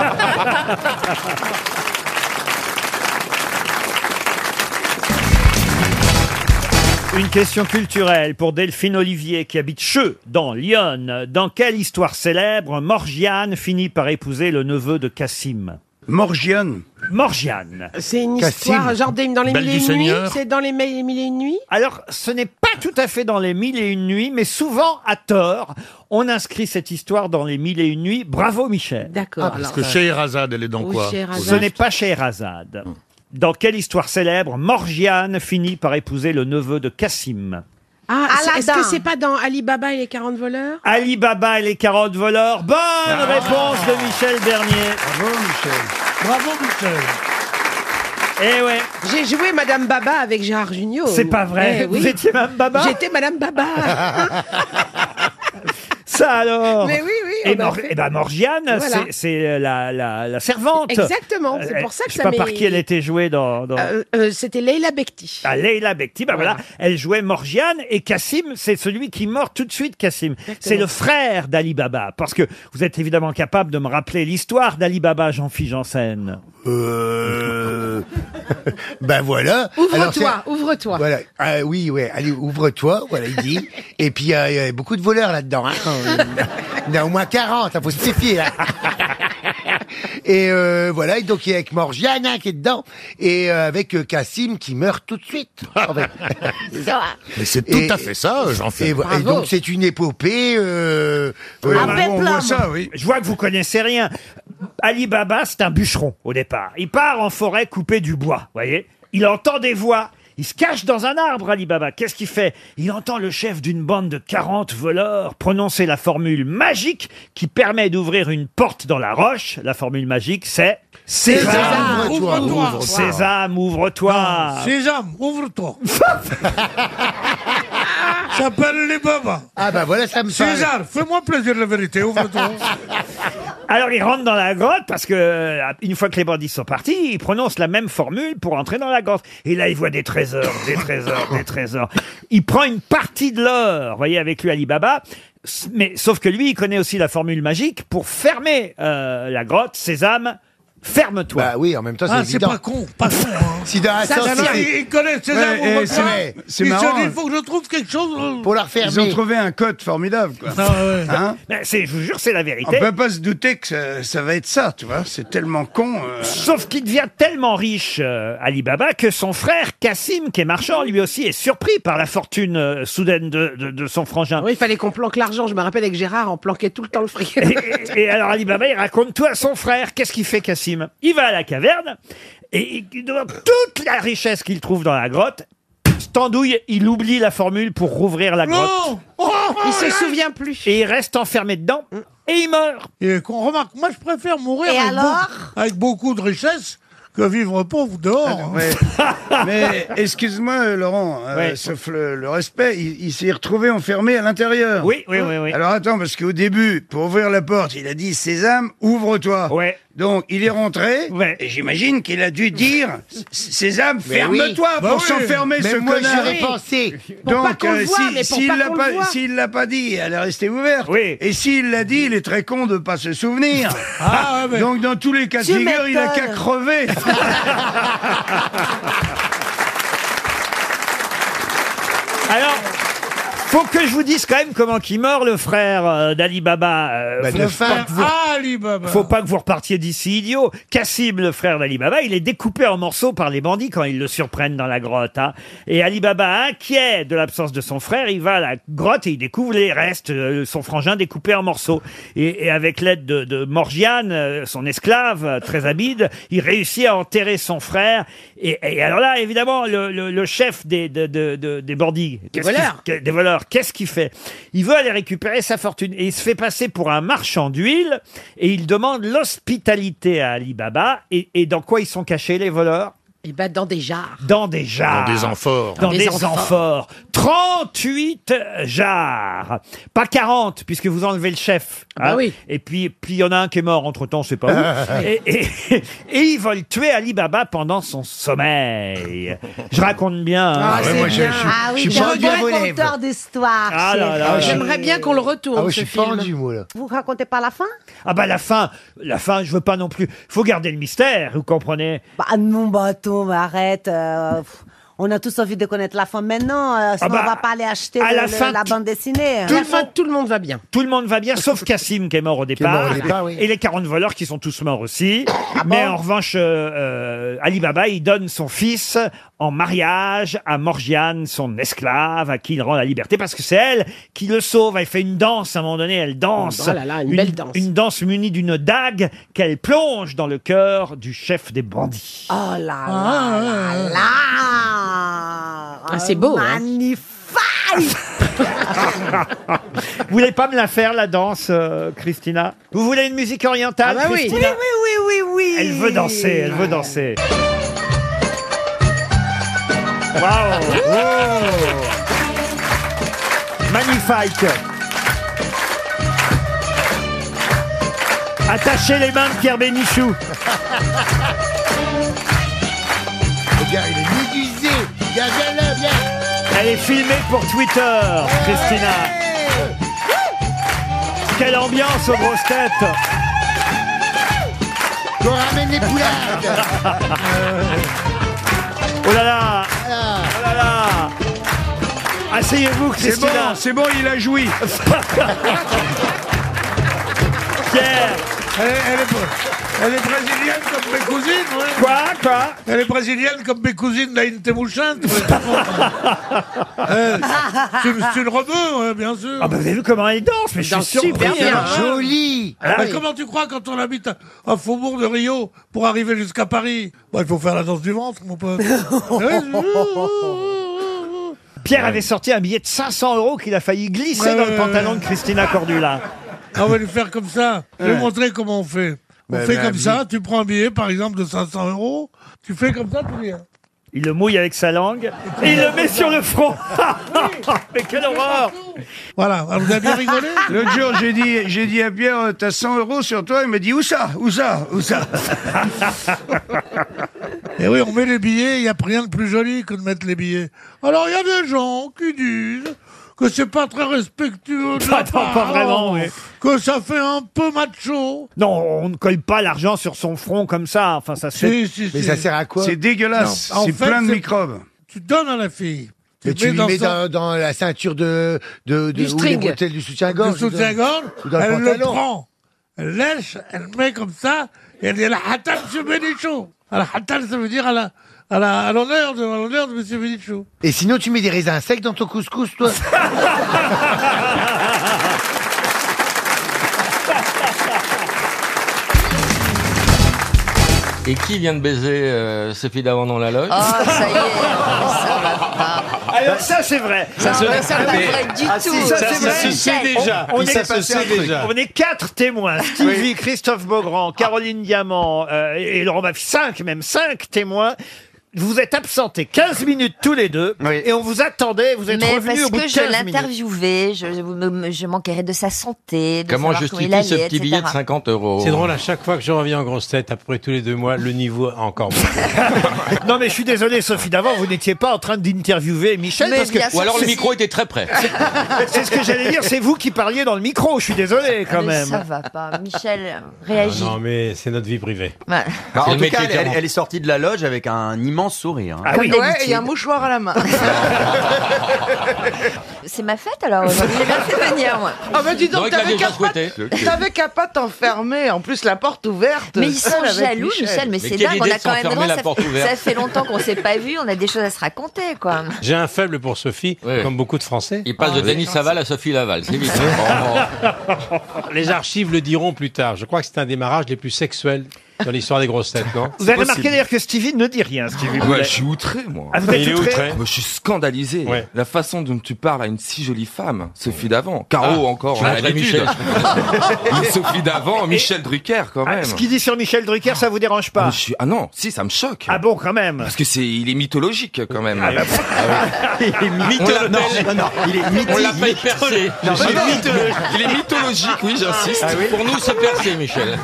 Speaker 1: Une question culturelle pour Delphine Olivier qui habite Cheux, dans Lyon. Dans quelle histoire célèbre Morgiane finit par épouser le neveu de Cassim
Speaker 25: Morgiane.
Speaker 1: Morgiane.
Speaker 12: C'est une
Speaker 1: Cassim.
Speaker 12: histoire, genre des- dans les
Speaker 1: Belle du
Speaker 12: mille et une nuits.
Speaker 1: Seigneur.
Speaker 12: C'est dans les mille mille et une nuits.
Speaker 1: Alors, ce n'est pas tout à fait dans les mille et une nuits, mais souvent à tort, on inscrit cette histoire dans les mille et une nuits. Bravo Michel.
Speaker 12: D'accord. euh,
Speaker 26: Ah, parce que Scheherazade, elle est dans
Speaker 1: Ou
Speaker 26: quoi Hum.
Speaker 1: Scheherazade. Ce n'est pas Scheherazade. Dans quelle histoire célèbre Morgiane finit par épouser le neveu de Cassim
Speaker 12: Ah,
Speaker 23: c'est- est-ce que c'est
Speaker 12: pas dans Alibaba et les 40 voleurs
Speaker 1: Ali Baba et les carottes voleurs. Bonne
Speaker 26: Ah.
Speaker 1: réponse de Michel Bernier. Bravo Michel. Bravo Michel. Eh ouais.
Speaker 23: J'ai joué Madame Baba avec Gérard Jugnot.
Speaker 1: C'est pas vrai.
Speaker 23: Eh oui.
Speaker 1: Vous étiez Madame Baba
Speaker 23: J'étais Madame Baba.
Speaker 1: Ça alors
Speaker 23: Mais oui, oui,
Speaker 1: Et,
Speaker 23: on a
Speaker 1: Mor-
Speaker 23: fait.
Speaker 1: eh ben, Morgiane,
Speaker 23: Voilà.
Speaker 1: c'est- c'est euh, la, la, la servante.
Speaker 23: Exactement, c'est
Speaker 1: Euh,
Speaker 23: pour ça que
Speaker 1: Je
Speaker 23: ça
Speaker 1: sais pas par
Speaker 23: m'est-
Speaker 1: qui elle était jouée dans... dans...
Speaker 23: Euh, euh, C'était Leila Bekti.
Speaker 1: Ah, Leila Bekti, bah voilà. elle jouait Morgiane et Cassim, c'est celui qui meurt tout de suite, Cassim. C'est le frère d'Ali Baba, parce que vous êtes évidemment capable de me rappeler l'histoire d'Ali Baba, Jean-Philippe Janssen.
Speaker 2: Euh... ben voilà. Alors, c'est-
Speaker 23: Ouvre-toi, ouvre-toi.
Speaker 2: Voilà. Ah oui, ouais. Allez, ouvre-toi. Voilà, il dit. Et puis, euh, il y a beaucoup de voleurs là-dedans. hein. Il y en a au moins 40. Il faut se méfier. là. Et euh, voilà, et donc il y a avec Morgiane hein, qui est dedans, et euh, avec euh, Cassim qui meurt tout de suite. en fait.
Speaker 26: Mais c'est tout
Speaker 2: Et-
Speaker 26: à fait Ah, ça, Jean-Philippe.
Speaker 2: Et, vo- et donc c'est une épopée. Euh, euh,
Speaker 1: Ah,
Speaker 2: on voit ça, oui.
Speaker 1: Je vois que vous connaissez rien. Ali Baba, c'est un bûcheron au départ. Il part en forêt couper du bois, voyez. Il entend des voix. Il se cache dans un arbre, Ali Baba. Qu'est-ce qu'il fait Il entend le chef d'une bande de 40 voleurs prononcer la formule magique qui permet d'ouvrir une porte dans la roche. La formule magique, c'est
Speaker 2: Sésame,
Speaker 1: Sésame,
Speaker 2: ouvre-toi,
Speaker 1: ouvre-toi.
Speaker 2: ouvre-toi.
Speaker 1: Sésame, ouvre-toi.
Speaker 2: Sésame, ouvre-toi. J'appelle les babas. Ah bah voilà, ça me parle.
Speaker 26: fais-moi plaisir, la vérité, ouvre-toi.
Speaker 1: Alors ils rentrent dans la grotte parce que euh, une fois que les bandits sont partis, ils prononcent la même formule pour entrer dans la grotte. Et là ils voient des trésors, des trésors, des trésors. Il prend une partie de l'or, vous voyez, avec lui Alibaba. S- Mais sauf que lui, il connaît aussi la formule magique pour fermer euh, la grotte. Sésame, ferme-toi. Bah
Speaker 2: oui, en même temps,
Speaker 4: Ah, c'est c'est évident. pas con, hein.
Speaker 1: pas con.
Speaker 2: Si dans la
Speaker 4: Ça,
Speaker 2: sorte,
Speaker 4: ça,
Speaker 2: c'était-
Speaker 4: ils connaissent ces
Speaker 2: Ouais,
Speaker 4: arbres, on
Speaker 2: eh,
Speaker 4: voit pas.
Speaker 2: c'est-
Speaker 4: c'est
Speaker 2: Ils se
Speaker 4: marrant.
Speaker 2: disent,
Speaker 4: Il faut que je trouve quelque chose. euh.
Speaker 2: Pour la refermer.
Speaker 25: Ils ont trouvé un code formidable, quoi. Hein
Speaker 1: Ben, c'est- je vous jure, c'est la vérité.
Speaker 25: On
Speaker 2: Ah,
Speaker 25: peut pas se douter que ça, ça va être ça, tu vois. C'est tellement con. euh.
Speaker 1: Sauf qu'il devient tellement riche, euh, Alibaba, que son frère Cassim, qui est marchand, lui aussi est surpris par la fortune euh, soudaine de, de- de son frangin.
Speaker 23: Il fallait qu'on planque l'argent. Je me rappelle avec Gérard, on planquait tout le temps le fric.
Speaker 1: Et, et alors Alibaba, il raconte tout à son frère. Qu'est-ce qu'il fait, Cassim Il va à la caverne et il demande toute la richesse qu'il trouve dans la grotte. Standouille, il oublie la formule pour rouvrir la grotte.
Speaker 23: Oh il se souvient plus.
Speaker 1: Et il reste enfermé dedans et il meurt.
Speaker 4: Et qu'on remarque, moi je préfère mourir
Speaker 23: Et
Speaker 4: avec,
Speaker 23: alors
Speaker 4: beaucoup, avec beaucoup de richesse que vivre pauvre dehors.
Speaker 25: Mais excuse-moi, euh, Laurent, euh,
Speaker 4: Ouais.
Speaker 25: sauf le, le respect, il, il s'est retrouvé enfermé à l'intérieur.
Speaker 1: Oui, oui, oui, oui.
Speaker 25: Alors attends, parce qu'au début, pour ouvrir la porte, il a dit Sésame, ouvre-toi.
Speaker 1: Ouais.
Speaker 25: Donc il est rentré, et j'imagine qu'il a dû dire Sésame,
Speaker 2: Mais oui.
Speaker 25: ferme-toi
Speaker 2: Bah
Speaker 25: pour
Speaker 2: oui.
Speaker 25: s'enfermer
Speaker 2: Mais
Speaker 25: ce
Speaker 2: moi,
Speaker 25: connard.
Speaker 2: j'aurais pensé. Pour pas
Speaker 25: Donc
Speaker 2: qu'on le
Speaker 25: euh,
Speaker 2: voie, mais
Speaker 25: si-
Speaker 2: pour
Speaker 25: s'il
Speaker 2: pas
Speaker 25: l'a
Speaker 2: qu'on le
Speaker 25: pas,
Speaker 2: voie.
Speaker 25: s'il l'a pas dit, elle est restée ouverte. Et s'il l'a dit, il est très con de pas se souvenir.
Speaker 4: Ah, ouais, mais-
Speaker 25: Donc dans tous les cas de
Speaker 4: Tu
Speaker 25: figure, il a
Speaker 4: m'étonnes.
Speaker 25: qu'à crever.
Speaker 1: Alors, faut que je vous dise quand même comment qu'il meurt le frère euh, d'Alibaba. Euh,
Speaker 4: Bah,
Speaker 1: faut
Speaker 4: de
Speaker 1: pas
Speaker 4: faim.
Speaker 1: que vous-
Speaker 4: Ah, Alibaba.
Speaker 1: Faut pas que vous repartiez d'ici idiot. Cassim, le frère d'Alibaba, il est découpé en morceaux par les bandits quand ils le surprennent dans la grotte. hein. Et Alibaba, inquiet de l'absence de son frère, il va à la grotte et il découvre les restes, euh, son frangin découpé en morceaux. Et, et avec l'aide de, de Morgiane, euh, son esclave, euh, très habile, il réussit à enterrer son frère. Et, et alors là, évidemment, le, le- le chef des, de- de- de- des bandits,
Speaker 23: Des
Speaker 1: Qu'est-ce qu'il-
Speaker 23: voleurs.
Speaker 1: que- des voleurs. Qu'est-ce qu'il fait Il veut aller récupérer sa fortune et il se fait passer pour un marchand d'huile et il demande l'hospitalité à Alibaba. Et, et dans quoi ils sont cachés les voleurs
Speaker 23: Ils battent Eh ben, dans des jarres.
Speaker 1: dans des jarres.
Speaker 26: Dans des amphores.
Speaker 1: Dans,
Speaker 26: Dans
Speaker 1: des,
Speaker 26: des
Speaker 1: amphores. 38 jarres. Pas 40, puisque vous enlevez le chef. hein.
Speaker 23: Ah bah oui.
Speaker 1: Et puis, puis il y en a un qui est mort entre-temps, je sais pas où. et, et, et ils veulent tuer Alibaba pendant son sommeil. Je raconte bien. hein.
Speaker 2: Ah, Ah ouais, c'est moi, je- bien. je-
Speaker 23: Ah oui,
Speaker 2: Je suis
Speaker 23: j'ai
Speaker 2: pendu
Speaker 23: un
Speaker 2: à vos
Speaker 23: bon
Speaker 2: lèvres.
Speaker 23: conteur d'histoire.
Speaker 1: Ah là là.
Speaker 23: J'aimerais bien qu'on le retourne.
Speaker 1: Ah ouais,
Speaker 23: ce
Speaker 1: je suis
Speaker 23: film.
Speaker 1: pendu, moi, là.
Speaker 23: Vous racontez pas la fin
Speaker 1: Ah bah la fin, la fin, je veux pas non plus. Faut garder le mystère, vous comprenez
Speaker 5: Bah non, bah attends, mais arrête. euh, pff, on a tous envie de connaître la fin maintenant, euh, sinon
Speaker 1: bah,
Speaker 5: on va pas aller acheter
Speaker 1: à
Speaker 5: le-
Speaker 1: la
Speaker 5: le-
Speaker 1: fin,
Speaker 5: la bande dessinée.
Speaker 1: tout le monde-
Speaker 5: tout le monde va bien.
Speaker 1: Tout le monde va bien, sauf Cassim qui est mort au départ,
Speaker 5: mort au départ, oui.
Speaker 1: et les 40 voleurs qui sont tous morts aussi. Mais en revanche, euh, euh, Ali Baba, il donne son fils en mariage à Morgiane, son esclave, à qui il rend la liberté, parce que c'est elle qui le sauve. Elle fait une danse, à un moment donné, elle danse.
Speaker 23: Oh là là, une belle danse.
Speaker 1: Une danse munie d'une dague qu'elle plonge dans le cœur du chef des bandits.
Speaker 5: Oh là là là là
Speaker 23: Ah, c'est beau, hein.
Speaker 5: Magnifique
Speaker 1: Vous voulez pas me la faire, la danse, euh, Christina Vous voulez une musique orientale,
Speaker 5: Ah bah oui. oui, oui,
Speaker 1: Christina
Speaker 5: oui, oui, oui.
Speaker 1: Elle veut danser, elle veut danser. Waouh Magnifique Attachez les mains de Pierre Bénichou.
Speaker 2: Le gars, il est médusé. Viens, viens là, viens.
Speaker 1: Elle est filmée pour Twitter, Christina. Quelle ambiance aux grosses têtes
Speaker 2: Qu'on ramène les poulards.
Speaker 1: Oh là là Oh là là Asseyez-vous,
Speaker 25: C'est bon,
Speaker 1: Christina.
Speaker 25: c'est bon, il a joui.
Speaker 1: Pierre
Speaker 4: Elle, est- elle est, elle est brésilienne comme mes cousines. ouais.
Speaker 1: Quoi Quoi
Speaker 4: Elle est brésilienne comme mes cousines Naïn Temouchin. tu vois. Euh, c'est une- c'est une rebeu, ouais, bien sûr.
Speaker 1: Ah bah vous avez vu comment elle danse, mais je
Speaker 4: Dans
Speaker 1: suis surpris. hein.
Speaker 4: Joli.
Speaker 1: Ah oui.
Speaker 4: Comment tu crois quand on habite à- à Faubourg de Rio pour arriver jusqu'à Paris Bah, Il faut faire la danse du ventre, mon pote.
Speaker 1: Pierre avait sorti un billet de 500 euros qu'il a failli glisser
Speaker 4: Ouais,
Speaker 1: dans le
Speaker 4: ouais,
Speaker 1: pantalon
Speaker 4: ouais.
Speaker 1: de Christina Cordula.
Speaker 4: Ah, On va lui faire comme ça. Je vais
Speaker 1: Ouais.
Speaker 4: vous montrer comment on fait. On
Speaker 2: Ben,
Speaker 1: Bah,
Speaker 4: fait
Speaker 1: bah,
Speaker 4: comme
Speaker 1: oui.
Speaker 4: ça. Tu prends un billet, par exemple, de 500 euros. Tu fais comme ça, tu viens.
Speaker 1: Il le mouille avec sa langue et il le met sur le front. Mais quelle horreur
Speaker 4: Voilà, Alors, vous avez bien rigolé
Speaker 25: L'autre jour, j'ai dit, j'ai dit à Pierre, euh, t'as 100 euros sur toi. Il m'a dit, où ça Où ça Où ça
Speaker 4: Et oui, on met les billets, il n'y a rien de plus joli que de mettre les billets. Alors, il y a des gens qui disent que c'est pas très respectueux de la
Speaker 1: Attends, pas
Speaker 4: part,
Speaker 1: vraiment, oui.
Speaker 4: que ça fait un peu macho.
Speaker 1: Non, on ne colle pas l'argent sur son front comme ça. Enfin, ça se fait.
Speaker 4: Si, si, si.
Speaker 25: C'est dégueulasse,
Speaker 1: Non. En
Speaker 25: c'est
Speaker 1: fait,
Speaker 25: plein de
Speaker 1: c'est-
Speaker 25: microbes.
Speaker 4: Tu donnes à la fille.
Speaker 2: Mais tu lui mets dans, dans la ceinture de, de, de
Speaker 4: Du
Speaker 2: ou les
Speaker 4: string.
Speaker 2: bretelles du soutien-gorge.
Speaker 4: Du soutien-gorge,
Speaker 2: ou dans le
Speaker 4: elle le
Speaker 2: pantalon.
Speaker 4: prend. Elle lèche, elle met comme ça, et elle dit la hatal se bénichou. La hatal, ça veut dire à la- à la- à l'honneur de, à l'honneur de monsieur bénichou.
Speaker 2: Et sinon, tu mets des raisins secs dans ton couscous, toi.
Speaker 10: Et qui vient de baiser euh, Sophie d'avant dans la loge
Speaker 1: ça y est, ça Alors ça c'est vrai.
Speaker 10: Ça, c'est vrai, ça, mais- Ah, si, ça, c'est vrai. Michel.
Speaker 1: On, on
Speaker 10: Il
Speaker 1: est,
Speaker 10: s'est passé un truc.
Speaker 1: on est quatre témoins. Stevie, Christophe Beaugrand, Caroline Diamant euh, et Laurent Baffy. Cinq même, cinq témoins. Vous êtes absentés 15 minutes tous les deux et on vous attendait, vous êtes
Speaker 27: Mais
Speaker 1: revenus
Speaker 27: parce
Speaker 1: au bout
Speaker 27: que
Speaker 1: de
Speaker 27: je
Speaker 1: 15 minutes.
Speaker 27: l'interviewais, je, je me- je manquerais de sa santé, de
Speaker 10: Comment
Speaker 27: savoir
Speaker 10: justifie
Speaker 27: comment il
Speaker 10: ce
Speaker 27: allait,
Speaker 10: petit billet de
Speaker 27: etc..
Speaker 10: 50 euros
Speaker 28: C'est drôle, à chaque fois que je reviens en grosse tête, après tous les deux mois, le niveau a encore moins.
Speaker 1: Non mais je suis désolé Sophie d'avant, vous n'étiez pas en train d'interviewer Michel parce que
Speaker 10: Ou alors le
Speaker 1: c'est-
Speaker 10: micro était très près.
Speaker 1: C'est ce que j'allais dire, c'est vous qui parliez dans le micro, je suis désolé quand
Speaker 27: Ah, Mais
Speaker 1: même.
Speaker 27: Ça va pas, Michel
Speaker 10: Ah
Speaker 27: réagit.
Speaker 10: non, mais c'est notre vie privée.
Speaker 27: Voilà.
Speaker 14: Bah,
Speaker 10: C'est
Speaker 14: en
Speaker 10: le
Speaker 14: tout
Speaker 10: métier Ah
Speaker 14: cas,
Speaker 10: qui
Speaker 14: elle,
Speaker 10: rend.
Speaker 14: elle est sortie de la loge avec un immense sourire. hein.
Speaker 28: Ah
Speaker 27: Comme
Speaker 14: Comme
Speaker 27: d'habitude.
Speaker 7: Ouais, et un mouchoir à la main.
Speaker 27: C'est ma fête alors aujourd'hui, j'ai bien fait venir moi.
Speaker 7: Ah bah dis donc, t'avais qu'à pas,
Speaker 10: souhaité.
Speaker 7: t'avais qu'à pas t'enfermer, en plus la porte ouverte.
Speaker 27: Mais ils sont
Speaker 7: seule avec
Speaker 27: jaloux, Michel, mais,
Speaker 7: Mais
Speaker 27: c'est
Speaker 7: quelle
Speaker 27: dingue, on
Speaker 7: idée
Speaker 27: a
Speaker 7: de
Speaker 27: quand même
Speaker 7: s'enfermer
Speaker 27: non,
Speaker 7: la
Speaker 27: ça,
Speaker 7: porte ouverte.
Speaker 27: ça fait longtemps qu'on s'est pas vu, on a des choses à se raconter quoi.
Speaker 28: J'ai un faible pour Sophie, comme beaucoup de Français.
Speaker 10: Il passe de Denis Saval à Sophie Laval, c'est vite. Bon,
Speaker 28: Les archives le diront plus tard. Je crois que c'est un des démarrage les plus sexuels dans l'histoire des grosses têtes, non
Speaker 1: Vous avez remarqué d'ailleurs que Stevie ne dit rien,
Speaker 3: Ah,
Speaker 1: Stevie.
Speaker 28: Ouais,
Speaker 1: Boulet.
Speaker 28: je suis
Speaker 1: outré
Speaker 28: moi.
Speaker 1: Ah, vous êtes
Speaker 28: Il est
Speaker 1: outré,
Speaker 28: outré.
Speaker 3: Moi, je suis scandalisé. La façon dont tu parles à une si jolie femme, Sophie d'avant. Caro
Speaker 1: Ah,
Speaker 3: encore,
Speaker 1: je
Speaker 3: hein,
Speaker 1: m'appelle
Speaker 3: d'habitude.
Speaker 1: Michel.
Speaker 3: Une Sophie d'avant, Michel Drucker quand
Speaker 1: Ah,
Speaker 3: même.
Speaker 1: ce qu'il dit sur Michel Drucker, ça vous dérange pas
Speaker 3: Ah, je suis- ah non, si, ça me choque.
Speaker 1: Ah bon, quand même. Ah, bah
Speaker 3: Parce que c'est, il est mythologique quand même. Ah
Speaker 1: Il est
Speaker 3: mythologique.
Speaker 1: il est
Speaker 3: On l'appelle percé.
Speaker 10: Non,
Speaker 3: J'ai
Speaker 10: non,
Speaker 3: dit-
Speaker 10: mythologique.
Speaker 3: Il est mythologique, oui, j'insiste.
Speaker 10: Ah oui
Speaker 3: Pour nous, c'est percé, Michel.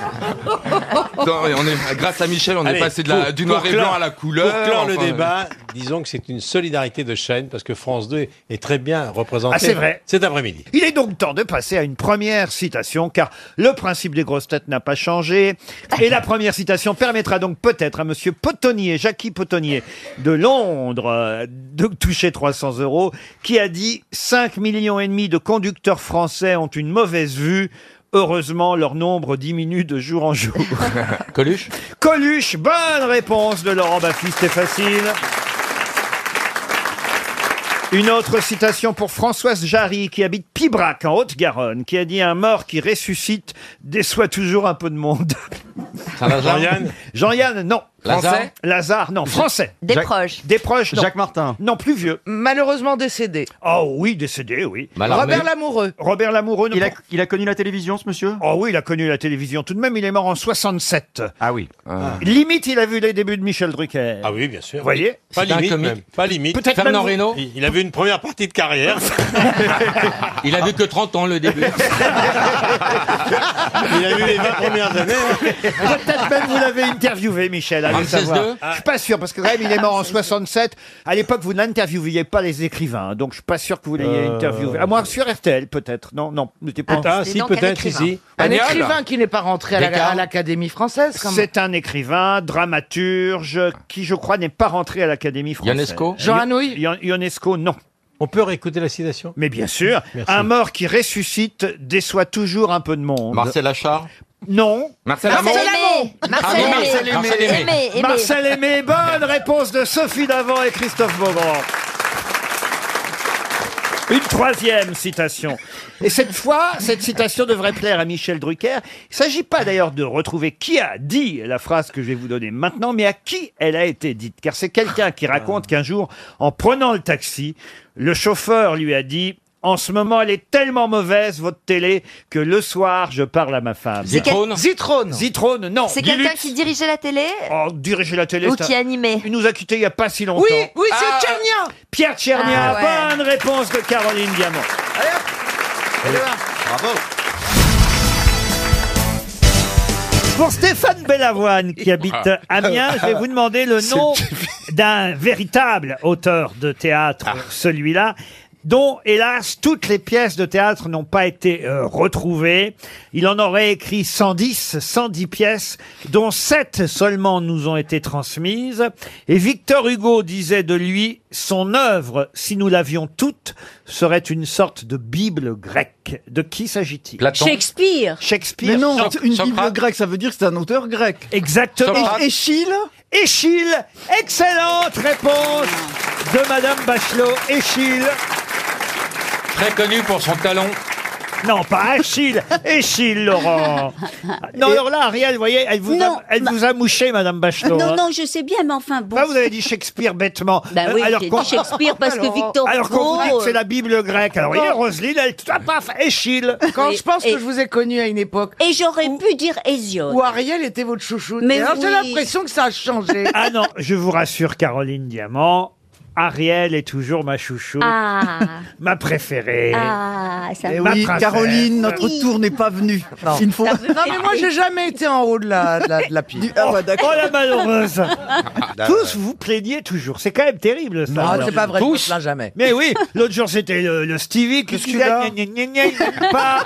Speaker 3: Non, mais on est, grâce à Michel, on
Speaker 28: Allez,
Speaker 3: est passé de la-
Speaker 28: pour-
Speaker 3: du noir
Speaker 28: pour
Speaker 3: et
Speaker 28: clore-
Speaker 3: blanc à la couleur.
Speaker 28: Pour clore le
Speaker 3: enfin, euh.
Speaker 28: débat, disons que c'est une solidarité de chaîne parce que France 2 est très bien représentée
Speaker 1: Ah, c'est vrai.
Speaker 28: cet après-midi.
Speaker 1: Il est donc temps de passer à une première citation, car le principe des grosses têtes n'a pas changé. Et la première citation permettra donc peut-être à Monsieur Potonnier, Jackie Potonnier, de Londres, euh, de toucher 300 euros, qui a dit 5 millions et demi de conducteurs français ont une mauvaise vue. Heureusement, leur nombre diminue de jour en jour.
Speaker 10: Coluche
Speaker 1: Coluche, bonne réponse de Laurent Baffy, c'était facile. Une autre citation pour Françoise Jarry, qui habite Pibrac, en Haute-Garonne, qui a dit Un mort qui ressuscite déçoit toujours un peu de monde.
Speaker 10: Saint-Lazare Jean-Yann
Speaker 1: Jean-Yann, non.
Speaker 10: Lazare
Speaker 1: Français Lazare, non. Français.
Speaker 7: Des
Speaker 1: Jacques-
Speaker 7: proches.
Speaker 1: Des proches, non.
Speaker 7: Jacques
Speaker 1: Martin. Non, plus vieux.
Speaker 7: Malheureusement décédé.
Speaker 1: Oh oui, décédé, oui.
Speaker 7: Mallarmé. Robert Lamoureux.
Speaker 1: Robert Lamoureux. Il a, connu la télévision, ce monsieur Oh oui, il a connu la télévision. Tout de même, il est mort en 67. Ah oui. Limite, il a vu les débuts de Michel Drucker.
Speaker 28: Ah oui, bien sûr.
Speaker 1: Vous voyez
Speaker 28: Pas
Speaker 1: C'est un
Speaker 28: limite,
Speaker 1: comique.
Speaker 28: même. Pas limite.
Speaker 1: Peut-être Fernand même-
Speaker 28: Reynaud. Il il avait une première partie de carrière.
Speaker 10: Il a vu que 30 ans le début.
Speaker 28: Il a eu les 20 premières années. hein.
Speaker 1: Peut-être même vous l'avez interviewé, Michel. Allez
Speaker 10: Ramsès
Speaker 1: savoir.
Speaker 10: II
Speaker 1: Je suis pas sûr parce que quand même il est mort en 67. À l'époque, vous n'interviewiez pas les écrivains, hein, donc je suis pas sûr que vous l'ayez
Speaker 28: Euh.
Speaker 1: interviewé. À moins sur RTL, peut-être. Non, non, n'était pas.
Speaker 28: Ah, si, peut-être, ici.
Speaker 7: Un écrivain qui n'est pas rentré à la- à l'Académie française, quand même.
Speaker 1: C'est un écrivain, dramaturge, qui, je crois, n'est pas rentré à l'Académie française.
Speaker 28: Ionesco
Speaker 1: Jean
Speaker 28: Jean
Speaker 1: Anouilh Ionesco, non.
Speaker 28: On peut réécouter la citation
Speaker 1: Mais bien sûr,
Speaker 28: Merci.
Speaker 1: un mort qui ressuscite déçoit toujours un peu de monde.
Speaker 10: Marcel Achard
Speaker 1: Non.
Speaker 10: Marcel Amont
Speaker 3: Ah,
Speaker 1: Marcel
Speaker 10: Aimé.
Speaker 1: Marcel Aimé.
Speaker 10: Marcel Aimé. Aimé, Aimé.
Speaker 1: Marcel Aimé. Bonne réponse de Sophie Davant et Christophe Beaugrand. Une troisième citation. Et cette fois, cette citation devrait plaire à Michel Drucker. Il ne s'agit pas d'ailleurs de retrouver qui a dit la phrase que je vais vous donner maintenant, mais à qui elle a été dite. Car c'est quelqu'un qui raconte qu'un jour, en prenant le taxi, le chauffeur lui a dit En ce moment, elle est tellement mauvaise, votre télé, que le soir, je parle à ma femme.
Speaker 27: C'est quel- Zitrone
Speaker 1: Zitrone. Zitrone, non.
Speaker 27: C'est quelqu'un
Speaker 1: Guilux.
Speaker 27: qui dirigeait la télé
Speaker 1: Oh, diriger la télé.
Speaker 27: Ou
Speaker 1: c'est
Speaker 27: qui
Speaker 1: un-
Speaker 27: animait.
Speaker 1: Il nous a quittés il n'y a pas si longtemps. Ah,
Speaker 27: Tchernia
Speaker 1: Pierre Tchernia,
Speaker 27: Ah
Speaker 1: bonne réponse de Caroline Diamant.
Speaker 14: Bravo.
Speaker 1: Pour Stéphane Bellavoine, qui habite
Speaker 13: Ah.
Speaker 1: Amiens, je vais vous demander le
Speaker 13: C'est
Speaker 1: nom
Speaker 13: difficile.
Speaker 1: d'un véritable auteur de théâtre, celui-là, dont, hélas, toutes les pièces de théâtre n'ont pas été euh, retrouvées. Il en aurait écrit 110, 110 pièces, dont 7 seulement nous ont été transmises. Et Victor Hugo disait de lui, son œuvre, si nous l'avions toute, serait une sorte de Bible grecque. De qui s'agit-il
Speaker 18: Shakespeare.
Speaker 1: Shakespeare.
Speaker 18: Mais non,
Speaker 1: Soc-
Speaker 18: une
Speaker 1: Socrate.
Speaker 18: Bible grecque, ça veut dire que c'est un auteur grec.
Speaker 1: Exactement.
Speaker 18: Et Échille
Speaker 1: Échille. Excellente réponse de Madame Bachelot. Échille.
Speaker 10: Très connu pour son talon.
Speaker 1: Non, pas Achille. Échille, Laurent. Non, alors là, Ariel, vous voyez, elle vous,
Speaker 9: Non,
Speaker 1: a, elle vous a mouché, Madame Bachelot.
Speaker 9: non,
Speaker 1: hein.
Speaker 9: non, je sais bien, mais enfin bon.
Speaker 1: Là, vous avez dit Shakespeare bêtement.
Speaker 9: Bah oui,
Speaker 1: Euh,
Speaker 9: j'ai
Speaker 1: qu'on-
Speaker 9: dit Shakespeare parce que
Speaker 1: Alors-
Speaker 9: Victor
Speaker 1: Alors qu'on vous dit
Speaker 9: Hugo,
Speaker 1: que c'est la Bible grecque. Alors, vous voyez,
Speaker 18: Oh.
Speaker 9: bon.
Speaker 1: Roselyne, elle. Ah, paf, Échille.
Speaker 18: Quand
Speaker 9: Oui,
Speaker 18: je pense
Speaker 9: et-
Speaker 18: que je vous ai connu à une époque.
Speaker 9: Et j'aurais pu dire Hésiode.
Speaker 18: Où Ariel était votre chouchoute.
Speaker 9: Mais
Speaker 18: Et alors, J'ai
Speaker 9: oui.
Speaker 18: l'impression que ça a changé.
Speaker 1: Ah non, je vous rassure, Caroline Diamant. Ariel est toujours ma chouchou.
Speaker 9: Ah,
Speaker 1: Ma préférée.
Speaker 9: ah, ça
Speaker 18: Eh
Speaker 9: me-
Speaker 1: Ma
Speaker 18: oui,
Speaker 1: princesse. Euh,
Speaker 18: Caroline, notre
Speaker 9: Oui.
Speaker 18: tour n'est pas venu. Il ne faut...
Speaker 9: Ça me-
Speaker 18: Non, mais moi, j'ai jamais été en haut de la, de la, de la pile. Ah, bah,
Speaker 1: Oh la malheureuse Tous
Speaker 18: ouais.
Speaker 1: vous plaignez toujours, c'est quand même terrible ça.
Speaker 18: Non,
Speaker 1: Alors,
Speaker 18: c'est pas vrai, je me
Speaker 1: tous.
Speaker 18: plains jamais.
Speaker 1: Mais oui, l'autre jour c'était le, le Stevie qui disait
Speaker 18: celui-là
Speaker 1: gna, gna, gna, gna, gna, pas.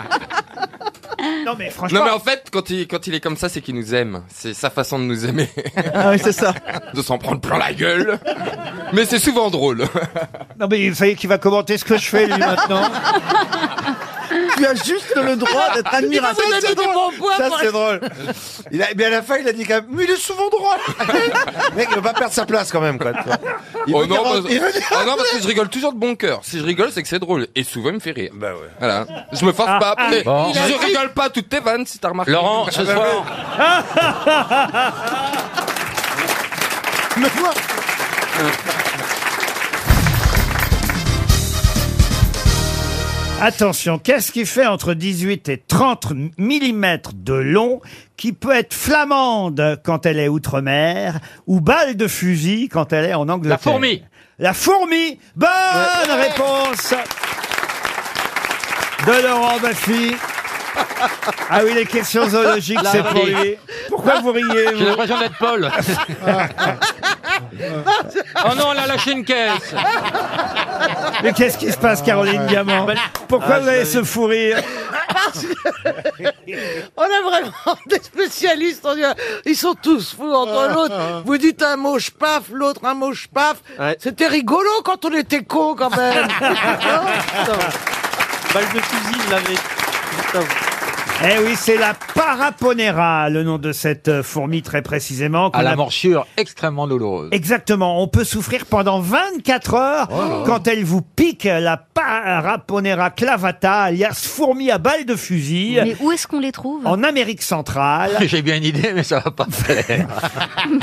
Speaker 1: Non mais franchement,
Speaker 3: Non mais en fait, quand il, quand il est comme ça, c'est qu'il nous aime. C'est sa façon de nous aimer.
Speaker 18: Ah oui, c'est ça.
Speaker 3: De s'en prendre plein la gueule. Mais c'est souvent drôle.
Speaker 1: non mais il fallait qu'il va commenter ce que je fais lui maintenant.
Speaker 18: Tu as juste le
Speaker 1: Oh,
Speaker 18: droit d'être
Speaker 1: Ah,
Speaker 18: admiratif.
Speaker 13: Il va vous donner des bons points
Speaker 18: Ça,
Speaker 13: pour-
Speaker 18: c'est drôle.
Speaker 2: Il a, mais à la fin, il a dit quand même, mais il est souvent drôle. Le Mec, il veut pas perdre sa place quand même, quoi. tu vois. Il
Speaker 3: Oh
Speaker 2: veut
Speaker 3: non,
Speaker 2: dire-
Speaker 3: parce...
Speaker 2: il veut dire-
Speaker 3: oh non, parce que je rigole toujours de bon cœur. Si je rigole, c'est que c'est drôle. Et souvent, il me fait rire. Bah ouais. Voilà. Je me force
Speaker 13: Ah,
Speaker 3: pas.
Speaker 13: ah,
Speaker 3: Mais
Speaker 13: bon.
Speaker 3: Je rigole pas toutes tes vannes, si t'as remarqué.
Speaker 10: Laurent, ce soir,
Speaker 2: Mais moi-
Speaker 1: Attention, qu'est-ce qui fait entre 18 et 30 mm de long qui peut être flamande quand elle est outre-mer ou balle de fusil quand elle est en Angleterre
Speaker 10: La fourmi.
Speaker 1: La fourmi Bonne réponse de Laurent Baffy. Ah oui, les questions zoologiques,
Speaker 10: La
Speaker 1: c'est pour
Speaker 10: fourmi.
Speaker 1: lui. Pourquoi vous riez
Speaker 10: j'ai
Speaker 1: vous
Speaker 10: l'impression d'être Paul.
Speaker 4: Euh,
Speaker 10: oh non, elle a lâché une caisse.
Speaker 1: Mais qu'est-ce qui se passe, Caroline Diamant Pourquoi
Speaker 10: Ah,
Speaker 1: vous avez ce fou rire
Speaker 18: Parce que- on a vraiment des spécialistes. on dit, ils sont tous fous
Speaker 11: Ah,
Speaker 18: entre l'autre. Vous dites un mot je paf, l'autre un mot je paf. C'était rigolo quand on était cons quand même.
Speaker 13: Balle de fusil, il l'avait.
Speaker 1: Eh oui, c'est la paraponera, le nom de cette euh, fourmi très précisément. qu'on
Speaker 10: À la
Speaker 1: a-
Speaker 10: morsure extrêmement douloureuse. Oh
Speaker 1: Exactement, on peut souffrir pendant 24 heures quand elle vous pique la paraponera clavata, alias fourmi à balle de fusil,
Speaker 9: mais où est-ce qu'on les trouve
Speaker 1: en Amérique centrale.
Speaker 10: J'ai bien une idée, mais ça va pas plaire.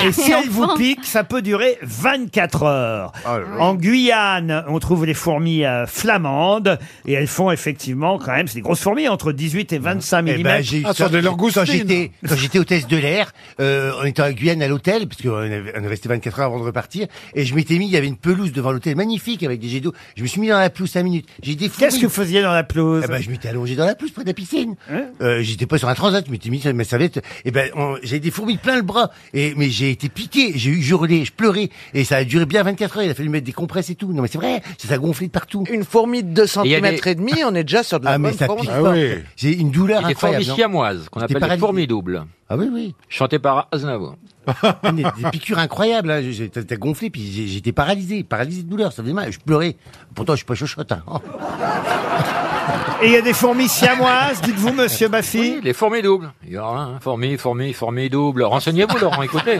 Speaker 1: Et si
Speaker 9: Mais
Speaker 1: elle vous
Speaker 9: enfin.
Speaker 1: pique, ça peut durer 24 heures.
Speaker 10: Ah
Speaker 1: En Guyane, on trouve les fourmis euh, flamandes et elles font effectivement quand même, c'est des grosses fourmis entre 18 et 25 mm.
Speaker 2: Eh ben, j'ai
Speaker 18: Ah,
Speaker 2: eu ça quand j'étais quand j'étais hôtesse de l'air, euh, on était en Guyane à l'hôtel parce qu'on avait- on est resté 24 heures avant de repartir et je m'étais mis il y avait une pelouse devant l'hôtel magnifique avec des jets d'eau. Je me suis mis dans la pelouse 5 minutes. J'ai des
Speaker 1: Qu'est-ce que vous faisiez dans la pelouse Hein
Speaker 2: eh ben, je m'étais allongé dans la pelouse près de la piscine. Euh, j'étais pas sur un transat, je m'étais mis sur ma serviette. Et ben, on- j'ai des fourmis plein le bras. Et, mais j'ai été piqué, j'ai eu hurlé, je pleurais. Et ça a duré bien 24 heures. Il a fallu mettre des compresses et tout. Non, mais c'est vrai, ça, ça gonflait de partout.
Speaker 18: Une fourmi de 2
Speaker 2: Et il y a
Speaker 18: cm
Speaker 2: des-
Speaker 18: et demi, on est déjà sur de la
Speaker 2: Ah, mais
Speaker 18: bonne
Speaker 2: ça
Speaker 18: fourmi.
Speaker 2: pique pas. J'ai une douleur
Speaker 18: Et des
Speaker 2: incroyable.
Speaker 18: fourmis
Speaker 2: non
Speaker 18: siamoises,
Speaker 10: qu'on
Speaker 2: J'étais
Speaker 10: appelle les
Speaker 2: paralysé.
Speaker 10: fourmis doubles.
Speaker 2: Ah oui, oui.
Speaker 10: Chanté par Aznavour.
Speaker 2: Des, des piqûres incroyables. hein. J'ai- T'as t'as gonflé, puis j'ai- j'étais paralysé, paralysé de douleur. Ça faisait mal. Je pleurais. Pourtant, je suis pas chochotte. hein. Oh.
Speaker 1: Et il y a des fourmis siamoises, dites-vous, monsieur Baffy.
Speaker 10: Oui, les fourmis doubles. Il y en a un, fourmis, fourmis, fourmis doubles. Renseignez-vous, Laurent, écoutez.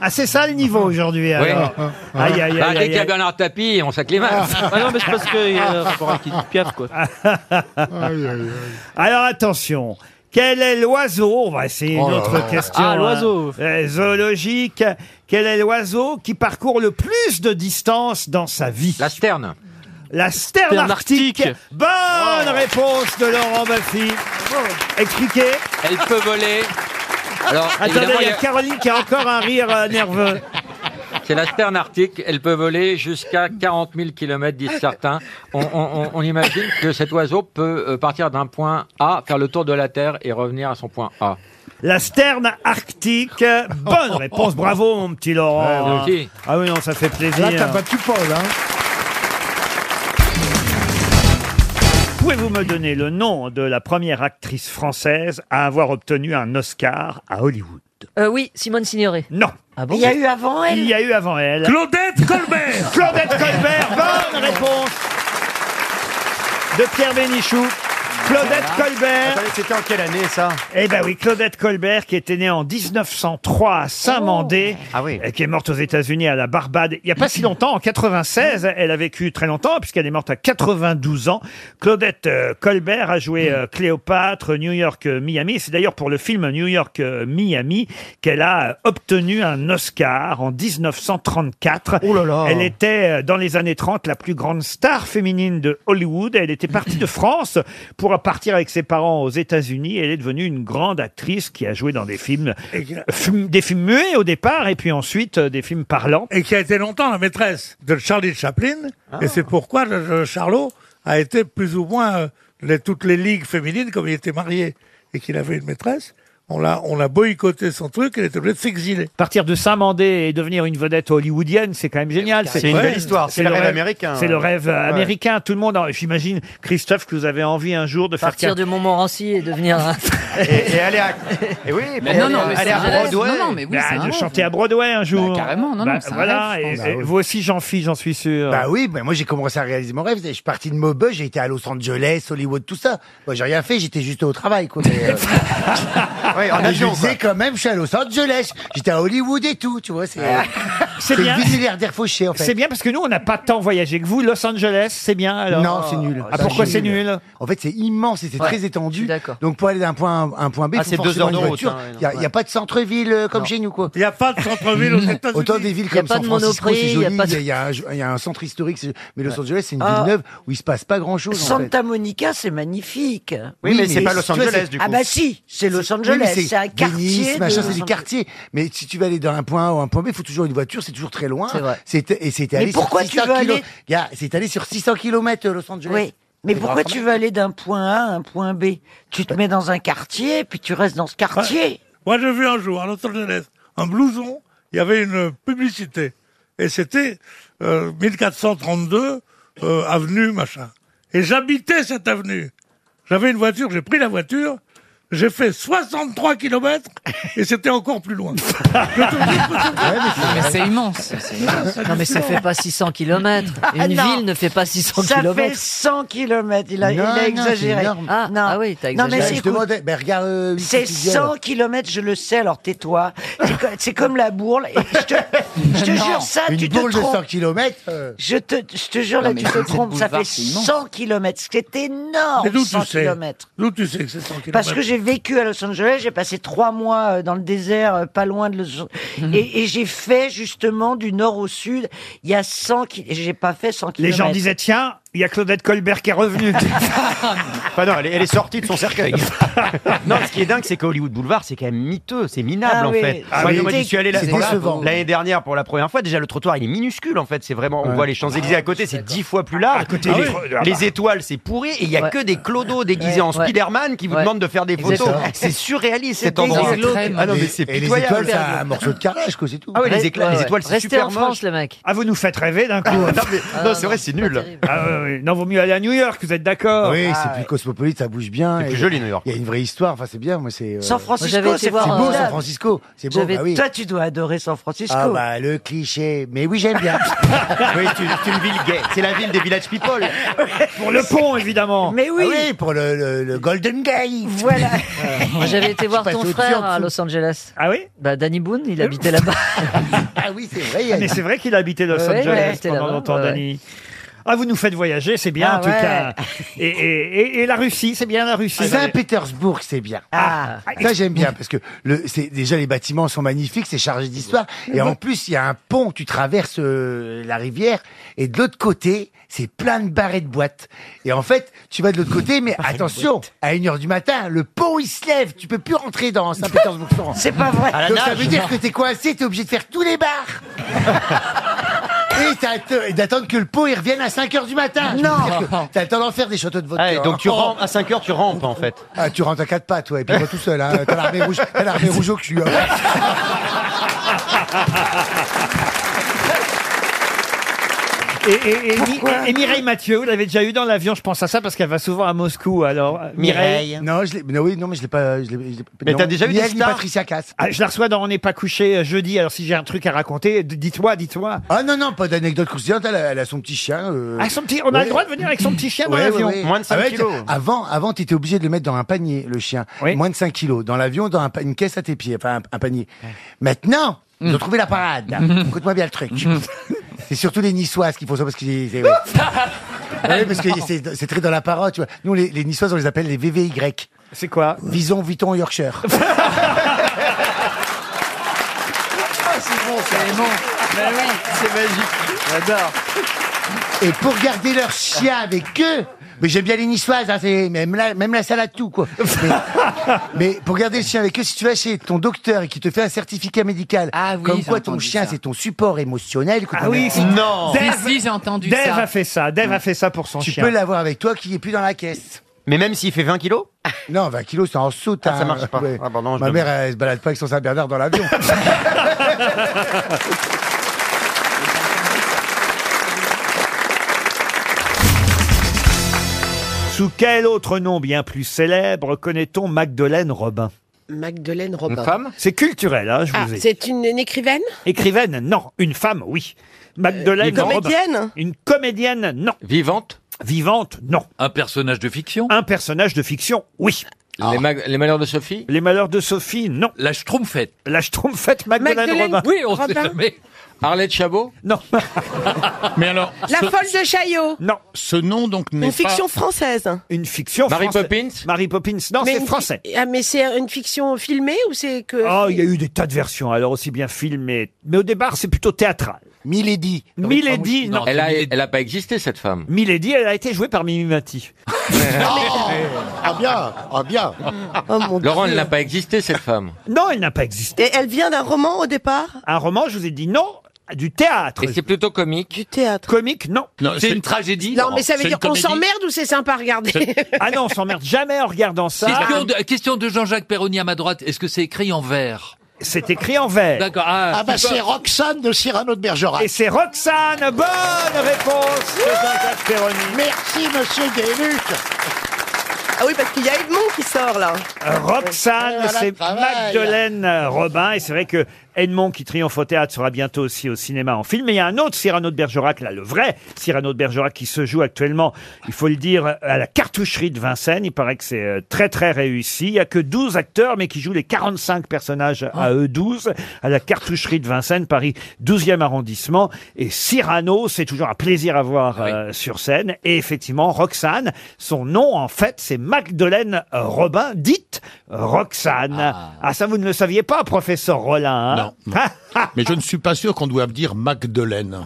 Speaker 1: Ah, c'est ça le niveau aujourd'hui.
Speaker 10: Oui.
Speaker 1: alors. Ah, Aïe, aïe,
Speaker 10: Bah,
Speaker 1: aïe,
Speaker 10: dès qu'il y
Speaker 1: aïe,
Speaker 10: a
Speaker 1: aïe.
Speaker 10: Bernard Tapie, on s'acclimate.
Speaker 1: Ah non, mais c'est parce que, euh, rapport à Edith Piaf,
Speaker 10: quoi.
Speaker 1: Alors attention. Quel est l'oiseau On va essayer
Speaker 13: Oh
Speaker 1: une
Speaker 13: là
Speaker 1: autre
Speaker 13: là.
Speaker 1: question.
Speaker 13: Ah, l'oiseau.
Speaker 1: hein, euh, zoologique. Quel est l'oiseau qui parcourt le plus de distance dans sa vie La
Speaker 10: sterne.
Speaker 1: La sterne
Speaker 13: Sterne
Speaker 1: arctique. Oh.
Speaker 13: arctique.
Speaker 1: Bonne réponse de Laurent Baffy. Expliquez.
Speaker 13: Elle peut voler.
Speaker 1: Alors, Attendez,
Speaker 13: évidemment,
Speaker 1: il y
Speaker 13: il y
Speaker 1: a
Speaker 13: a-
Speaker 1: Caroline qui a encore un rire euh, nerveux.
Speaker 8: C'est la sterne arctique, elle peut voler jusqu'à 40 000 km, disent certains. On, on- on- on imagine que cet oiseau peut euh, partir d'un point A, faire le tour de la Terre et revenir à son point A.
Speaker 1: La sterne arctique. Bonne réponse. Bravo, mon petit Laurent.
Speaker 8: Ouais, merci.
Speaker 1: ah oui, non, ça fait plaisir.
Speaker 2: Là, t'as battu Paul, hein
Speaker 1: Pouvez-vous me donner le nom de la première actrice française à avoir obtenu un Oscar à Hollywood
Speaker 11: Euh, oui, Simone Signoret. Ah
Speaker 1: Non.
Speaker 11: Il y a eu avant elle
Speaker 1: Il y a eu avant elle.
Speaker 11: Claudette
Speaker 1: Colbert Claudette Colbert, bonne réponse de Pierre Bénichou. Claudette Colbert.
Speaker 14: C'était en quelle année ça
Speaker 1: Eh ben oui, Claudette Colbert, qui était née en 1903 à Saint-Mandé,
Speaker 14: Oh. Ah
Speaker 1: et qui est morte aux États-Unis à la Barbade. Il n'y a pas si longtemps, en 96, elle a vécu très longtemps puisqu'elle est morte à 92 ans. Claudette euh, Colbert a joué euh, Cléopâtre, New York, euh, Miami. C'est d'ailleurs pour le film New York, euh, Miami qu'elle a euh, obtenu un Oscar en 1934.
Speaker 4: Oh
Speaker 1: Elle était euh, dans les années 30 la plus grande star féminine de Hollywood. Elle était partie de France pour partir avec ses parents aux États-Unis. Elle est devenue une grande actrice qui a joué dans des films, euh, fum- des films muets au départ et puis ensuite euh, des films parlants.
Speaker 4: Et qui a été longtemps la maîtresse de Charlie Chaplin.
Speaker 2: Ah.
Speaker 4: Et c'est pourquoi le- le Charlot a été plus ou moins euh, les- toutes les ligues féminines, comme il était marié et qu'il avait une maîtresse. On l'a, on a boycotté son truc, elle est obligée de s'exiler.
Speaker 1: Partir de Saint-Mandé et devenir une vedette hollywoodienne, c'est quand même génial.
Speaker 4: C'est une belle histoire, c'est le rêve américain.
Speaker 1: C'est le rêve euh,
Speaker 4: Ouais.
Speaker 1: américain. Tout le monde, en- j'imagine, Christophe, que vous avez envie un jour de faire
Speaker 11: Partir de Montmorency et devenir un...
Speaker 14: Et, aller à. Et oui,
Speaker 11: Mais non, non, mais c'est un rêve. Non, non, mais oui,
Speaker 1: Bah,
Speaker 11: c'est un
Speaker 1: de
Speaker 11: rêve.
Speaker 1: chanter à Broadway un jour.
Speaker 2: Bah, carrément, non, non,
Speaker 1: Bah,
Speaker 2: c'est un
Speaker 1: voilà,
Speaker 2: rêve, je
Speaker 1: et-
Speaker 2: pense.
Speaker 1: et
Speaker 2: Bah oui.
Speaker 1: vous aussi, j'en fiche, j'en suis sûr.
Speaker 2: Bah oui, bah moi j'ai commencé à réaliser mon rêve. Je suis parti de Maubeuge, j'ai été à Los Angeles, Hollywood, tout ça. Moi j'ai rien fait, j'étais juste au travail. Quoi, mais, euh,
Speaker 13: en
Speaker 2: mais
Speaker 13: avion,
Speaker 2: Je me disais quand même, je suis à Los Angeles, j'étais à Hollywood et tout, tu vois. C'est
Speaker 1: Ah.
Speaker 2: euh,
Speaker 1: C'est bien.
Speaker 2: le visilaire d'air fauché en fait.
Speaker 1: C'est bien parce que nous, on n'a pas tant voyagé que vous. Los Angeles, c'est bien alors
Speaker 2: Non, c'est nul.
Speaker 1: Ah,
Speaker 2: Ça,
Speaker 1: pourquoi c'est nul
Speaker 2: En fait, c'est immense et c'est
Speaker 1: Ouais,
Speaker 2: très étendu. Donc pour aller d'un point A à un point B,
Speaker 1: Ah,
Speaker 2: il
Speaker 1: c'est
Speaker 2: faut
Speaker 1: deux
Speaker 2: forcément
Speaker 1: heures de
Speaker 2: une
Speaker 1: route,
Speaker 2: voiture.
Speaker 1: hein,
Speaker 2: Il n'y a, il y a pas de centre-ville euh, comme chez nous, quoi. Mm.
Speaker 4: Il n'y a pas de centre-ville aux États-Unis.
Speaker 2: Autant des villes
Speaker 4: Il y a
Speaker 2: comme
Speaker 4: pas
Speaker 2: San
Speaker 4: de
Speaker 2: Francisco,
Speaker 4: Monoprix,
Speaker 2: c'est
Speaker 4: il y a
Speaker 2: joli.
Speaker 4: pas de-
Speaker 2: Il y, a un- il y a un centre historique, c'est- mais Los Angeles, c'est une
Speaker 6: Ah.
Speaker 2: ville neuve où il se passe pas grand-chose. en fait.
Speaker 6: Santa Monica, c'est magnifique.
Speaker 2: Oui, Oui, mais c'est mais pas Los
Speaker 6: tu vois,
Speaker 2: Angeles,
Speaker 6: c'est-
Speaker 2: du coup.
Speaker 6: Ah bah si, c'est Los Angeles,
Speaker 2: Oui, mais
Speaker 6: c'est un quartier.
Speaker 2: Venice, machin,
Speaker 6: de-
Speaker 2: c'est des quartiers. Mais si tu veux aller d'un point A ou un point B, il faut toujours une voiture, c'est toujours très loin.
Speaker 6: C'est vrai.
Speaker 2: C'est- Et c'était
Speaker 6: Mais
Speaker 2: allé sur
Speaker 6: pourquoi tu
Speaker 2: 600
Speaker 6: veux
Speaker 2: kilo-
Speaker 6: aller-
Speaker 2: Gars, C'est allé sur 600 km Los Angeles.
Speaker 6: Oui. Mais
Speaker 2: C'est
Speaker 6: pourquoi
Speaker 2: grand
Speaker 6: tu
Speaker 2: quand
Speaker 6: veux aller d'un point A à un point B Tu te mets dans un quartier, puis tu restes dans ce quartier.
Speaker 4: Moi, j'ai vu un jour à Los Angeles un blouson. Il y avait une publicité et c'était euh, 1432 euh, avenue machin. Et j'habitais cette avenue. J'avais une voiture. J'ai pris la voiture. J'ai fait 63 km et c'était encore plus loin.
Speaker 11: mais c'est immense. Non, mais ça fait pas 600 km.
Speaker 6: Ah,
Speaker 11: Une
Speaker 6: non.
Speaker 11: ville ne fait pas 600
Speaker 6: Ça
Speaker 11: km.
Speaker 6: fait 100 km. Il a,
Speaker 11: Non,
Speaker 6: il a
Speaker 11: non, c'est
Speaker 6: exagéré.
Speaker 11: énorme.
Speaker 6: Ah, non.
Speaker 11: oui, t'as
Speaker 6: Non, mais
Speaker 11: exagéré.
Speaker 6: c'est-
Speaker 2: Je
Speaker 6: écoute,
Speaker 2: demandais, ben regarde. euh,
Speaker 6: C'est
Speaker 2: Wikipédia,
Speaker 6: 100
Speaker 2: là.
Speaker 6: km, je le sais, alors tais-toi. C'est co- C'est comme la bourle. Et je te, je te
Speaker 2: Non.
Speaker 6: jure ça,
Speaker 2: Une
Speaker 6: tu te
Speaker 2: bourle de euh. 100
Speaker 6: trompes.
Speaker 2: km.
Speaker 6: Je te, je te jure,
Speaker 2: Non,
Speaker 6: là,
Speaker 2: mais
Speaker 6: tu te
Speaker 2: c'est-
Speaker 6: trompes.
Speaker 2: c'est
Speaker 6: Ça fait
Speaker 2: boulevard, c'est immense.
Speaker 6: 100 km, ce qui est énorme.
Speaker 4: Mais d'où tu
Speaker 6: 100
Speaker 4: sais
Speaker 6: kilomètres.
Speaker 4: D'où tu sais que c'est 100 km
Speaker 6: Parce que j'ai vécu à Los Angeles, j'ai passé trois mois euh, dans le désert, euh, pas loin de Los
Speaker 2: Mhm.
Speaker 6: Angeles. Et, et j'ai fait justement du nord au sud, il y a 100 kilomètres. J'ai pas fait 100
Speaker 1: Les
Speaker 6: kilomètres.
Speaker 1: gens disaient tiens, il y a Claudette Colbert qui est revenue.
Speaker 14: Enfin non, elle est, elle est sortie de son cercueil. non, ce qui est dingue, c'est que Hollywood Boulevard, c'est quand même miteux, c'est minable
Speaker 13: Ah
Speaker 14: en
Speaker 13: oui.
Speaker 14: fait.
Speaker 13: Ah
Speaker 14: moi,
Speaker 13: oui.
Speaker 14: moi, j'y suis allé la-
Speaker 13: C'est
Speaker 14: l'année
Speaker 13: décevant.
Speaker 14: l'année dernière pour la première fois. Déjà, le trottoir, il est minuscule en fait. C'est vraiment, on voit les Champs Élysées
Speaker 2: Ah,
Speaker 14: à côté, c'est dix fois plus large.
Speaker 13: côté,
Speaker 14: Et
Speaker 13: les-
Speaker 14: les, les étoiles, c'est pourri. Et il y a
Speaker 13: Ouais.
Speaker 14: que des clodos déguisés en
Speaker 13: Ouais.
Speaker 14: Spider-Man qui vous
Speaker 13: Ouais.
Speaker 14: demandent de faire des photos.
Speaker 13: Exactement.
Speaker 14: C'est surréaliste
Speaker 13: C'est
Speaker 14: cet endroit.
Speaker 13: dégueulasse. Crème.
Speaker 14: Ah non, mais c'est
Speaker 2: Et les
Speaker 14: pitoyable.
Speaker 2: étoiles, c'est un morceau de carrelage, quoi, c'est tout.
Speaker 14: Ah oui, les, écla- les étoiles, c'est super moche.
Speaker 1: mec. Ah, vous nous faites rêver d'un coup. hein.
Speaker 14: Non, mais- non, c'est vrai, c'est nul.
Speaker 1: Ah, ouais, ouais. Non, vaut mieux aller à New York, vous êtes
Speaker 6: Oh,
Speaker 1: d'accord
Speaker 2: Oui,
Speaker 6: ah
Speaker 2: c'est plus cosmopolite, ça bouge bien.
Speaker 14: C'est plus
Speaker 2: Et
Speaker 14: joli, New York.
Speaker 2: Il y a une vraie histoire. Enfin, c'est bien. Moi, c'est. euh,
Speaker 6: San
Speaker 2: moi, j'avais
Speaker 6: Francisco,
Speaker 2: été
Speaker 6: c'est
Speaker 2: voir, C'est beau, San
Speaker 6: formidable.
Speaker 2: Francisco. C'est beau.
Speaker 6: J'avais-
Speaker 2: bah oui.
Speaker 6: Toi, tu dois adorer San Francisco.
Speaker 2: Ah bah le cliché. Mais oui, j'aime bien.
Speaker 14: oui, tu- c'est une ville gay. C'est la ville des village people.
Speaker 1: Pour le pont, évidemment.
Speaker 6: Mais
Speaker 2: oui. Ah oui, pour le, le- le Golden Gate.
Speaker 6: Voilà.
Speaker 11: Moi, Euh, J'avais été voir ton frère à Los Angeles.
Speaker 1: Ah oui
Speaker 11: Bah, Danny Boone, il habitait là-bas.
Speaker 2: Ah oui, c'est vrai. il y a-
Speaker 1: Mais c'est vrai qu'il a habité Los
Speaker 11: Ouais, ouais,
Speaker 1: Angeles
Speaker 11: c'était
Speaker 1: pendant
Speaker 11: là-bas,
Speaker 1: longtemps,
Speaker 11: ouais, ouais.
Speaker 1: Dany. Ah, vous nous faites voyager, c'est bien
Speaker 2: Ah
Speaker 1: en tout
Speaker 2: ouais.
Speaker 1: cas. Et, et- et- et la Russie, c'est bien la Russie.
Speaker 2: Ah, Saint-Pétersbourg, c'est bien.
Speaker 1: Ah.
Speaker 2: Ça, j'aime bien parce que le, c'est, déjà les bâtiments sont magnifiques, c'est chargé d'histoire. Et en plus, il y a un pont, tu traverses euh, la rivière et de l'autre côté, c'est plein de barrets de boîtes. Et en fait, tu vas de l'autre côté, mais attention, à 1h du matin, le pont il se lève, tu peux plus rentrer dans Saint-Pétersbourg.
Speaker 6: C'est pas vrai. À la
Speaker 2: Donc ça
Speaker 6: nage.
Speaker 2: veut dire que t'es coincé, t'es obligé de faire tous les bars. Et t'atte- Et d'attendre que le pont il revienne à 5h du matin. Je veux
Speaker 14: Non.
Speaker 2: dire que T'as le temps d'en faire des châteaux de vodka.
Speaker 14: Ah, et donc tu
Speaker 2: Oh.
Speaker 14: rampes, à 5 heures, tu rampes en fait.
Speaker 2: Ah, tu rentres à quatre pattes, ouais, et puis pas tout seul, hein. T'as l'armée rouge, t'as l'armée rouge au cul. hein.
Speaker 1: Et, et- et Mi- et Mireille Mathieu, vous l'avez déjà eu dans l'avion, je pense à ça parce qu'elle va souvent à Moscou. Alors, euh, Mireille.
Speaker 2: Non, je l'ai, non, oui, non, mais je l'ai pas, je l'ai, je l'ai-
Speaker 1: Mais
Speaker 2: non,
Speaker 1: t'as déjà vu
Speaker 2: ni
Speaker 1: des
Speaker 2: elle, ni
Speaker 1: stars
Speaker 2: Patricia Cass.
Speaker 1: Ah, je la reçois dans On n'est pas couché euh, jeudi, alors si j'ai un truc à raconter, d- dites-moi, dites-moi.
Speaker 2: Ah non, non, pas d'anecdote croustillante, elle a, elle a son petit chien. euh.
Speaker 1: Ah, son petit- on a le droit de venir avec son petit chien dans l'avion. Moins de cinq
Speaker 2: Ah ouais,
Speaker 1: kilos.
Speaker 2: t'as- Avant, avant, t'étais obligé de le mettre dans un panier, le chien. Moins de 5 kilos. Dans l'avion, dans un pa- une caisse à tes pieds, enfin, un, un panier. Maintenant,
Speaker 1: Mm.
Speaker 2: ils ont trouvé la parade. Écoute-moi bien le truc. C'est surtout les niçoises qui font ça parce que c'est- ouais. Ouais, parce que c'est c'est très dans la parole, tu vois. Nous, les, les niçoises, on les appelle les VVY.
Speaker 1: C'est quoi
Speaker 2: Vison, Vuitton, Yorkshire.
Speaker 7: c'est bon, c'est bon. oui, c'est magique. J'adore.
Speaker 2: Et pour garder leur chien avec eux, mais j'aime bien les niçoises, hein, c'est même la, même la salade tout, quoi. Mais, mais pour garder le chien avec eux, si tu vas chez ton docteur et qu'il te fait un certificat médical, comme
Speaker 1: Ah j'ai
Speaker 2: quoi ton
Speaker 1: entendu
Speaker 2: chien,
Speaker 1: ça.
Speaker 2: c'est ton support émotionnel. quand
Speaker 1: Ah
Speaker 2: on
Speaker 1: oui,
Speaker 2: est
Speaker 1: si-
Speaker 2: petit.
Speaker 1: Non. Dave- Si, si, j'ai entendu Dave ça. a fait ça, Dave a fait ça pour son
Speaker 2: tu
Speaker 1: chien.
Speaker 2: Tu peux l'avoir avec toi qui est plus dans la caisse.
Speaker 14: Mais même s'il fait 20 kilos
Speaker 2: Non, 20 kilos, c'est en hein. saute.
Speaker 14: Ah, ça marche pas. Ah, pardon, je
Speaker 2: Ma
Speaker 14: me-
Speaker 2: mère, elle, se balade pas avec son Saint-Bernard dans l'avion.
Speaker 1: Sous quel autre nom bien plus célèbre connaît-on Magdeleine Robin
Speaker 23: Magdeleine Robin.
Speaker 1: C'est culturel, hein, je
Speaker 23: Ah,
Speaker 1: vous ai
Speaker 23: c'est une, une écrivaine
Speaker 1: Écrivaine, non. Une femme, oui. Magdeleine.
Speaker 23: Une comédienne
Speaker 1: Robin. Une comédienne, non. Vivante Vivante, non.
Speaker 12: Un personnage de fiction
Speaker 1: Un personnage de fiction, oui. Ah.
Speaker 12: Les, malheurs de Sophie
Speaker 1: Les malheurs de Sophie, non.
Speaker 12: La Schtroumpfette
Speaker 1: La Schtroumpfette Magdeleine,
Speaker 12: Magdeleine
Speaker 1: Robin.
Speaker 12: Oui, on sait Robin. jamais.
Speaker 1: Arlette Chabot Non. Mais alors.
Speaker 23: La folle de Chaillot
Speaker 1: Non.
Speaker 17: Ce nom donc n'est
Speaker 23: Une
Speaker 17: pas.
Speaker 23: fiction française
Speaker 1: Une fiction
Speaker 17: Mary
Speaker 1: française.
Speaker 17: Poppins
Speaker 1: Mary Poppins, non,
Speaker 23: Mais
Speaker 1: c'est
Speaker 23: une-
Speaker 1: français.
Speaker 23: Ah, mais c'est une fiction filmée ou c'est que...
Speaker 1: Ah, il y a eu des tas de versions, alors aussi bien filmées. Mais au départ, c'est plutôt théâtral.
Speaker 2: Milady.
Speaker 1: Milady, non.
Speaker 12: Elle a, elle a pas existé cette femme.
Speaker 1: Milady, elle a été jouée par Mimimati.
Speaker 16: Ah bien, ah bien.
Speaker 12: Laurent, elle n'a pas existé cette femme.
Speaker 1: Non, elle n'a pas existé.
Speaker 16: Et elle vient d'un roman au départ
Speaker 1: Un roman, je vous ai dit non, du théâtre.
Speaker 12: Et c'est plutôt comique. Du
Speaker 16: théâtre.
Speaker 1: Comique, non.
Speaker 12: c'est une tragédie.
Speaker 23: Non, mais ça veut dire qu'on s'emmerde ou c'est sympa à regarder
Speaker 1: Ah non, on s'emmerde jamais en regardant ça.
Speaker 12: Question de, question de Jean-Jacques Perroni à ma droite. Est-ce que c'est écrit en vers
Speaker 1: C'est écrit en vers.
Speaker 12: D'accord. Ah,
Speaker 16: Ah bah c'est Roxane de Cyrano de Bergerac.
Speaker 1: Et c'est Roxane, bonne réponse de Jean-Jacques Perroni.
Speaker 16: Merci Monsieur Guéluc. Ah oui, parce qu'il y a Edmond qui sort là.
Speaker 1: Roxane,
Speaker 16: Voilà,
Speaker 1: c'est
Speaker 16: travail.
Speaker 1: Magdeleine Robin. Et c'est vrai que Edmond qui triomphe au théâtre sera bientôt aussi au cinéma en film. Mais il y a un autre Cyrano de Bergerac, là, le vrai Cyrano de Bergerac qui se joue actuellement, il faut le dire, à la cartoucherie de Vincennes. Il paraît que c'est euh, très très réussi. Il y a que 12 acteurs, mais qui jouent les 45 personnages à eux 12 à la cartoucherie de Vincennes, Paris 12e arrondissement. Et Cyrano, c'est toujours un plaisir à voir euh, sur scène. Et effectivement, Roxane, son nom en fait, c'est Magdeleine euh, Robin, dite Roxane. Ah. ça vous ne le saviez pas, professeur Rollin hein
Speaker 17: Mais je ne suis pas sûr qu'on doive dire Magdeleine.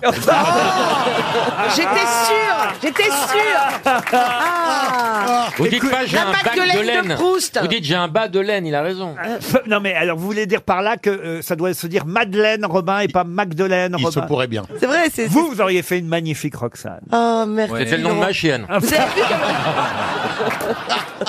Speaker 23: J'étais sûre J'étais sûre Ah.
Speaker 12: Vous dites pas j'ai
Speaker 23: La
Speaker 12: un
Speaker 23: pâte
Speaker 12: bac
Speaker 23: de
Speaker 12: de
Speaker 23: laine de
Speaker 12: laine.
Speaker 23: Proust.
Speaker 12: Vous dites j'ai un bas de laine, il a raison.
Speaker 1: Euh, non mais alors vous voulez dire par là que euh, ça doit se dire Madeleine Robin et pas Magdeleine Robin.
Speaker 17: se pourrait bien.
Speaker 16: C'est vrai, c'est.
Speaker 1: Vous, vous auriez fait une magnifique Roxane.
Speaker 16: Oh merci.
Speaker 12: C'était le nom de ma chienne.
Speaker 1: Vous
Speaker 16: avez vu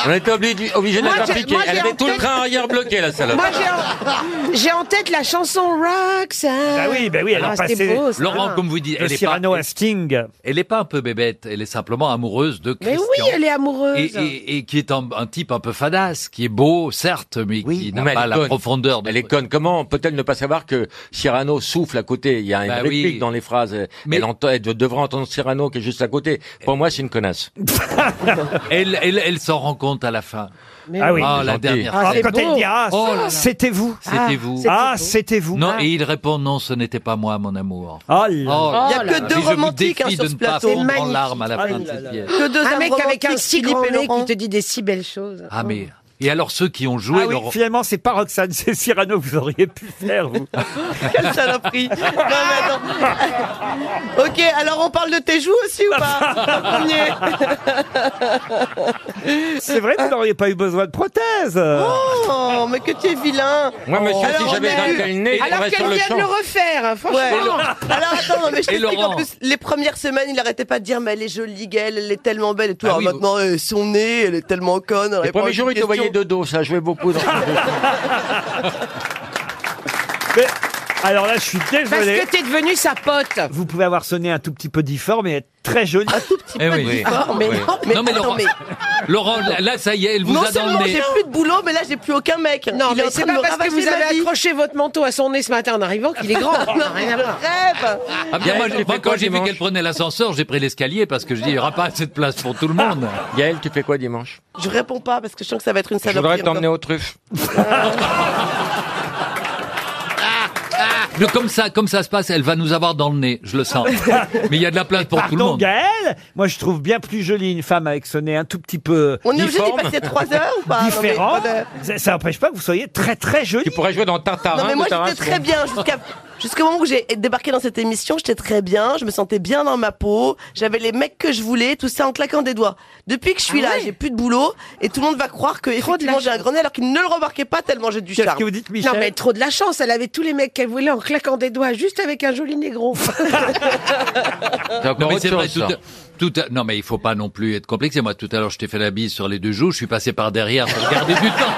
Speaker 12: On était obligé, obligé de
Speaker 23: Moi, j'ai-
Speaker 12: l'appliquer.
Speaker 23: moi,
Speaker 12: Elle
Speaker 23: j'ai
Speaker 12: avait
Speaker 23: en
Speaker 12: tout le
Speaker 23: tête-
Speaker 12: train arrière bloqué, la salope.
Speaker 23: Moi, j'ai en... j'ai en tête la chanson Roxane.
Speaker 12: Bah oui, bah oui, elle
Speaker 23: ah,
Speaker 12: a
Speaker 23: c'était
Speaker 12: passé-
Speaker 23: beau, ça.
Speaker 12: Laurent, comme vous dites,
Speaker 1: De
Speaker 12: elle est
Speaker 1: Cyrano
Speaker 12: pas-
Speaker 1: à Sting.
Speaker 12: Elle n'est pas un peu bébête, elle est simplement amoureuse de
Speaker 23: Mais
Speaker 12: Christian.
Speaker 23: oui, elle est amoureuse.
Speaker 12: Et, et- et qui est un, un type un peu fadasse, qui est beau, certes, mais qui n'a Mais pas elle est la conne. profondeur. De...
Speaker 10: Elle est conne. Comment peut-elle ne pas savoir que Cyrano souffle à côté Il y a une
Speaker 12: Bah oui.
Speaker 10: réplique dans les phrases. Mais... Elle, entend- elle devrait entendre Cyrano qui est juste à côté. Pour moi, c'est une connasse.
Speaker 12: Elle, elle, elle s'en rend compte à la fin.
Speaker 1: Mais Ah oui.
Speaker 12: Ah, la
Speaker 1: Gentil.
Speaker 12: dernière
Speaker 1: Ah,
Speaker 12: scène.
Speaker 1: quand elle dit, ah,
Speaker 12: Oh là là.
Speaker 1: c'était vous.
Speaker 12: C'était
Speaker 1: Ah,
Speaker 12: vous.
Speaker 1: c'était Ah, vous. c'était vous.
Speaker 12: Non,
Speaker 1: Ah.
Speaker 12: et il répond non, ce n'était pas moi, mon amour.
Speaker 1: Oh là
Speaker 12: là
Speaker 16: Il y a
Speaker 12: là
Speaker 16: que
Speaker 12: là.
Speaker 16: deux
Speaker 12: Et je vous
Speaker 16: romantiques, hein,
Speaker 12: défie
Speaker 16: sur
Speaker 12: de
Speaker 16: ce
Speaker 12: ne pas
Speaker 16: plateau.
Speaker 12: fondre
Speaker 16: C'est
Speaker 12: en
Speaker 16: magnifique.
Speaker 12: larmes à la
Speaker 16: Ah
Speaker 12: fin
Speaker 16: là
Speaker 12: de cette
Speaker 16: là.
Speaker 12: pièce.
Speaker 16: Que
Speaker 23: Un
Speaker 16: deux hommes
Speaker 23: mec avec un
Speaker 16: romantiques,
Speaker 23: si
Speaker 16: Philippe
Speaker 23: grand
Speaker 16: et
Speaker 23: nez
Speaker 16: Laurent.
Speaker 23: qui te dit des si belles choses.
Speaker 12: Ah mais et alors ceux qui ont joué
Speaker 1: Ah oui,
Speaker 12: leur-
Speaker 1: finalement, c'est pas Roxane, c'est Cyrano que vous auriez pu faire, vous.
Speaker 16: Quelle saloperie Non mais attends. Ok, alors on parle de tes joues aussi ou pas
Speaker 1: C'est vrai que vous n'auriez pas eu besoin de prothèse.
Speaker 16: Oh, mais que tu es vilain
Speaker 1: Moi, monsieur, si
Speaker 16: on
Speaker 1: j'avais
Speaker 16: a
Speaker 1: un
Speaker 16: eu-
Speaker 1: tel nez, il
Speaker 16: Alors
Speaker 1: serait
Speaker 16: qu'elle
Speaker 1: sur
Speaker 16: vient
Speaker 1: le
Speaker 16: de le
Speaker 1: champ.
Speaker 16: refaire, hein, franchement
Speaker 1: Et Laurent.
Speaker 16: Alors attends, non, mais je
Speaker 1: Et
Speaker 16: t'explique en
Speaker 1: Laurent.
Speaker 16: plus, les premières semaines, il arrêtait pas de dire « Mais elle est jolie, Gaëlle, elle est tellement belle et tout
Speaker 7: Ah
Speaker 16: Alors
Speaker 7: oui,
Speaker 16: maintenant, euh, son nez, elle est tellement conne
Speaker 7: Les
Speaker 16: elle répond à
Speaker 7: premiers
Speaker 16: une
Speaker 7: jours, ils te
Speaker 16: question.
Speaker 7: voyaient de dos, ça jouait beaucoup dans
Speaker 1: Mais, alors là, je suis
Speaker 23: Parce
Speaker 1: désolé.
Speaker 23: que t'es devenu sa pote.
Speaker 1: Vous pouvez avoir sonné un tout petit peu difforme et être très joli. Un tout petit
Speaker 12: Eh oui. Oui. non mais Laurent, Laurent, là, là, ça y est, elle vous
Speaker 16: Non
Speaker 12: a dans
Speaker 16: seulement
Speaker 12: le nez.
Speaker 16: j'ai plus de boulot, mais là j'ai plus aucun mec
Speaker 23: Non,
Speaker 16: Il est
Speaker 23: mais
Speaker 16: en
Speaker 23: c'est
Speaker 16: train de
Speaker 23: pas
Speaker 16: me
Speaker 23: parce que vous
Speaker 16: ravager ma
Speaker 23: avez
Speaker 16: vie.
Speaker 23: accroché votre manteau à son nez ce matin en arrivant qu'il est grand. Ça n'a rien à voir.
Speaker 16: Rêve
Speaker 12: Ah bien, moi,
Speaker 7: Gaël, tu
Speaker 12: moi,
Speaker 7: fais
Speaker 12: quand
Speaker 7: quoi
Speaker 12: j'ai vu
Speaker 7: dimanche
Speaker 12: qu'elle prenait l'ascenseur, j'ai pris l'escalier parce que je dis il n'y aura pas assez de place pour tout le monde.
Speaker 7: Gaël, tu fais quoi dimanche
Speaker 16: Je réponds pas parce que je sens que ça va être une
Speaker 7: Je
Speaker 16: saloperie.
Speaker 7: voudrais t'emmener
Speaker 16: encore.
Speaker 7: aux truffes.
Speaker 12: Euh. Mais comme ça, comme ça se passe, elle va nous avoir dans le nez, je le sens. Mais il y a de la place pour tout le
Speaker 1: Pardon,
Speaker 12: monde.
Speaker 1: Gaël Moi, je trouve bien plus jolie une femme avec ce nez un tout petit peu.
Speaker 16: On est obligé d'y
Speaker 1: difforme.
Speaker 16: passer trois heures ou pas Non, mais
Speaker 1: Différent.
Speaker 16: pas
Speaker 1: Ça- Ça n'empêche pas que vous soyez très très jolie. Tu
Speaker 7: pourrais jouer dans Tartarin.
Speaker 16: Non mais moi j'étais très bien jusqu'à jusqu'au moment où j'ai débarqué dans cette émission, j'étais très bien, je me sentais bien dans ma peau, j'avais les mecs que je voulais, tout ça en claquant des doigts. Depuis que je
Speaker 1: Ah
Speaker 16: suis là, j'ai plus de boulot et tout le monde va croire que effectivement j'ai un grenet alors qu'ils ne le remarquaient pas tellement j'ai du charme.
Speaker 23: Non, mais trop de la chance. Elle avait tous les mecs qu'elle voulait en claquant des doigts, juste avec un joli négro.
Speaker 12: Non, mais
Speaker 7: autre
Speaker 12: c'est vrai,
Speaker 7: chose,
Speaker 12: tout, tout à- non, mais il faut pas non plus être complexé. Moi, tout à l'heure, je t'ai fait la bise sur les deux joues, je suis passé par derrière pour garder du temps.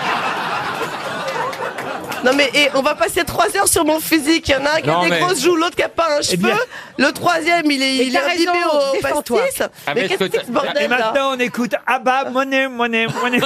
Speaker 16: Non mais et on va passer trois heures sur mon physique. Il y en a un qui
Speaker 12: Non,
Speaker 16: a des
Speaker 12: mais-
Speaker 16: grosses joues, l'autre qui a pas un cheveu,
Speaker 1: Eh bien-
Speaker 16: le troisième il est
Speaker 1: Et
Speaker 16: il est
Speaker 1: t'as
Speaker 16: imbibé
Speaker 1: raison,
Speaker 16: au
Speaker 1: défends-toi.
Speaker 16: pastis.
Speaker 1: Ah, mais
Speaker 16: mais
Speaker 1: est-ce
Speaker 16: qu'est-ce que
Speaker 1: que
Speaker 16: c'est que ce
Speaker 1: t'as-
Speaker 16: bordel
Speaker 1: Et
Speaker 16: là
Speaker 1: maintenant, on écoute Abba, monnaie, monnaie, monnaie.